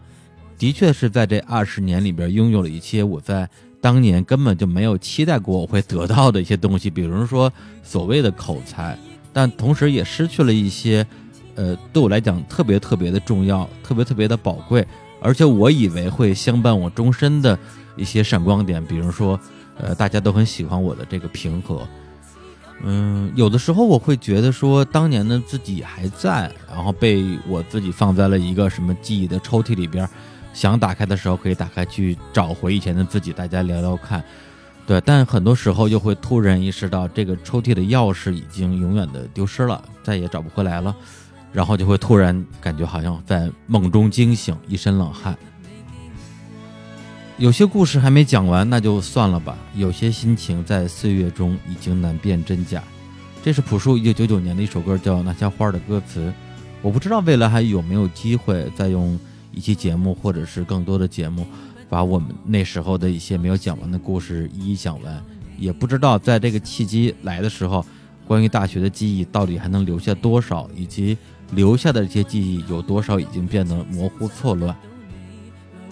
[SPEAKER 6] 的确是在这二十年里边拥有了一些我在当年根本就没有期待过我会得到的一些东西，比如说所谓的口才。但同时也失去了一些，呃，对我来讲特别特别的重要、特别特别的宝贵，而且我以为会相伴我终身的一些闪光点，比如说，呃，大家都很喜欢我的这个平和。嗯，有的时候我会觉得说，当年的自己还在，然后被我自己放在了一个什么记忆的抽屉里边儿，想打开的时候可以打开去找回以前的自己，大家聊聊看。对，但很多时候又会突然意识到，这个抽屉的钥匙已经永远的丢失了，再也找不回来了，然后就会突然感觉好像在梦中惊醒，一身冷汗。有些故事还没讲完，那就算了吧。有些心情在岁月中已经难辨真假。这是朴树一九九九年的一首歌，叫《那些花儿》的歌词。我不知道未来还有没有机会再用一期节目，或者是更多的节目，把我们那时候的一些没有讲完的故事一一讲完。也不知道在这个契机来的时候，关于大学的记忆到底还能留下多少，以及留下的这些记忆有多少已经变得模糊错乱。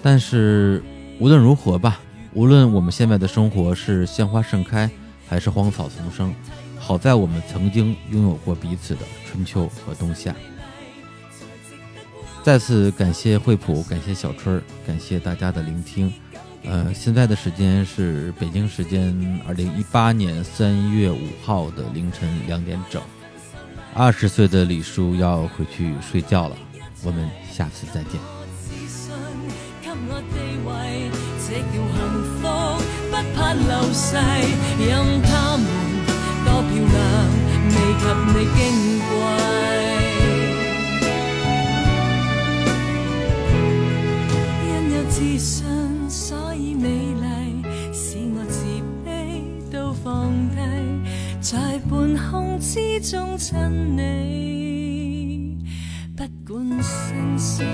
[SPEAKER 6] 但是无论如何吧，无论我们现在的生活是鲜花盛开，还是荒草丛生，好在我们曾经拥有过彼此的春秋和冬夏。再次感谢惠普，感谢小春儿，感谢大家的聆听。呃，现在的时间是北京时间二零一八年三月五号的凌晨两点整。二十岁的李叔要回去睡觉了，我们下次再见。
[SPEAKER 5] 自信，给我地位，这叫幸福，不怕流逝，任他们多漂亮，未及你矜贵。因有自信，所以美丽，使我自卑都放低，在半空之中亲你，不管盛世。